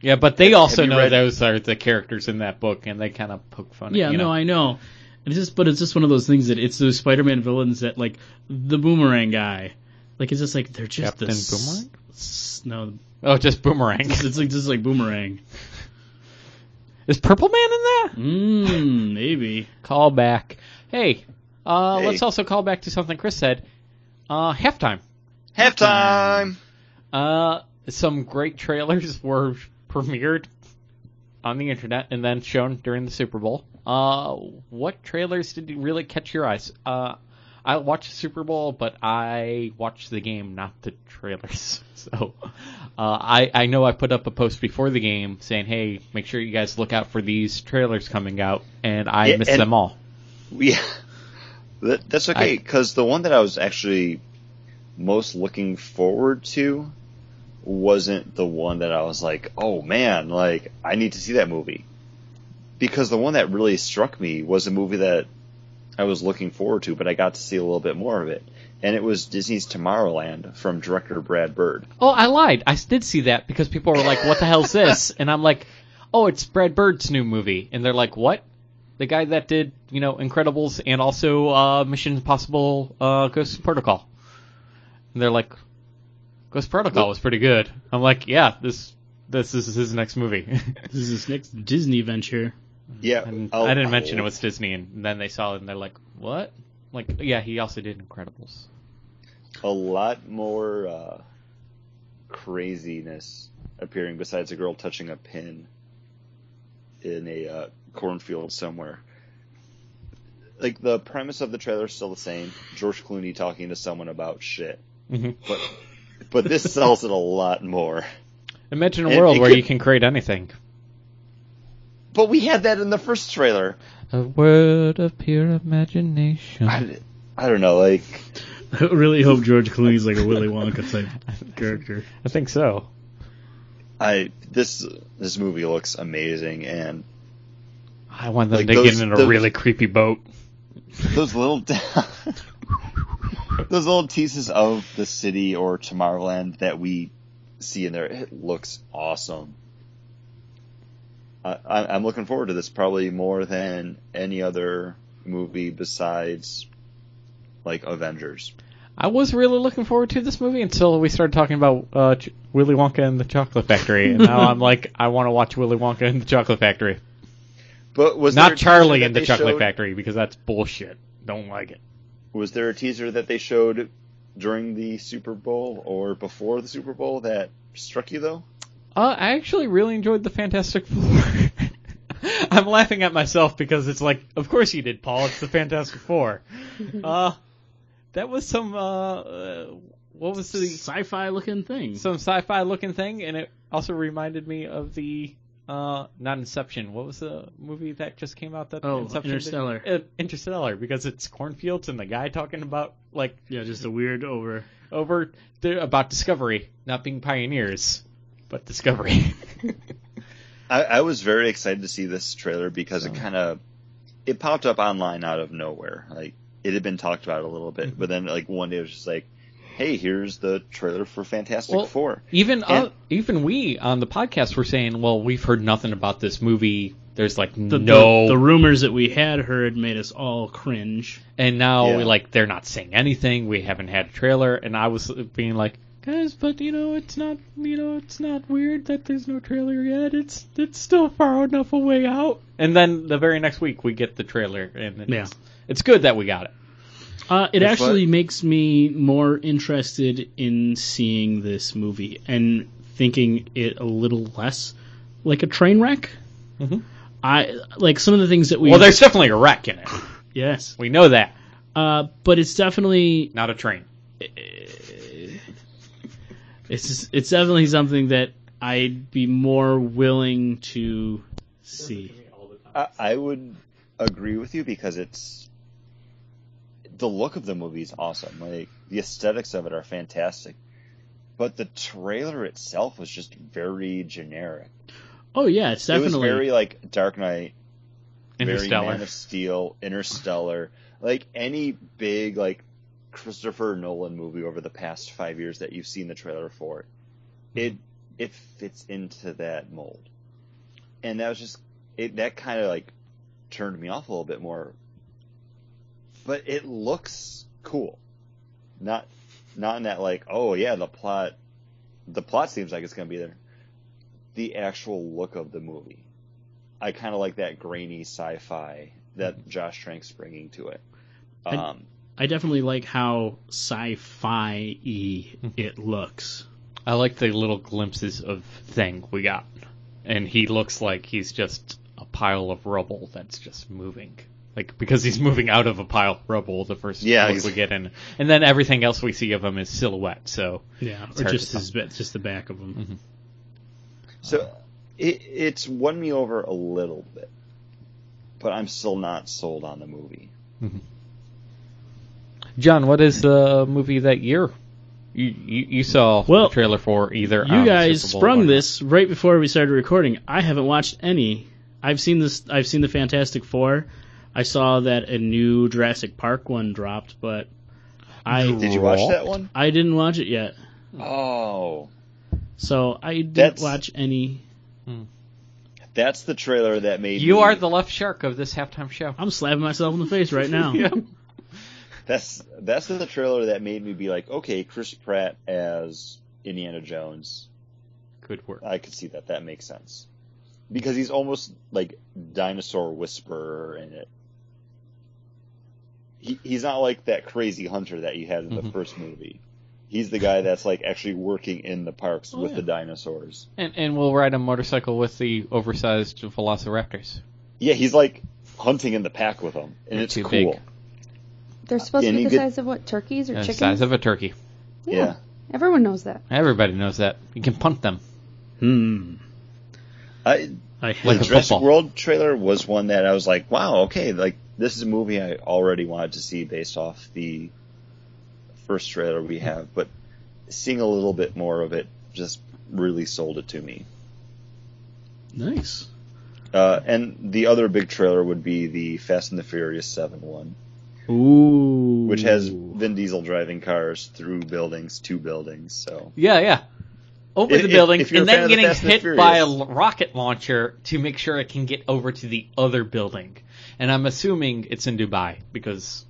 Speaker 3: Yeah, but they
Speaker 1: Have-
Speaker 3: also
Speaker 1: have you
Speaker 3: know
Speaker 1: read-
Speaker 3: those are the characters in that book, and they kind of poke fun.
Speaker 2: yeah,
Speaker 3: at, you
Speaker 2: no,
Speaker 3: know.
Speaker 2: I know. It's just but it's just one of those things that it's those Spider-Man villains that like the Boomerang guy, like it's just like they're just
Speaker 3: Captain
Speaker 2: the s-
Speaker 3: Boomerang?
Speaker 2: s- no,
Speaker 3: Oh, just
Speaker 2: *laughs*
Speaker 3: Boomerang.
Speaker 2: it's, it's like just like Boomerang.
Speaker 3: Is Purple Man in there?
Speaker 2: Mmm, maybe.
Speaker 3: Call back. Hey, uh,
Speaker 1: Hey.
Speaker 3: let's also call back to something Chris said. Uh, halftime.
Speaker 1: Halftime.
Speaker 3: Uh, some great trailers *laughs* were premiered on the internet and then shown during the Super Bowl. Uh, what trailers did really catch your eyes? Uh, I watched the Super Bowl, but I watched the game, not the trailers. *laughs* So, uh, I I know I put up a post before the game saying, "Hey, make sure you guys look out for these trailers coming out," and I
Speaker 1: Yeah,
Speaker 3: missed
Speaker 1: and-
Speaker 3: them all.
Speaker 1: *laughs* Yeah, that, that's okay because the one that I was actually most looking forward to wasn't the one that I was like, oh man, like I need to see that movie. Because the one that really struck me was a movie that I was looking forward to, but I got to see a little bit more of it, and it was Disney's Tomorrowland from director Brad Bird.
Speaker 3: Oh, I lied. I did see that because people were like, "What the hell's this?" And I'm like, "Oh, it's Brad Bird's new movie." And they're like, "What?" The guy that did, you know, Incredibles and also uh, Mission Impossible: uh, Ghost Protocol. And they're like, "Ghost Protocol was pretty good." I'm like, "Yeah, this this is his next movie." *laughs*
Speaker 2: This is his next Disney venture.
Speaker 1: Yeah,
Speaker 3: And
Speaker 1: I'll-
Speaker 3: I didn't mention it
Speaker 1: I'll-
Speaker 3: was Disney, and then they saw it and they're like, "What?" Like, yeah, he also did Incredibles.
Speaker 1: a lot more uh, craziness appearing besides a girl touching a pin in a uh, cornfield somewhere. Like the premise of the trailer is still the same: George Clooney talking to someone about shit.
Speaker 3: Mhm.
Speaker 1: But but this sells it a lot more.
Speaker 3: Imagine
Speaker 1: It-
Speaker 3: a world
Speaker 1: it
Speaker 3: where
Speaker 1: could-
Speaker 3: you can create anything.
Speaker 1: But we had that in the first trailer.
Speaker 3: A world of pure imagination.
Speaker 1: I, I don't know, like
Speaker 2: *laughs* I really hope George Clooney's like a Willy Wonka
Speaker 3: *laughs*
Speaker 2: type character.
Speaker 3: I think so.
Speaker 1: I this this movie looks amazing, and
Speaker 3: I want them
Speaker 1: Like
Speaker 3: to
Speaker 1: those-
Speaker 3: get in a
Speaker 1: those-
Speaker 3: really creepy boat.
Speaker 1: those little *laughs* those little pieces of the city or Tomorrowland that we see in there, it looks awesome. I, I- I'm looking forward to this probably more than any other movie besides like Avengers.
Speaker 3: I was really looking forward to this movie until we started talking about uh, Ch- Willy Wonka and the Chocolate Factory, and now *laughs* I'm like, I want to watch Willy Wonka and the Chocolate Factory,
Speaker 1: But was there
Speaker 3: not
Speaker 1: a teaser
Speaker 3: Charlie
Speaker 1: that
Speaker 3: and the
Speaker 1: they
Speaker 3: Chocolate
Speaker 1: showed-
Speaker 3: Factory because that's bullshit. Don't like it.
Speaker 1: Was there a teaser that they showed during the Super Bowl or before the Super Bowl that struck you though?
Speaker 3: Uh, I actually really enjoyed the Fantastic Four. *laughs* I'm laughing at myself because it's like, of course you did, Paul. It's the Fantastic *laughs* Four. Uh, that was some uh, uh what was the
Speaker 7: Sci-fi looking thing.
Speaker 3: some sci-fi looking thing, and it also reminded me of the uh, not Inception. What was the movie that just came out that
Speaker 2: Oh,
Speaker 3: Inception did?
Speaker 2: Interstellar.
Speaker 3: Uh, Interstellar, because it's cornfields and the guy talking about like
Speaker 2: Yeah, just a weird over.
Speaker 3: over there about discovery, not being pioneers, but discovery.
Speaker 1: I, I was very excited to see this trailer because it kind of it popped up online out of nowhere. Like it had been talked about a little bit, but then like one day it was just like, "Hey, here's the trailer for Fantastic
Speaker 3: Well,
Speaker 1: Four.
Speaker 3: Even uh,
Speaker 1: And-
Speaker 3: even we on the podcast were saying, well, we've heard nothing about this movie. There's like
Speaker 2: The,
Speaker 3: no,
Speaker 2: The, the rumors that we had heard made us all cringe.
Speaker 3: and now
Speaker 1: Yeah.
Speaker 3: we like they're not saying anything. We haven't had a trailer, and I was being like, guys, but you know, it's not you know, it's not weird that there's no trailer yet. It's it's still far enough away out. And then the very next week we get the trailer, and it's,
Speaker 2: Yeah.
Speaker 3: it's good that we got it.
Speaker 2: Uh, it
Speaker 1: That's
Speaker 2: actually
Speaker 1: what-
Speaker 2: makes me more interested in seeing this movie and thinking it a little less like a train wreck.
Speaker 3: Mhm.
Speaker 2: I like some of the things that we.
Speaker 3: Well, there's definitely a wreck in it.
Speaker 2: yes,
Speaker 3: We know that.
Speaker 2: uh, but it's definitely
Speaker 3: Not a train.
Speaker 2: it's it's definitely something that I'd be more willing to see.
Speaker 1: I, I would agree with you because it's the look of the movie is awesome. Like the aesthetics of it are fantastic, but the trailer itself was just very generic.
Speaker 2: Oh yeah, it's
Speaker 1: It was
Speaker 2: definitely
Speaker 1: very like Dark Knight
Speaker 3: Interstellar.
Speaker 1: very Man of Steel, Interstellar, like any big like Christopher Nolan movie over the past five years that you've seen the trailer for, it it fits into that mold, and that was just it. That kind of like turned me off a little bit more, but it looks cool, not not in that like oh yeah the plot, the plot seems like it's gonna be there, the actual look of the movie. I kind of like that grainy sci-fi that Josh Trank's bringing to it.
Speaker 2: I-
Speaker 1: Um,
Speaker 2: I definitely like how sci-fi
Speaker 3: Mm-hmm.
Speaker 2: it looks.
Speaker 3: I like the little glimpses of thing we got. And he looks like he's just a pile of rubble that's just moving. Like because he's moving out of a pile of rubble the first
Speaker 1: Yeah,
Speaker 3: look
Speaker 1: he's-
Speaker 3: we get in. And then everything else we see of him is silhouette, so
Speaker 2: Yeah,
Speaker 3: It's
Speaker 2: or
Speaker 3: hard
Speaker 2: just
Speaker 3: to
Speaker 2: his ba- just the back of them.
Speaker 1: so it, it's won me over a little bit, but I'm still not sold on the movie.
Speaker 3: John, what is the movie that year? You you, you saw
Speaker 2: Well,
Speaker 3: the trailer for either on
Speaker 2: You
Speaker 3: the
Speaker 2: guys
Speaker 3: Super Bowl or
Speaker 2: sprung
Speaker 3: not.
Speaker 2: this right before we started recording. I haven't watched any. I've seen this. I've seen the Fantastic Four. I saw that a new Jurassic Park one dropped, but I
Speaker 1: Did you watch that one?
Speaker 2: I didn't watch it yet.
Speaker 1: Oh,
Speaker 2: So I didn't
Speaker 1: That's-
Speaker 2: watch any.
Speaker 1: that's the trailer that made
Speaker 3: You
Speaker 1: me-
Speaker 3: are the left shark of this
Speaker 2: *laughs*
Speaker 3: halftime show.
Speaker 2: I'm slapping myself in the face right
Speaker 3: *laughs*
Speaker 2: now.
Speaker 1: that's that's the trailer that made me be like, okay, Chris Pratt as Indiana Jones.
Speaker 3: Good work.
Speaker 1: I could see that. That makes sense because he's almost like dinosaur whisperer in it. He, he's not like that crazy hunter that you had in the
Speaker 3: Mhm.
Speaker 1: first movie. He's the guy that's like actually working in the parks
Speaker 3: Oh,
Speaker 1: with
Speaker 3: yeah.
Speaker 1: the dinosaurs.
Speaker 3: And and we'll ride a motorcycle with the oversized velociraptors.
Speaker 1: Yeah, he's like hunting in the pack with them, and
Speaker 3: They're
Speaker 1: it's
Speaker 3: too
Speaker 1: cool.
Speaker 3: big.
Speaker 4: They're supposed
Speaker 1: Any
Speaker 4: to be the
Speaker 1: good-
Speaker 4: size of what turkeys or
Speaker 3: The
Speaker 4: chickens.
Speaker 3: Uh, size of a turkey.
Speaker 1: Yeah.
Speaker 4: everyone knows that.
Speaker 3: Everybody knows that. You can punt them.
Speaker 2: Hmm.
Speaker 1: I,
Speaker 2: I
Speaker 3: Like
Speaker 1: the
Speaker 3: a
Speaker 1: Jurassic
Speaker 3: football.
Speaker 1: World trailer was one that I was like, wow, okay, like this is a movie I already wanted to see based off the first trailer we have, but seeing a little bit more of it just really sold it to me.
Speaker 2: nice.
Speaker 1: Uh, and the other big trailer would be the Fast and the Furious 7 one,
Speaker 2: Ooh.
Speaker 1: which has Vin Diesel driving cars through buildings to buildings. So *laughs*
Speaker 3: Yeah, yeah. Over
Speaker 1: If-
Speaker 3: the
Speaker 1: if-
Speaker 3: building
Speaker 1: if you're
Speaker 3: and
Speaker 1: a fan
Speaker 3: then
Speaker 1: of the
Speaker 3: getting
Speaker 1: Fast and the
Speaker 3: hit by a
Speaker 1: Furious.
Speaker 3: l- rocket launcher to make sure it can get over to the other building. And I'm assuming it's in Dubai because,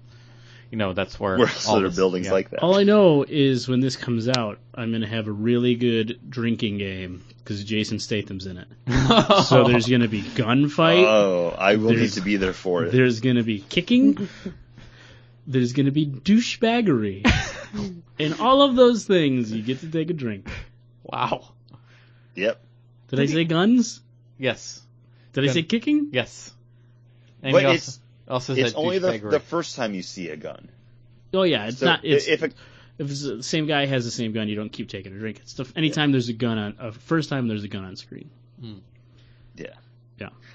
Speaker 3: you know, that's where
Speaker 1: where else
Speaker 3: all
Speaker 1: are there
Speaker 3: this-
Speaker 1: buildings
Speaker 3: Oh, yeah. *laughs*
Speaker 1: like that?
Speaker 2: All I know is when this comes out, I'm gonna have a really good drinking game because Jason Statham's in it.
Speaker 3: Oh.
Speaker 2: So there's gonna be gunfight.
Speaker 1: oh, I will need
Speaker 2: There's-
Speaker 1: to be there for it.
Speaker 2: There's gonna be kicking. There's gonna be douchebaggery. and all of those things, you get to take a drink.
Speaker 3: wow.
Speaker 1: Yep.
Speaker 2: Did I say guns?
Speaker 3: Yes.
Speaker 2: Did I say kicking?
Speaker 3: Yes. And
Speaker 1: But
Speaker 3: he also,
Speaker 1: it's
Speaker 3: also
Speaker 1: it's
Speaker 3: said
Speaker 1: only the,
Speaker 3: douchebaggery.
Speaker 1: the first time you see a gun.
Speaker 2: Oh yeah, it's
Speaker 1: So
Speaker 2: not. It's,
Speaker 1: if a
Speaker 2: if it's the same guy has the same gun, you don't keep taking a drink. It's the anytime there's a gun on. Uh, first time there's a gun on screen.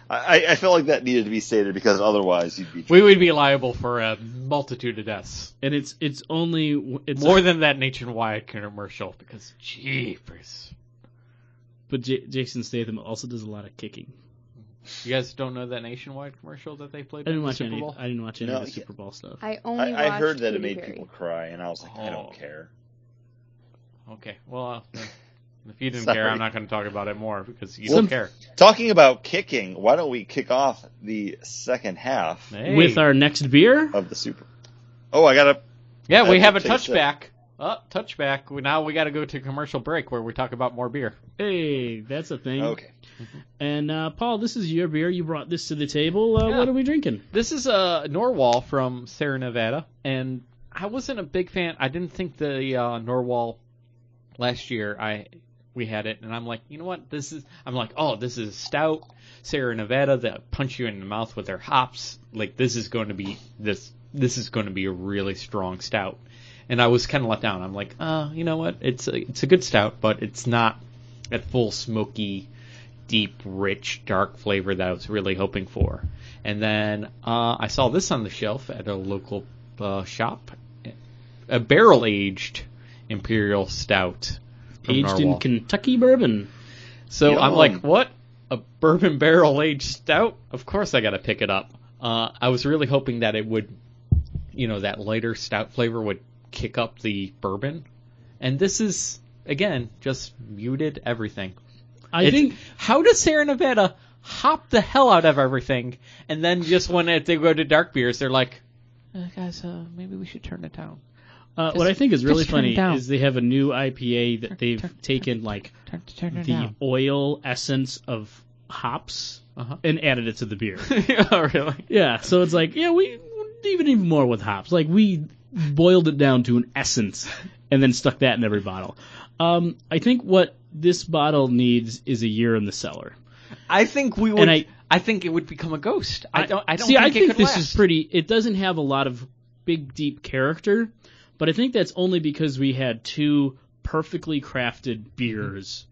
Speaker 1: I, I felt like that needed to be stated because otherwise you'd be.
Speaker 3: we would be liable for a multitude of deaths.
Speaker 2: and it's it's only it's
Speaker 3: More than that nationwide commercial because jeepers.
Speaker 2: but J- Jason Statham also does a lot of kicking.
Speaker 3: You guys don't know that nationwide commercial that they played
Speaker 2: I didn't
Speaker 3: at the
Speaker 2: watch
Speaker 3: Super
Speaker 2: any.
Speaker 3: Bowl?
Speaker 2: I didn't watch any
Speaker 1: No,
Speaker 2: of the
Speaker 1: yeah.
Speaker 2: Super Bowl stuff.
Speaker 4: I only.
Speaker 1: I, I
Speaker 4: watched
Speaker 1: heard that it
Speaker 4: Katy
Speaker 1: made
Speaker 4: Perry.
Speaker 1: people cry, and I was like, I
Speaker 3: Oh.
Speaker 1: don't care.
Speaker 3: Okay. Well, uh,
Speaker 1: *laughs*
Speaker 3: if you didn't
Speaker 1: Sorry.
Speaker 3: care, I'm not going to talk about it more because you
Speaker 1: Well,
Speaker 3: don't *laughs* care.
Speaker 1: Talking about kicking, why don't we kick off the second half
Speaker 3: Hey.
Speaker 2: With our next beer,
Speaker 1: of the Super? Oh, I gotta.
Speaker 3: yeah, we
Speaker 1: I
Speaker 3: have a
Speaker 1: have to taste it.
Speaker 3: touchback. Oh, touchback. We- Now we got to go to commercial break where we talk about more beer.
Speaker 2: hey, that's a thing.
Speaker 1: Okay.
Speaker 2: And uh, Paul, this is your beer. You brought this to the table. Uh,
Speaker 3: Yeah.
Speaker 2: What are we drinking?
Speaker 3: This is uh, Norwal from Sierra Nevada, and I wasn't a big fan. I didn't think the uh, Norwal last year. I we had it, and I'm like, you know what? This is. I'm like, oh, this is stout Sierra Nevada that punch you in the mouth with their hops. Like this is going to be this. This is going to be a really strong stout, and I was kind of let down. I'm like, uh, you know what? It's a, it's a good stout, but it's not that full smoky, deep, rich, dark flavor that I was really hoping for. And then uh, I saw this on the shelf at a local uh, shop, a barrel aged imperial stout. from
Speaker 2: Aged in
Speaker 3: Narwhal.
Speaker 2: Kentucky bourbon.
Speaker 3: So I'm
Speaker 1: Yum.
Speaker 3: like, what? A bourbon barrel aged stout? Of course I got to pick it up. Uh, I was really hoping that it would, you know, that lighter stout flavor would kick up the bourbon. And this is, again, just muted everything.
Speaker 2: I
Speaker 3: It's-
Speaker 2: think
Speaker 3: How does Sierra Nevada hop the hell out of everything? And then just when it, they go to dark beers, they're like, *laughs* uh, guys, uh, maybe we should turn it down.
Speaker 2: uh, what I think is really
Speaker 3: just turn
Speaker 2: funny
Speaker 3: it down.
Speaker 2: is they have a new IPA that they've
Speaker 3: turn-
Speaker 2: taken like
Speaker 3: Turn, turn it
Speaker 2: the oil essence of hops
Speaker 3: Uh-huh.
Speaker 2: and added it to the beer. *laughs*
Speaker 3: yeah, "Oh, really?
Speaker 2: Yeah, so it's like, yeah, we even even more with hops. Like we boiled it down to an essence and then stuck that in every bottle. Um, I think what this bottle needs is a year in the cellar.
Speaker 3: I think we would.
Speaker 2: I-
Speaker 3: I, think it would become a ghost. I don't. I don't
Speaker 2: see.
Speaker 3: Think
Speaker 2: I
Speaker 3: it
Speaker 2: think
Speaker 3: could
Speaker 2: this
Speaker 3: last.
Speaker 2: is pretty. It doesn't have a lot of big deep character, but I think that's only because we had two perfectly crafted beers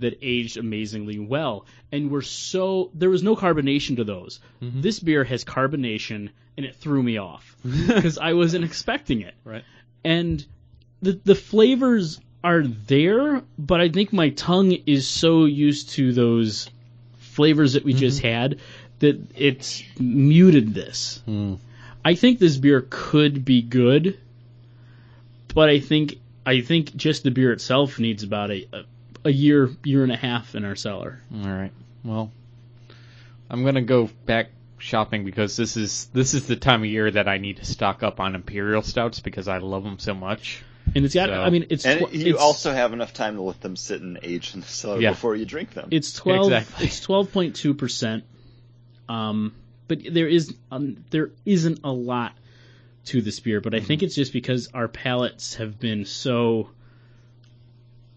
Speaker 2: that aged amazingly well, and were so there was no carbonation to those.
Speaker 3: Mm-hmm.
Speaker 2: This beer has carbonation, and it threw me
Speaker 3: *laughs*
Speaker 2: off because I wasn't expecting it.
Speaker 3: Right.
Speaker 2: and the the flavors are there, but I think my tongue is so used to those flavors that we just
Speaker 1: Mm-hmm.
Speaker 2: had that it's muted this.
Speaker 1: Hmm.
Speaker 2: I think this beer could be good, but I think I think just the beer itself needs about a a, a year year and a half in our cellar.
Speaker 3: All right. Well, I'm gonna go back shopping because this is this is the time of year that I need to stock up on imperial stouts because I love them so much.
Speaker 2: And it's got
Speaker 3: So-
Speaker 2: I mean it's
Speaker 1: And
Speaker 2: tw-
Speaker 1: you
Speaker 2: it's,
Speaker 1: also have enough time to let them sit and age in the cellar
Speaker 3: Yeah.
Speaker 1: before you drink them.
Speaker 2: It's twelve.
Speaker 3: Exactly.
Speaker 2: It's twelve point two percent. Um, but there is um, there isn't
Speaker 1: Mm-hmm.
Speaker 2: a lot to this beer, but I think it's just because our palates have been so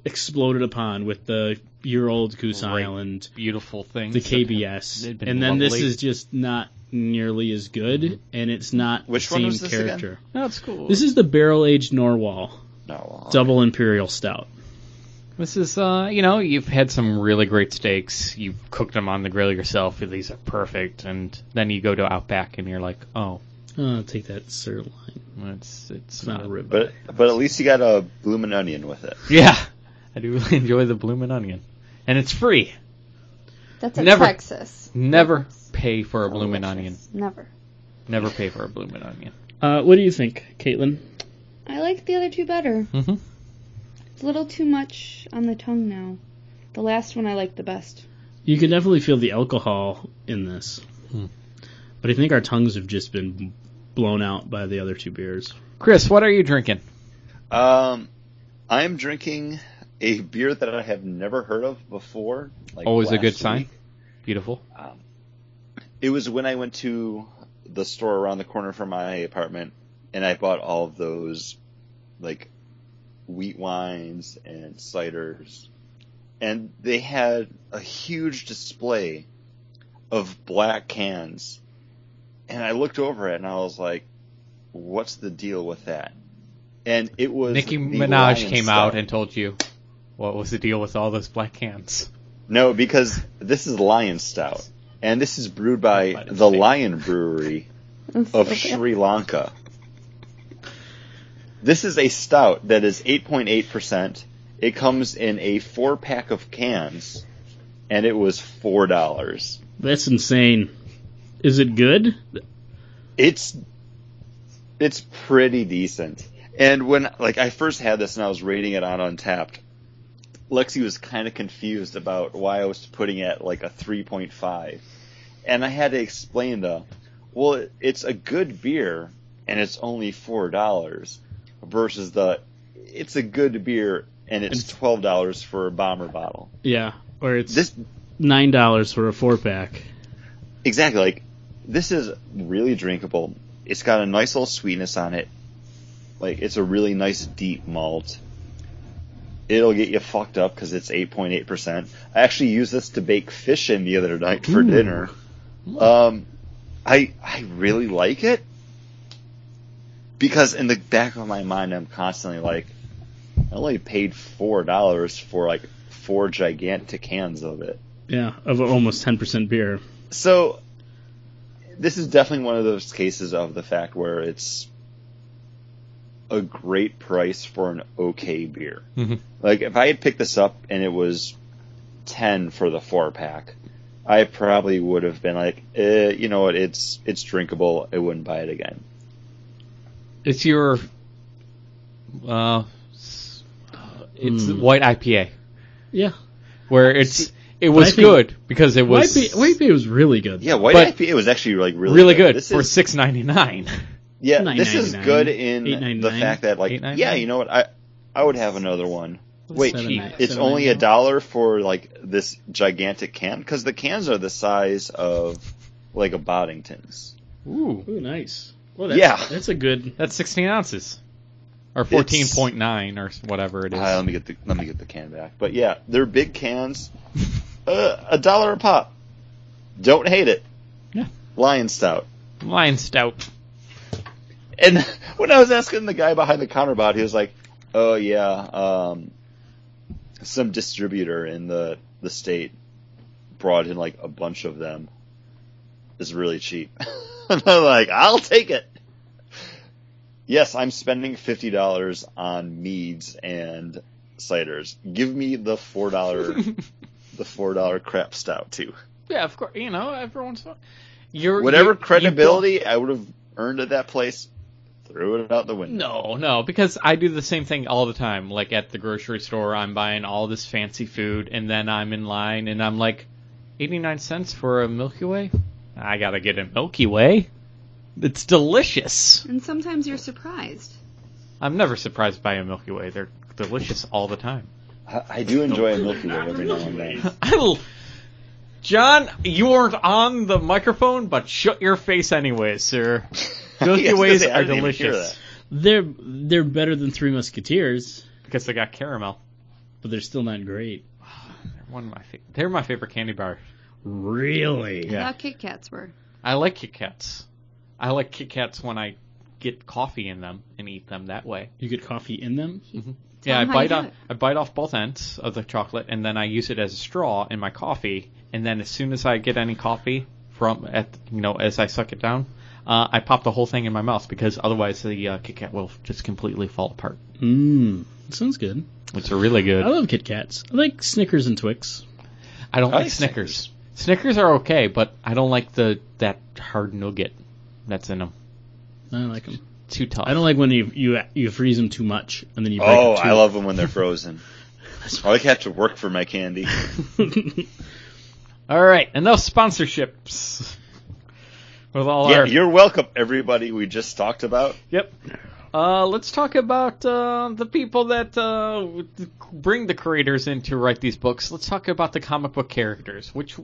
Speaker 5: exploded upon with the year old Goose
Speaker 3: Right.
Speaker 5: Island,
Speaker 3: Beautiful things.
Speaker 5: the
Speaker 3: that have-
Speaker 5: KBS,
Speaker 3: they've
Speaker 5: and
Speaker 3: been
Speaker 5: then this
Speaker 3: lovely.
Speaker 5: is just not nearly as good, and it's not
Speaker 1: Mm-hmm. Which
Speaker 5: the
Speaker 1: one
Speaker 5: same
Speaker 1: was this again?
Speaker 5: character.
Speaker 3: That's cool.
Speaker 5: This is the barrel aged Norwal
Speaker 1: No. uh,
Speaker 5: double imperial stout.
Speaker 3: This is, uh, you know, you've had some really great steaks. You cooked them on the grill yourself. These are perfect. And then you go to Outback and you're like, oh,
Speaker 5: Oh, take that sirloin.
Speaker 3: it's it's,
Speaker 5: It's
Speaker 3: *laughs*
Speaker 5: not a ribeye.
Speaker 1: Uh, But but at least you got a bloomin' onion with it.
Speaker 3: Yeah, I do really enjoy the bloomin' onion, and it's free.
Speaker 6: That's in
Speaker 3: Never.
Speaker 6: Texas.
Speaker 3: Never pay for a bloomin'
Speaker 6: Texas.
Speaker 3: onion.
Speaker 6: Never.
Speaker 3: Never pay for a bloomin' onion.
Speaker 5: Uh, what do you think, Caitlin?
Speaker 6: I like the other two better.
Speaker 3: Mm-hmm.
Speaker 6: It's a little too much on the tongue now.
Speaker 4: The last one I like the best.
Speaker 5: You can definitely feel the alcohol in this,
Speaker 3: Hmm.
Speaker 5: but I think our tongues have just been blown out by the other two beers.
Speaker 3: Chris, what are you drinking?
Speaker 1: Um, I'm drinking a beer that I have never heard of before. Like
Speaker 3: Always a
Speaker 1: last
Speaker 3: good sign.
Speaker 1: week.
Speaker 3: Beautiful.
Speaker 1: Um, it was when I went to the store around the corner from my apartment, and I bought all of those, like, wheat wines and ciders, and they had a huge display of black cans, and I looked over it and I was like, "What's the deal with that?" And it was
Speaker 3: Nicki
Speaker 1: the
Speaker 3: Minaj
Speaker 1: Lion
Speaker 3: came
Speaker 1: Stout.
Speaker 3: out and told you what was the deal with all those black cans.
Speaker 1: No, because this is Lion Stout, and this is brewed by
Speaker 3: Lion
Speaker 1: the
Speaker 3: Stout.
Speaker 1: Lion Brewery of Sri Lanka. This is a stout that is 8.8%. It comes in a four pack of cans, and it was $4.
Speaker 5: That's insane. Is it good?
Speaker 1: It's it's pretty decent. And when like I first had this and I was rating it on Untapped, Lexi was kind of confused about why I was putting it like a 3.5. And I had to explain the, well, it- it's a good beer and it's only $4 versus the it's a good beer and it's $12 for a bomber bottle.
Speaker 5: Yeah, or it's
Speaker 1: This
Speaker 5: nine dollars for a four pack.
Speaker 1: Exactly. Like this is really drinkable. It's got a nice little sweetness on it. Like it's a really nice deep malt. It'll get you fucked up because it's 8.8%. I actually used this to bake fish in the other night for dinner. Um, I I really like it because in the back of my mind I'm constantly like, I only paid four dollars for like four gigantic cans of it.
Speaker 5: Yeah, of almost ten percent beer.
Speaker 1: So this is definitely one of those cases of the fact where it's a great price for an okay beer.
Speaker 3: Mhm.
Speaker 1: Like if I had picked this up and it was ten for the four pack, I probably would have been like, eh, you know what, it's it's drinkable. I wouldn't buy it again.
Speaker 3: It's your, uh, s- uh, it's
Speaker 5: Hmm.
Speaker 3: white IPA
Speaker 5: Yeah,
Speaker 3: where it's it
Speaker 5: I
Speaker 3: was
Speaker 5: think-
Speaker 3: good because it was
Speaker 5: white, beer, white beer was really good.
Speaker 1: Yeah, white
Speaker 3: But-
Speaker 1: IPA was actually like really
Speaker 3: really, good,
Speaker 1: This
Speaker 3: for
Speaker 1: is-
Speaker 3: six ninety nine.
Speaker 1: yeah, this is
Speaker 5: $9.99,
Speaker 1: good in the
Speaker 5: $8.99,
Speaker 1: fact that like yeah,
Speaker 3: $8.99.
Speaker 1: you know what, I I would have another one. Wait,
Speaker 5: Seven
Speaker 3: cheap.
Speaker 5: nine-
Speaker 1: It's
Speaker 5: seven
Speaker 1: only
Speaker 5: nine
Speaker 1: a
Speaker 5: now.
Speaker 1: dollar for like this gigantic can because the cans are the size of like a Boddington's.
Speaker 3: *laughs* Ooh,
Speaker 5: Ooh, nice. Well, that's,
Speaker 1: Yeah.
Speaker 5: that's a good.
Speaker 3: that's sixteen ounces, or fourteen point nine, or whatever it is.
Speaker 1: Uh, let me get the let me get the can back. But yeah, they're big cans, uh, a dollar a pop. Don't hate it.
Speaker 3: Yeah.
Speaker 1: Lion Stout.
Speaker 3: Lion stout.
Speaker 1: And *laughs* when I was asking the guy behind the counter about, it, he was like, "Oh yeah, um, some distributor in the the state brought in like a bunch of them. It's really cheap." *laughs* and I'm like, "I'll take it." Yes, I'm spending fifty dollars on meads and ciders. Give me the four
Speaker 3: *laughs*
Speaker 1: dollar the four dollar crap stout too.
Speaker 3: Yeah, of course. You know, everyone's you're
Speaker 1: Whatever
Speaker 3: you- you
Speaker 1: credibility I would have earned at that place, threw it out the window.
Speaker 3: No, no, because I do the same thing all the time. Like at the grocery store, I'm buying all this fancy food, and then I'm in line, and I'm like, 89 cents for a Milky Way? I gotta get a Milky Way. It's delicious.
Speaker 4: And sometimes you're surprised.
Speaker 3: I'm never surprised by a Milky Way. They're delicious all the time.
Speaker 1: I, I do enjoy a Milky Way every now and *laughs* then.
Speaker 3: I will. John, you weren't on the microphone, but shut your face anyway, sir. *laughs* Milky
Speaker 1: Yeah, I was gonna
Speaker 3: Ways
Speaker 1: say, I
Speaker 3: are
Speaker 1: didn't even hear
Speaker 3: delicious
Speaker 1: that.
Speaker 5: They're they're better than Three Musketeers.
Speaker 3: because they got caramel.
Speaker 2: but they're still not great.
Speaker 3: They're one of my fa- they're my favorite candy bars.
Speaker 2: Really?
Speaker 3: Yeah.
Speaker 4: I thought Kit Kats were.
Speaker 3: I like Kit Kats. I like Kit Kats when I get coffee in them and eat them that way.
Speaker 2: You get coffee in them?
Speaker 3: yeah, I
Speaker 4: them how you
Speaker 3: bite
Speaker 4: do
Speaker 3: off
Speaker 4: it.
Speaker 3: I bite off both ends of the chocolate and then I use it as a straw in my coffee. And then as soon as I get any coffee from at you know as I suck it down, uh, I pop the whole thing in my mouth because otherwise the uh, Kit Kat will just completely fall apart.
Speaker 2: Mmm. Sounds good.
Speaker 3: It's really
Speaker 2: I
Speaker 3: good.
Speaker 2: love Kit Kats. I like Snickers and Twix.
Speaker 3: I don't
Speaker 1: I
Speaker 3: like
Speaker 1: like
Speaker 3: Snickers. Snickers are okay, but I don't like the that hard nougat that's in them.
Speaker 2: I like them.
Speaker 3: Too tough.
Speaker 2: I don't like when you you you freeze them too much and then you break 'em
Speaker 1: Oh,
Speaker 2: too.
Speaker 1: I love them when they're frozen. I like to have to work for my *laughs* candy.
Speaker 3: All right, enough sponsorships. *laughs* With all
Speaker 1: yeah,
Speaker 3: our
Speaker 1: you're welcome, everybody. We just talked about.
Speaker 3: Yep. Uh, let's talk about uh, the people that uh, w- bring the creators in to write these books. Let's talk about the comic book characters, which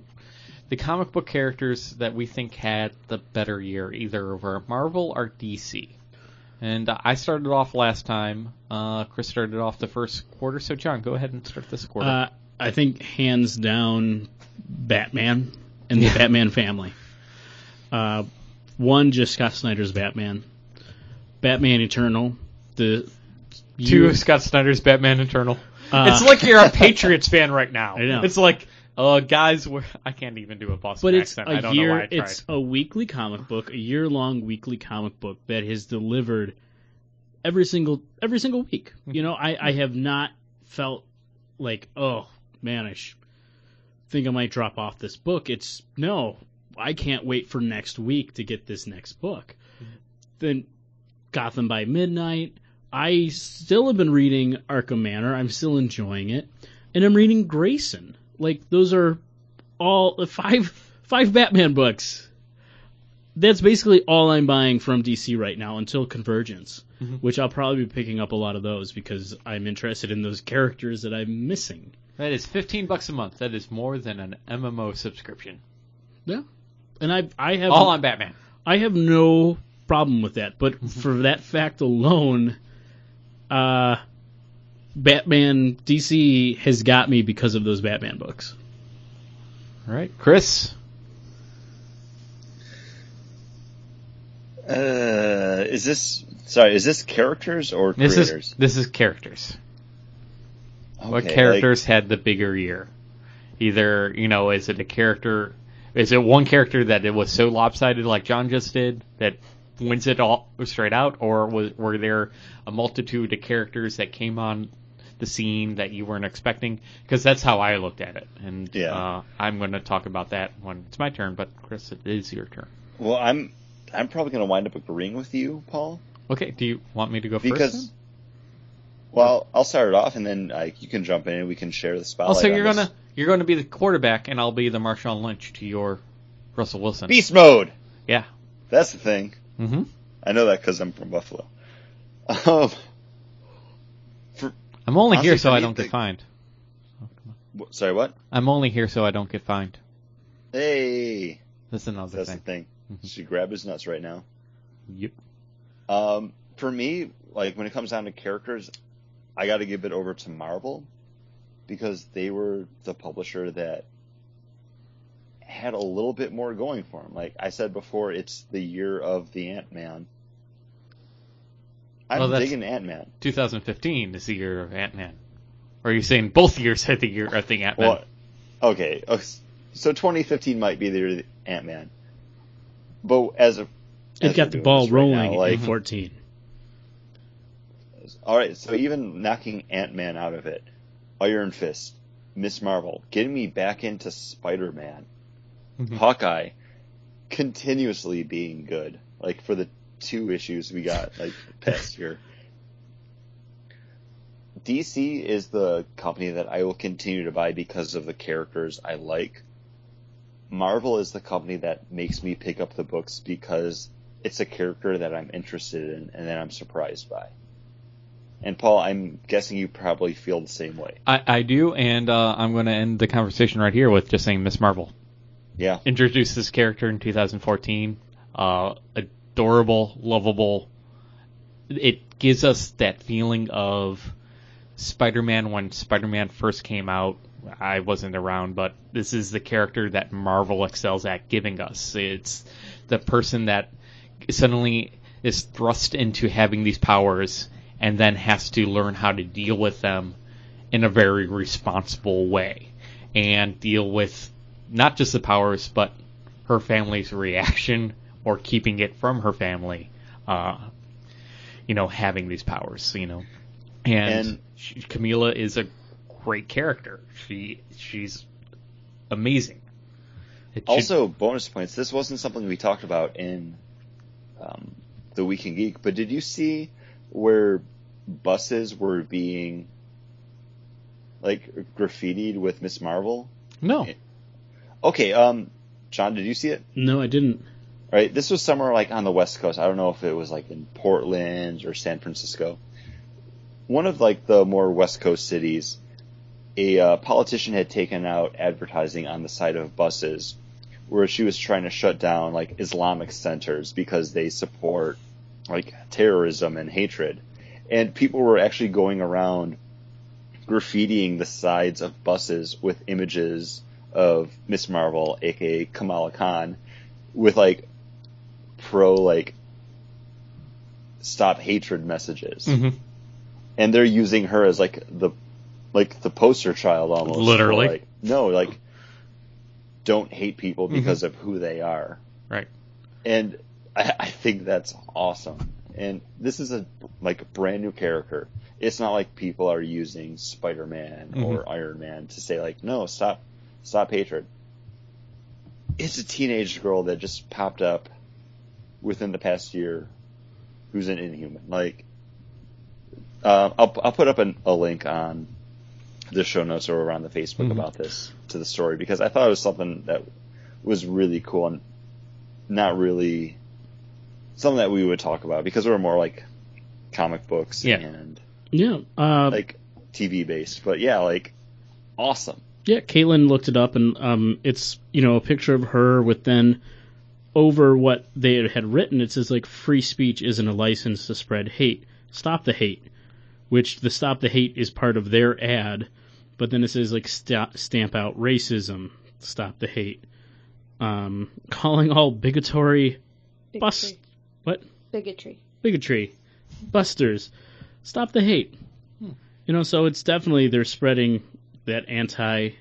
Speaker 3: the comic book characters that we think had the better year, either over Marvel or DC. And uh, I started off last time. Uh, Chris started off the first quarter, so John, go ahead and start this quarter.
Speaker 2: Uh, I think hands down, Batman and the Batman family. Uh, one just Scott Snyder's Batman, Batman Eternal. The
Speaker 3: Two
Speaker 2: you-
Speaker 3: of Scott Snyder's Batman Eternal.
Speaker 2: Uh,
Speaker 3: it's like you're a Patriots fan right now.
Speaker 2: I know.
Speaker 3: It's like, uh, guys, we're, I can't even do a Boston
Speaker 2: but it's
Speaker 3: accent.
Speaker 2: a
Speaker 3: I don't know
Speaker 2: year.
Speaker 3: why I tried.
Speaker 2: It's a weekly comic book, a year long weekly comic book that has delivered every single every single week.
Speaker 3: Hmm.
Speaker 2: You know, I I have not felt like oh man, I sh- think I might drop off this book. It's no, I can't wait for next week to get this next book.
Speaker 3: Hmm.
Speaker 2: Then Gotham by Midnight. I still have been reading Arkham Manor. I'm still enjoying it, and I'm reading Grayson. Like those are all the five five Batman books. That's basically all I'm buying from DC right now until Convergence,
Speaker 3: Mm-hmm.
Speaker 2: which I'll probably be picking up a lot of those because I'm interested in those characters that I'm missing.
Speaker 3: That is fifteen bucks a month. That is more than an MMO subscription.
Speaker 2: Yeah, and I I have
Speaker 3: All Mm-hmm. on Batman.
Speaker 2: I have no problem with that, but for that fact alone, uh, Batman DC has got me because of those Batman books.
Speaker 3: All right, Chris.
Speaker 1: Uh, is this sorry? Is this characters or
Speaker 3: This
Speaker 1: creators?
Speaker 3: is this is characters. what
Speaker 1: Okay, like-
Speaker 3: characters had the bigger year? Either you know, is it a character? Is it one character that it was so lopsided, like John just did, that wins it all straight out, or was were there a multitude of characters that came on the scene that you weren't expecting? Because that's how I looked at it, and
Speaker 1: Yeah.
Speaker 3: uh, I'm going to talk about that when it's my turn. But Chris, it is your turn.
Speaker 1: Well, I'm I'm probably going to wind up agreeing with you, Paul,
Speaker 3: Okay, do you want me to go first?
Speaker 1: because
Speaker 3: then?
Speaker 1: well, I'll start it off, and then like you can jump in, and we can share the spotlight.
Speaker 3: Also,
Speaker 1: on
Speaker 3: you're
Speaker 1: this.
Speaker 3: gonna you're gonna be the quarterback, and I'll be the Marshawn Lynch to your Russell Wilson.
Speaker 1: beast mode.
Speaker 3: Yeah.
Speaker 1: That's the thing.
Speaker 3: Mm-hmm.
Speaker 1: I know that because I'm from Buffalo. *laughs* Um,
Speaker 3: I'm only
Speaker 1: Honestly,
Speaker 3: here so
Speaker 1: for
Speaker 3: I
Speaker 1: me,
Speaker 3: don't
Speaker 1: the-
Speaker 3: get fined.
Speaker 1: wh- sorry, what?
Speaker 3: I'm only here so I don't get fined.
Speaker 1: Hey,
Speaker 3: That's another
Speaker 1: that's the
Speaker 3: thing.
Speaker 1: thing.
Speaker 3: Mhm.
Speaker 1: She grabbed his nuts right now.
Speaker 3: Yep.
Speaker 1: Um, for me, like when it comes down to characters, I got to give it over to Marvel because they were the publisher that had a little bit more going for them. Like I said before, it's the year of the Ant Man. I'm
Speaker 3: Well, that's-
Speaker 1: digging Ant Man.
Speaker 3: 2015 is the year of Ant Man. Or are you saying both years had the year of the Ant Man?
Speaker 1: Well, okay, oh, s- so 2015 might be the year of the Ant Man, but as a as
Speaker 2: It
Speaker 1: we're
Speaker 2: got the
Speaker 1: doing
Speaker 2: ball
Speaker 1: this right now,
Speaker 2: rolling Mm-hmm.
Speaker 1: like,
Speaker 2: in 14.
Speaker 1: All right, so even knocking Ant Man out of it, Iron Fist, Miss Marvel, getting me back into Spider Man,
Speaker 3: Mhm.
Speaker 1: Hawkeye, continuously being good. Like for the two issues we got like past year, DC is the company that I will continue to buy because of the characters I like. Marvel is the company that makes me pick up the books because it's a character that I'm interested in and that I'm surprised by. And Paul, I'm guessing you probably feel the same way.
Speaker 3: I, I do, and uh, I'm going to end the conversation right here with just saying Miss Marvel.
Speaker 1: Yeah.
Speaker 3: Introduced this character in 2014. Uh, adorable, lovable. It gives us that feeling of Spider-Man when Spider-Man first came out. I wasn't around, but this is the character that Marvel excels at giving us. It's the person that suddenly is thrust into having these powers and then has to learn how to deal with them in a very responsible way and deal with not just the powers but her family's reaction or keeping it from her family uh you know having these powers you know and,
Speaker 1: And-
Speaker 3: she, Camila is a great character she she's amazing It should-
Speaker 1: Also, bonus points. This wasn't something we talked about in um, the Week in Geek, but did you see where buses were being like graffitied with Miss Marvel?
Speaker 3: no
Speaker 1: Okay, um, John, did you see it?
Speaker 2: No, I didn't.
Speaker 1: All right, this was somewhere like on the West Coast. I don't know if it was like in Portland or San Francisco. One of like the more West Coast cities, a uh, politician had taken out advertising on the side of buses where she was trying to shut down like Islamic centers because they support like terrorism and hatred. And people were actually going around graffitiing the sides of buses with images of Miss Marvel, aka Kamala Khan, with like pro like stop hatred messages.
Speaker 3: Mhm.
Speaker 1: And they're using her as like the like the poster child almost. for,
Speaker 3: Literally.
Speaker 1: like, no, like don't hate people because of who they are.
Speaker 3: Mm-hmm. Right.
Speaker 1: And I, I think that's awesome. And this is a like a brand new character. It's not like people are using Spider Man
Speaker 3: Mm-hmm.
Speaker 1: or Iron Man to say like, no, stop, stop hatred. It's a teenage girl that just popped up within the past year, who's an Inhuman. Like, uh, I'll I'll put up an, a link on the show notes or around the Facebook about this to the story because I thought it was something that was really cool and not really something that we would talk about because we're more like comic books
Speaker 3: Yeah.
Speaker 1: and
Speaker 2: Yeah. Uh,
Speaker 1: like TV based. But yeah, like awesome.
Speaker 2: Yeah, Caitlin looked it up, and um, it's you know a picture of her with then over what they had written. It says like free speech isn't a license to spread hate. Stop the hate, which the stop the hate is part of their ad, but then it says like stop, stamp out racism. Stop the hate. Um, calling all bigotry
Speaker 4: Bigotry.
Speaker 2: bust what
Speaker 4: Bigotry.
Speaker 2: bigotry busters stop the hate you know so it's definitely they're spreading that anti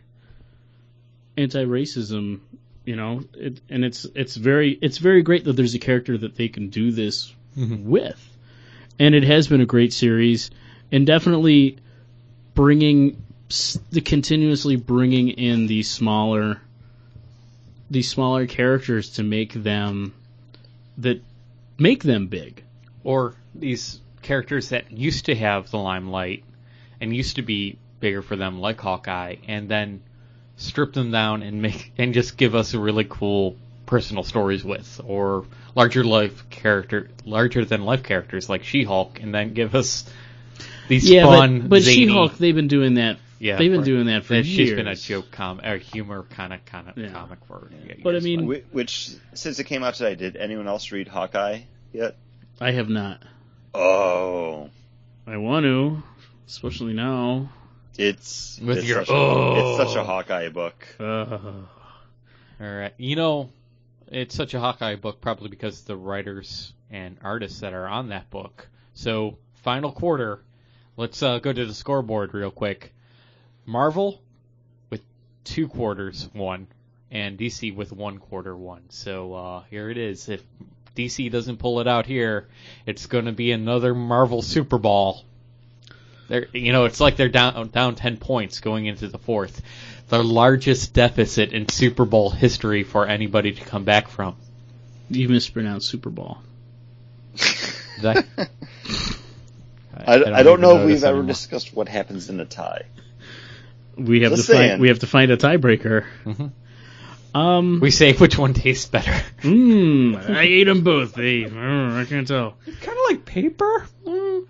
Speaker 2: anti racism you know it, and it's it's very it's very great that there's a character that they can do this with and it has been a great series and definitely bringing s- the continuously bringing in these smaller these smaller characters to make them that make them big
Speaker 3: or these characters that used to have the limelight and used to be bigger for them, like Hawkeye, and then strip them down and make and just give us really cool personal stories with, or larger life character, larger than life characters like She-Hulk, and then give us these fun,
Speaker 2: but, but
Speaker 3: zany-
Speaker 2: She-Hulk, they've been doing that.
Speaker 3: Yeah,
Speaker 2: they've been
Speaker 3: for-
Speaker 2: doing that for
Speaker 3: that
Speaker 2: years.
Speaker 3: She's been a joke com, a humor kind of kind of
Speaker 2: Yeah.
Speaker 3: comic for. yeah,
Speaker 2: But I
Speaker 3: years,
Speaker 2: mean,
Speaker 1: Wh- Which since it came out today, did anyone else read Hawkeye yet?
Speaker 2: I have not.
Speaker 1: Oh,
Speaker 2: I want to, especially now.
Speaker 1: it's
Speaker 3: With
Speaker 1: it's
Speaker 3: your-
Speaker 1: such a,
Speaker 3: oh.
Speaker 1: it's such a Hawkeye book.
Speaker 2: Uh,
Speaker 3: All right. You know, it's such a Hawkeye book probably because the writers and artists that are on that book. So, final quarter. Let's uh, go to the scoreboard real quick. Marvel with two quarters one, and DC with one quarter one. So uh, here it is. If DC doesn't pull it out here, it's going to be another Marvel Super Ball. They're, you know, it's like they're down down ten points going into the fourth, the largest deficit in Super Bowl history for anybody to come back from.
Speaker 2: you mispronounced Super Bowl.
Speaker 3: Did *laughs* I,
Speaker 1: I, I don't, know if
Speaker 3: even
Speaker 1: we've
Speaker 3: notice
Speaker 1: ever
Speaker 3: anymore.
Speaker 1: discussed what happens in a tie.
Speaker 2: We have
Speaker 1: Just
Speaker 2: to
Speaker 1: saying. Mm-hmm.
Speaker 2: find. We have to find a tiebreaker. Um.
Speaker 3: We say which one tastes better. *laughs*
Speaker 2: Mm, I ate them both. They. mm, I can't tell.
Speaker 3: kind of like paper,
Speaker 2: Mm,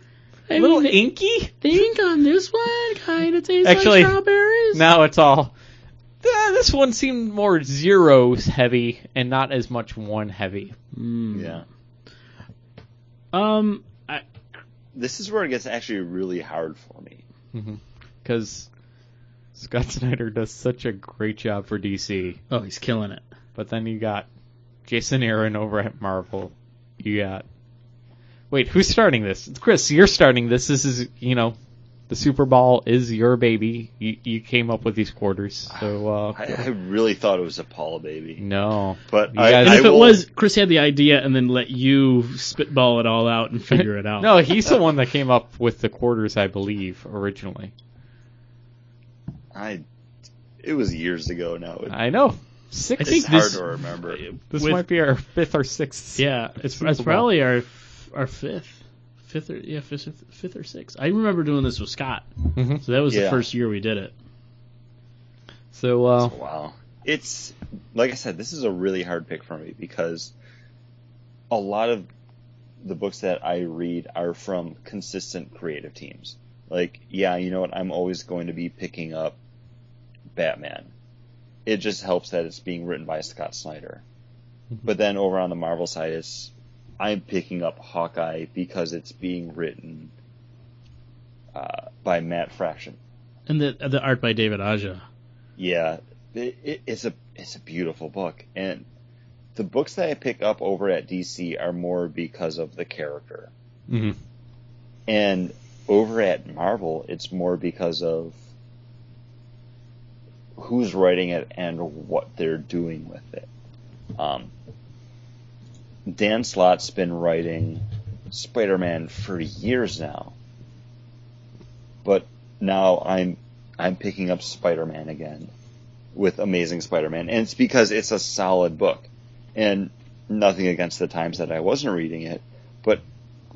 Speaker 3: a little inky.
Speaker 2: they ink on this one kind of tastes
Speaker 3: Actually,
Speaker 2: like strawberries.
Speaker 3: Now it's all. "Ah, this one seemed more zeros heavy and not as much one heavy.
Speaker 2: Mm.
Speaker 1: Yeah.
Speaker 2: Um.
Speaker 1: This is where it gets actually really hard for me
Speaker 3: because Scott Snyder does such a great job for DC.
Speaker 2: Oh, he's killing it.
Speaker 3: But then you got Jason Aaron over at Marvel. You got wait, who's starting this? Chris, you're starting this. This is you know, the Super Bowl is your baby. You you came up with these quarters,
Speaker 1: *sighs*
Speaker 3: so uh,
Speaker 1: I, I really thought it was a Paul baby,
Speaker 3: no.
Speaker 1: but
Speaker 3: You
Speaker 1: I,
Speaker 3: guys-
Speaker 2: And
Speaker 1: I
Speaker 2: if it
Speaker 1: will-
Speaker 2: was, Chris had the idea and then let you spitball it all out and figure it out.
Speaker 3: No, he's the one that came up with the quarters, I believe, originally.
Speaker 1: I it was years ago now. It,
Speaker 3: I know. Six.
Speaker 2: I
Speaker 1: it's
Speaker 2: think
Speaker 1: hard
Speaker 2: this-
Speaker 1: to remember.
Speaker 3: this
Speaker 2: with-
Speaker 3: might be our fifth or sixth.
Speaker 2: Yeah, it's
Speaker 3: Super
Speaker 2: it's
Speaker 3: Bowl.
Speaker 2: probably our our fifth, fifth or yeah fifth fifth or sixth. I remember doing this with Scott,
Speaker 3: hmm
Speaker 2: so that was the
Speaker 1: Yeah.
Speaker 2: first year we did it.
Speaker 3: So, uh,
Speaker 1: Wow. It's like I said, this is a really hard pick for me because a lot of the books that I read are from consistent creative teams. Like, yeah, you know what? I'm always going to be picking up Batman. It just helps that it's being written by Scott Snyder. But then over on the Marvel side, it's I'm picking up Hawkeye because it's being written uh, by Matt Fraction.
Speaker 2: And the the art by David Aja.
Speaker 1: Yeah, it, it, it's a it's a beautiful book, and the books that I pick up over at DC are more because of the character,
Speaker 3: mhm.
Speaker 1: and over at Marvel, it's more because of who's writing it and what they're doing with it. Um, Dan Slott's been writing Spider-Man for years now, but now I'm I'm picking up Spider-Man again with Amazing Spider-Man, and it's because it's a solid book, and nothing against the times that I wasn't reading it, but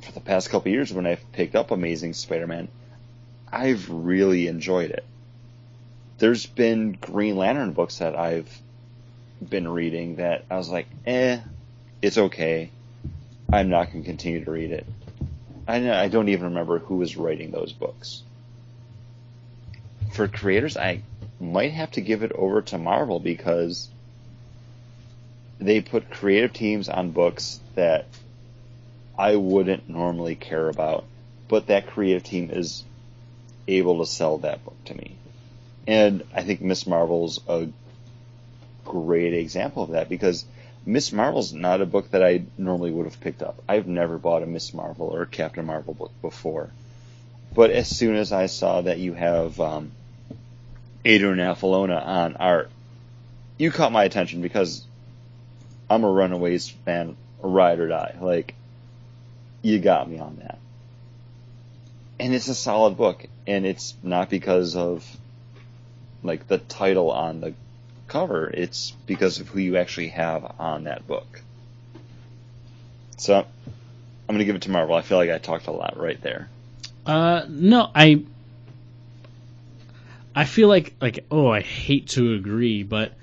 Speaker 1: for the past couple years when I've picked up Amazing Spider-Man, I've really enjoyed it. There's been Green Lantern books that I've been reading that I was like, eh, it's okay. I'm not going to continue to read it. I, I don't even remember who was writing those books. For creators, I might have to give it over to Marvel because they put creative teams on books that I wouldn't normally care about, but that creative team is able to sell that book to me. And I think Miss Marvel's a great example of that because Miss Marvel's not a book that I normally would have picked up. I've never bought a Miss Marvel or Captain Marvel book before. But as soon as I saw that you have um, Adrian Alfalona on art, you caught my attention because I'm a Runaways fan, ride or die. Like, you got me on that. And it's a solid book, and it's not because of like the title on the cover. It's because of who you actually have on that book. So I'm going to give it to Marvel. I feel like I talked a lot right there. *laughs*
Speaker 2: Uh, no, I. I feel like like oh, I hate to agree, but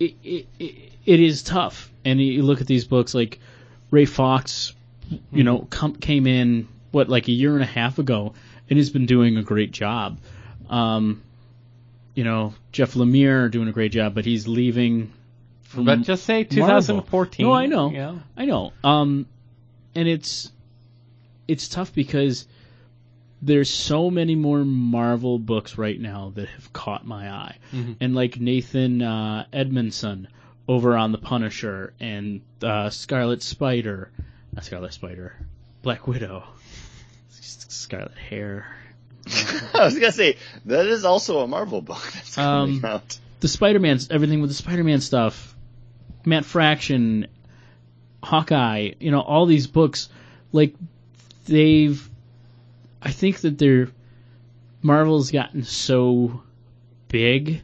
Speaker 2: it it, it, it is tough. And you look at these books like Ray Fox, you know, come, came in what like a year and a half ago, and has been doing a great job. Um, you know, Jeff Lemire doing a great job, but he's leaving. From
Speaker 3: but just say
Speaker 2: Marvel.
Speaker 3: 2014.
Speaker 2: No, I know.
Speaker 3: Yeah.
Speaker 2: I know. Um, and it's it's tough because there's so many more Marvel books right now that have caught my eye, and like Nathan uh, Edmondson over on the Punisher and uh, Scarlet Spider, not Scarlet Spider, Black Widow, *laughs* Scarlet Hair.
Speaker 1: I was going to say, that is also a Marvel book *laughs* that's coming
Speaker 2: Um,
Speaker 1: out.
Speaker 2: the Spider Man's everything with the Spider Man stuff, Matt Fraction, Hawkeye, you know, all these books, like they've I think that they're Marvel's gotten so big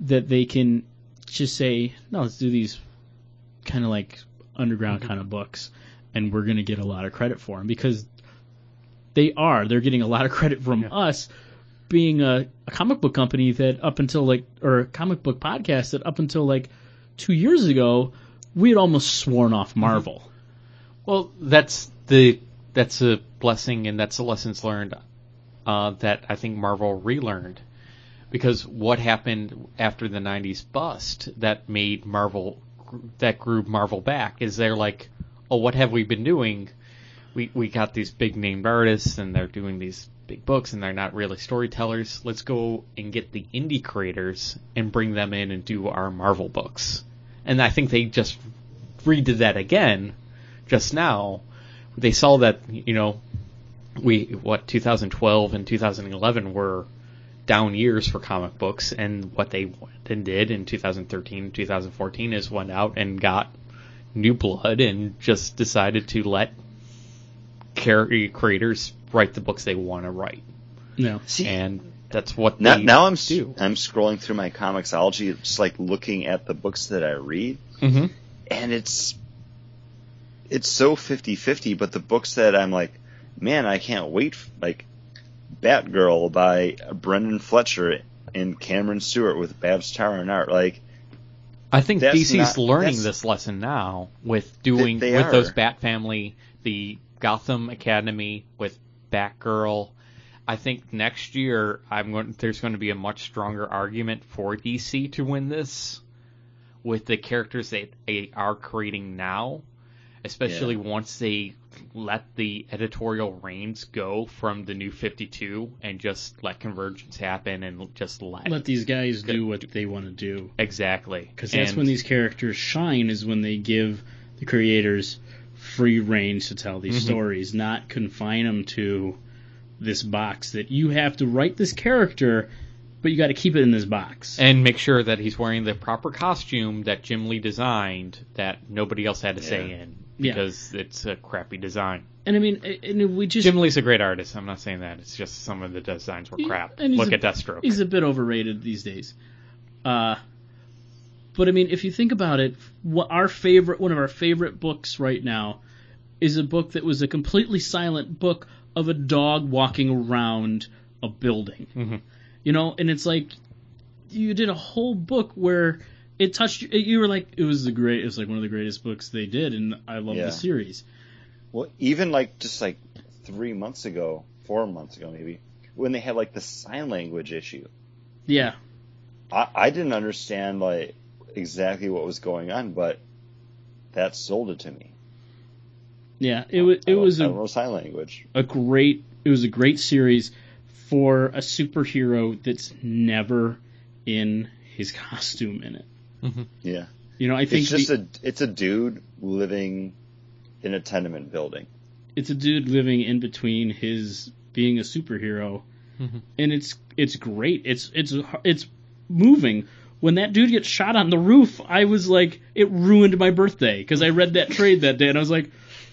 Speaker 2: that they can just say, No, let's do these kind of like underground kind of books and we're gonna get a lot of credit for them because they are. They're getting a lot of credit from us being a, a comic book company that up until like or a comic book podcast that up until like two years ago we had almost sworn off Marvel.
Speaker 3: Well, that's the that's a blessing and that's the lessons learned uh, that I think Marvel relearned because what happened after the 90s bust that made Marvel that grew Marvel back is they're like, "Oh, what have we been doing? We we got these big named artists and they're doing these big books and they're not really storytellers. Let's go and get the indie creators and bring them in and do our Marvel books. And I think they just redid that again just now. They saw that, you know, we, what, 2012 and 2011 were down years for comic books and what they then did in 2013 2014 is went out and got new blood and just decided to let character creators write the books they want to write
Speaker 2: No.
Speaker 1: See,
Speaker 3: and that's what
Speaker 1: now,
Speaker 3: they
Speaker 1: now I'm s-
Speaker 3: do
Speaker 1: I'm scrolling through my comicsology, just like looking at the books that I read,
Speaker 3: hmm
Speaker 1: and it's it's so 50-50, But the books that I'm like, man, I can't wait. f- Like Batgirl by Brendan Fletcher and Cameron Stewart with Babs Tarr and art. Like
Speaker 3: I think
Speaker 1: That's
Speaker 3: DC's
Speaker 1: not-
Speaker 3: learning
Speaker 1: that's-
Speaker 3: this lesson now with doing
Speaker 1: They- they
Speaker 3: with
Speaker 1: are.
Speaker 3: those Bat Family, the Gotham Academy with Batgirl. I think next year I'm going. There's going to be a much stronger argument for DC to win this with the characters that they are creating now, especially once they let the editorial reins go from the new 52 and just let convergence happen and just let,
Speaker 2: Let these guys do what they want to do.
Speaker 3: exactly
Speaker 2: Because that's
Speaker 3: And-
Speaker 2: when these characters shine, is when they give the creators free reign to tell these
Speaker 3: Mhm.
Speaker 2: stories, not confine them to this box that you have to write this character, but you got to keep it in this box.
Speaker 3: and make sure that he's wearing the proper costume that Jim Lee designed that nobody else had a say in
Speaker 2: Yeah.
Speaker 3: because it's a crappy design.
Speaker 2: And I mean, a- and we just.
Speaker 3: Jim Lee's a great artist. I'm not saying that. It's just some of the designs were
Speaker 2: Yeah,
Speaker 3: crap.
Speaker 2: and he's
Speaker 3: Look
Speaker 2: a-
Speaker 3: at Deathstroke.
Speaker 2: He's a bit overrated these days. Uh, but I mean, if you think about it, what our favorite, one of our favorite books right now, is a book that was a completely silent book of a dog walking around a building.
Speaker 1: Mm-hmm.
Speaker 3: Mhm.
Speaker 2: You know, and it's like you did a whole book where it touched you. You were like, it was the great. It was like one of the greatest books they did, and I love
Speaker 1: Yeah.
Speaker 2: the series.
Speaker 1: Well, even like just like three months ago, four months ago maybe, when they had like the sign language issue,
Speaker 2: Yeah,
Speaker 1: I, I didn't understand like exactly what was going on, but that sold it to me.
Speaker 2: yeah. It was. It
Speaker 1: I, lo-
Speaker 2: was
Speaker 1: I
Speaker 2: a
Speaker 1: don't know sign language.
Speaker 2: a great it was a great series for a superhero that's never in his *laughs* costume in it.
Speaker 1: Yeah,
Speaker 2: You know, I think
Speaker 1: it's just
Speaker 2: the-
Speaker 1: a it's a dude living in a tenement building.
Speaker 2: it's a dude living in between his being a superhero,
Speaker 3: Mhm.
Speaker 2: and it's it's great. It's it's it's moving. When that dude gets shot on the roof, I was like, it ruined my birthday because I
Speaker 1: *laughs*
Speaker 2: read that trade that day, and I was like,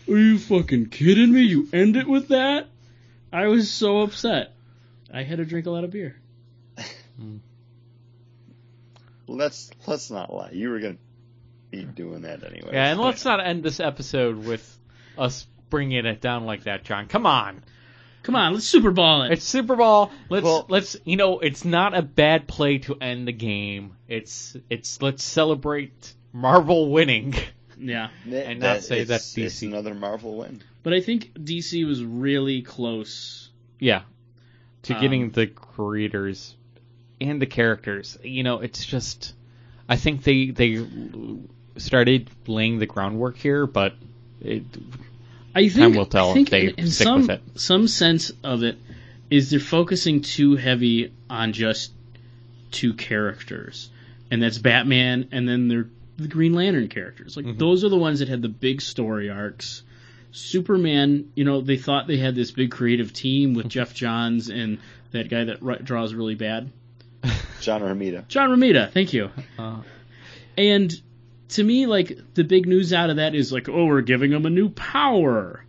Speaker 2: are you fucking kidding me? You end it with that? I was so upset. I had to drink a lot of beer.
Speaker 1: Let's let's not lie. You were gonna be doing that anyway.
Speaker 3: yeah, and let's not end this episode with us bringing it down like that, John. Come on.
Speaker 2: Come on, let's Super Bowl it.
Speaker 3: It's Super Bowl. Let's
Speaker 1: Well-
Speaker 3: let's you know, it's not a bad play to end the game. It's it's let's celebrate Marvel winning. *laughs*
Speaker 2: Yeah,
Speaker 3: and not say
Speaker 1: it's-
Speaker 3: that's
Speaker 1: it's
Speaker 3: DC.
Speaker 1: another Marvel win.
Speaker 2: but I think DC was really close.
Speaker 3: Yeah. To
Speaker 2: Um,
Speaker 3: getting the creators and the characters. You know, it's just I think they they started laying the groundwork here, but it,
Speaker 2: I think
Speaker 3: will tell
Speaker 2: I think
Speaker 3: if they
Speaker 2: in, in
Speaker 3: stick
Speaker 2: some
Speaker 3: with it.
Speaker 2: some sense of it is they're focusing too heavy on just two characters, and that's Batman, and then they're the Green Lantern characters. Like those are the ones that had the big story arcs. Superman, you know, they thought they had this big creative team
Speaker 3: Mm-hmm.
Speaker 2: with Jeff Johns and that guy that ri- draws really bad.
Speaker 1: John Romita.
Speaker 2: John Romita, thank you.
Speaker 3: Uh.
Speaker 2: and to me, like the big news out of that is like, oh, we're giving him a new power.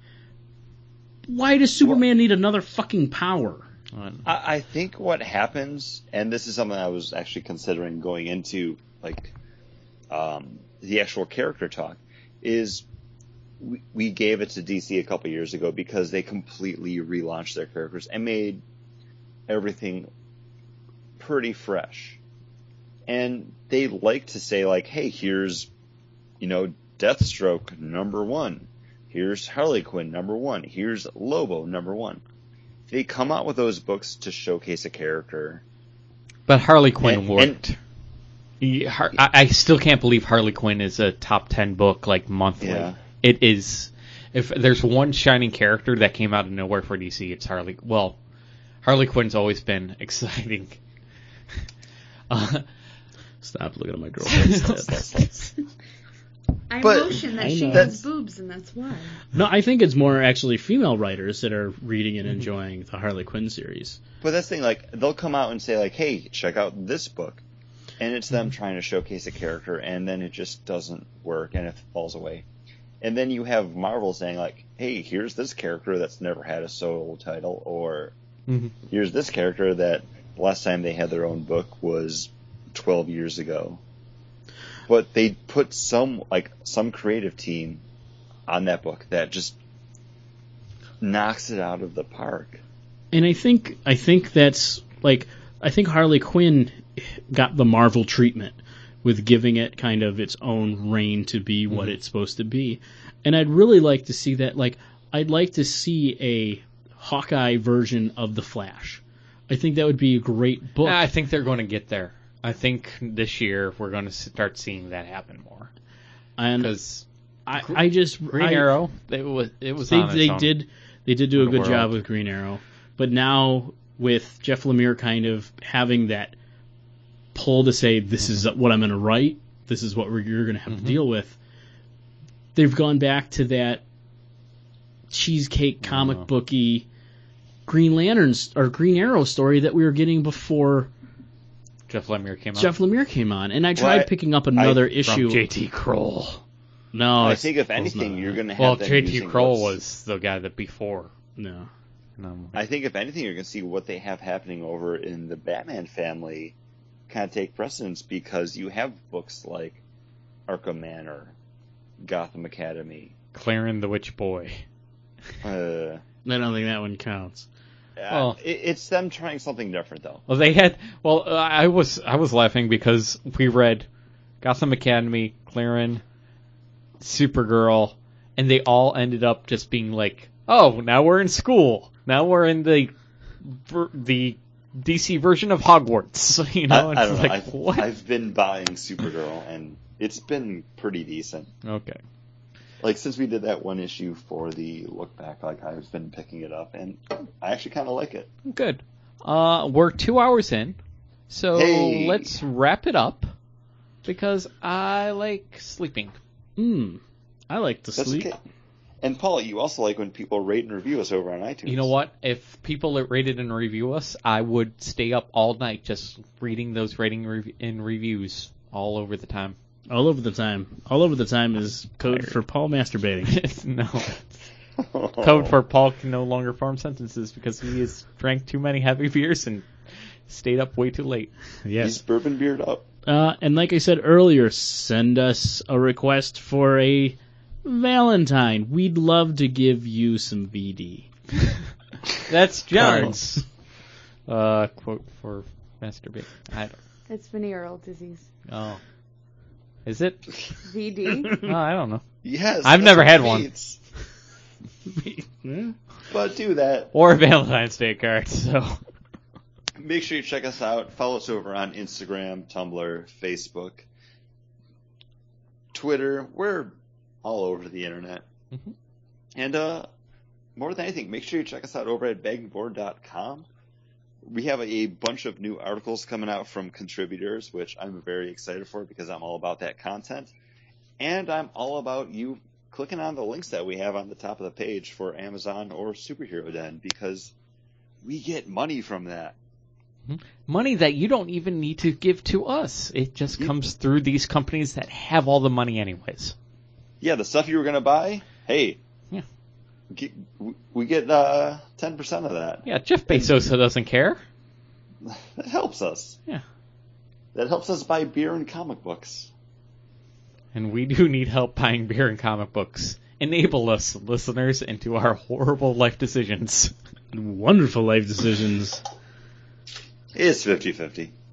Speaker 2: Why does Superman need another fucking power?
Speaker 1: I, I think what happens, and this is something I was actually considering going into, like um, the actual character talk, is we, we gave it to DC a couple years ago because they completely relaunched their characters and made everything pretty fresh. And they like to say like, "Hey, here's you know Deathstroke number one." Here's Harley Quinn number one. Here's Lobo number one they come out with those books to showcase a character.
Speaker 3: but Harley Quinn
Speaker 1: And-
Speaker 3: worked. Yeah, Har- I, I still can't believe Harley Quinn is a top ten book like monthly.
Speaker 1: Yeah.
Speaker 3: It is. If there's one shining character that came out of nowhere for DC, it's Harley. Well, Harley Quinn's always been *laughs* exciting. uh,
Speaker 2: Stop looking at my *laughs* girlfriend's tits.
Speaker 4: I
Speaker 1: But-
Speaker 4: motioned that
Speaker 2: I
Speaker 4: she
Speaker 2: know.
Speaker 4: has boobs, and that's why.
Speaker 2: No, I think it's more actually female writers that are reading and enjoying the Harley Quinn series.
Speaker 1: But that's the thing, like they'll come out and say like, "Hey, check out this book," and it's them trying to showcase a character, and then it just doesn't work, and it falls away. And then you have Marvel saying like, "Hey, here's this character that's never had a solo title," or
Speaker 3: Mhm.
Speaker 1: "Here's this character that last time they had their own book was 12 years ago." But they put some like some creative team on that book that just knocks it out of the park.
Speaker 2: And I think I think that's like I think Harley Quinn got the Marvel treatment with giving it kind of its own reign to be
Speaker 3: Mm-hmm.
Speaker 2: what it's supposed to be. And I'd really like to see that like I'd like to see a Hawkeye version of the Flash. I think that would be a great book.
Speaker 3: I think they're going to get there. I think this year we're going to start seeing that happen more
Speaker 2: and
Speaker 3: because
Speaker 2: I, I just
Speaker 3: Green
Speaker 2: I-
Speaker 3: Arrow it was it was
Speaker 2: they
Speaker 3: on its
Speaker 2: they
Speaker 3: own.
Speaker 2: did they did do a
Speaker 3: the
Speaker 2: good job
Speaker 3: world.
Speaker 2: with Green Arrow, but now with Jeff Lemire kind of having that pull to say this is
Speaker 3: Mm-hmm.
Speaker 2: what I'm going to write, this is what we're, you're going to have to deal with. They've gone back to that cheesecake comic booky Green Lanterns or Green Arrow story that we were getting before
Speaker 3: Jeff Lemire came out
Speaker 2: Jeff Lemire came on, and I tried
Speaker 1: Well, I-
Speaker 2: picking up another
Speaker 3: from
Speaker 2: issue.
Speaker 3: JT Kroll.
Speaker 1: I
Speaker 2: no, it's-
Speaker 1: think if
Speaker 2: well, it's
Speaker 1: anything,
Speaker 2: not.
Speaker 1: you're going to have.
Speaker 3: Well,
Speaker 1: them
Speaker 3: JT
Speaker 1: using
Speaker 3: Kroll
Speaker 1: what's-
Speaker 3: was the guy that before.
Speaker 2: no.
Speaker 3: And I'm like,
Speaker 1: I think if anything, you're going to see what they have happening over in the Batman family kind of take precedence because you have books like Arkham Manor, Gotham Academy.
Speaker 3: Clarin the Witch Boy.
Speaker 1: Uh,
Speaker 2: I don't think that one counts.
Speaker 1: well, it, it's them trying something different though.
Speaker 3: Well, they had. Well, uh, I was I was laughing because we read Gotham Academy, Clarin, Supergirl, and they all ended up just being like, "Oh, now we're in school. Now we're in the ver- the DC version of Hogwarts." *laughs* You know,
Speaker 1: I,
Speaker 3: and
Speaker 1: I
Speaker 3: it's
Speaker 1: don't know.
Speaker 3: like
Speaker 1: I've,
Speaker 3: what?
Speaker 1: I've been buying Supergirl, and it's been pretty decent.
Speaker 3: Okay.
Speaker 1: Like since we did that one issue for the look back, like I've been picking it up, and I actually kind of like it.
Speaker 3: Good. Uh, we're two hours in, so
Speaker 1: Hey.
Speaker 3: let's wrap it up because I like sleeping.
Speaker 2: Mm, I like to
Speaker 1: That's
Speaker 2: sleep.
Speaker 1: okay. And Paul, you also like when people rate and review us over on iTunes.
Speaker 3: You
Speaker 1: *laughs*
Speaker 3: know what? If people that rated and review us, I would stay up all night just reading those rating rev- and reviews all over the time. *laughs*
Speaker 2: All over the time. All over the time is code for Paul
Speaker 3: *laughs*
Speaker 2: masturbating.
Speaker 3: no.
Speaker 1: Oh.
Speaker 3: Code for Paul can no longer form sentences because he has drank too many heavy beers and stayed up way too late.
Speaker 1: He's bourbon beard up.
Speaker 2: Uh, and like I said earlier, send us a request for a Valentine. We'd love to give you some VD.
Speaker 3: That's John's uh, quote for masturbate. I don't.
Speaker 4: That's venereal disease.
Speaker 3: Oh. Is it?
Speaker 4: VD.
Speaker 3: No, I don't know.
Speaker 1: Yes.
Speaker 3: I've
Speaker 1: that's
Speaker 3: never
Speaker 1: what
Speaker 3: had
Speaker 1: it
Speaker 3: one. *laughs*
Speaker 1: means. But do that.
Speaker 3: Or *laughs* a Valentine's Day card. So.
Speaker 1: Make sure you check us out. Follow us over on Instagram, Tumblr, Facebook, Twitter. We're all over the internet.
Speaker 3: Mhm.
Speaker 1: And uh, more than anything, make sure you check us out over at bagandboard.com. We have a bunch of new articles coming out from contributors, which I'm very excited for because I'm all about that content. And I'm all about you clicking on the links that we have on the top of the page for Amazon or Superhero Den because we get money from that.
Speaker 3: money that you don't even need to give to us. It just comes through these companies that have all the money anyways.
Speaker 1: Yeah, the stuff you were gonna buy. Hey,
Speaker 3: Yeah.
Speaker 1: get, w- we get uh ten percent of that.
Speaker 3: Yeah, Jeff Bezos doesn't care.
Speaker 1: That helps us.
Speaker 3: Yeah.
Speaker 1: That helps us buy beer and comic books.
Speaker 3: And we do need help buying beer and comic books. Enable us, listeners, into our horrible life decisions.
Speaker 2: Wonderful life decisions.
Speaker 1: It's 50-50.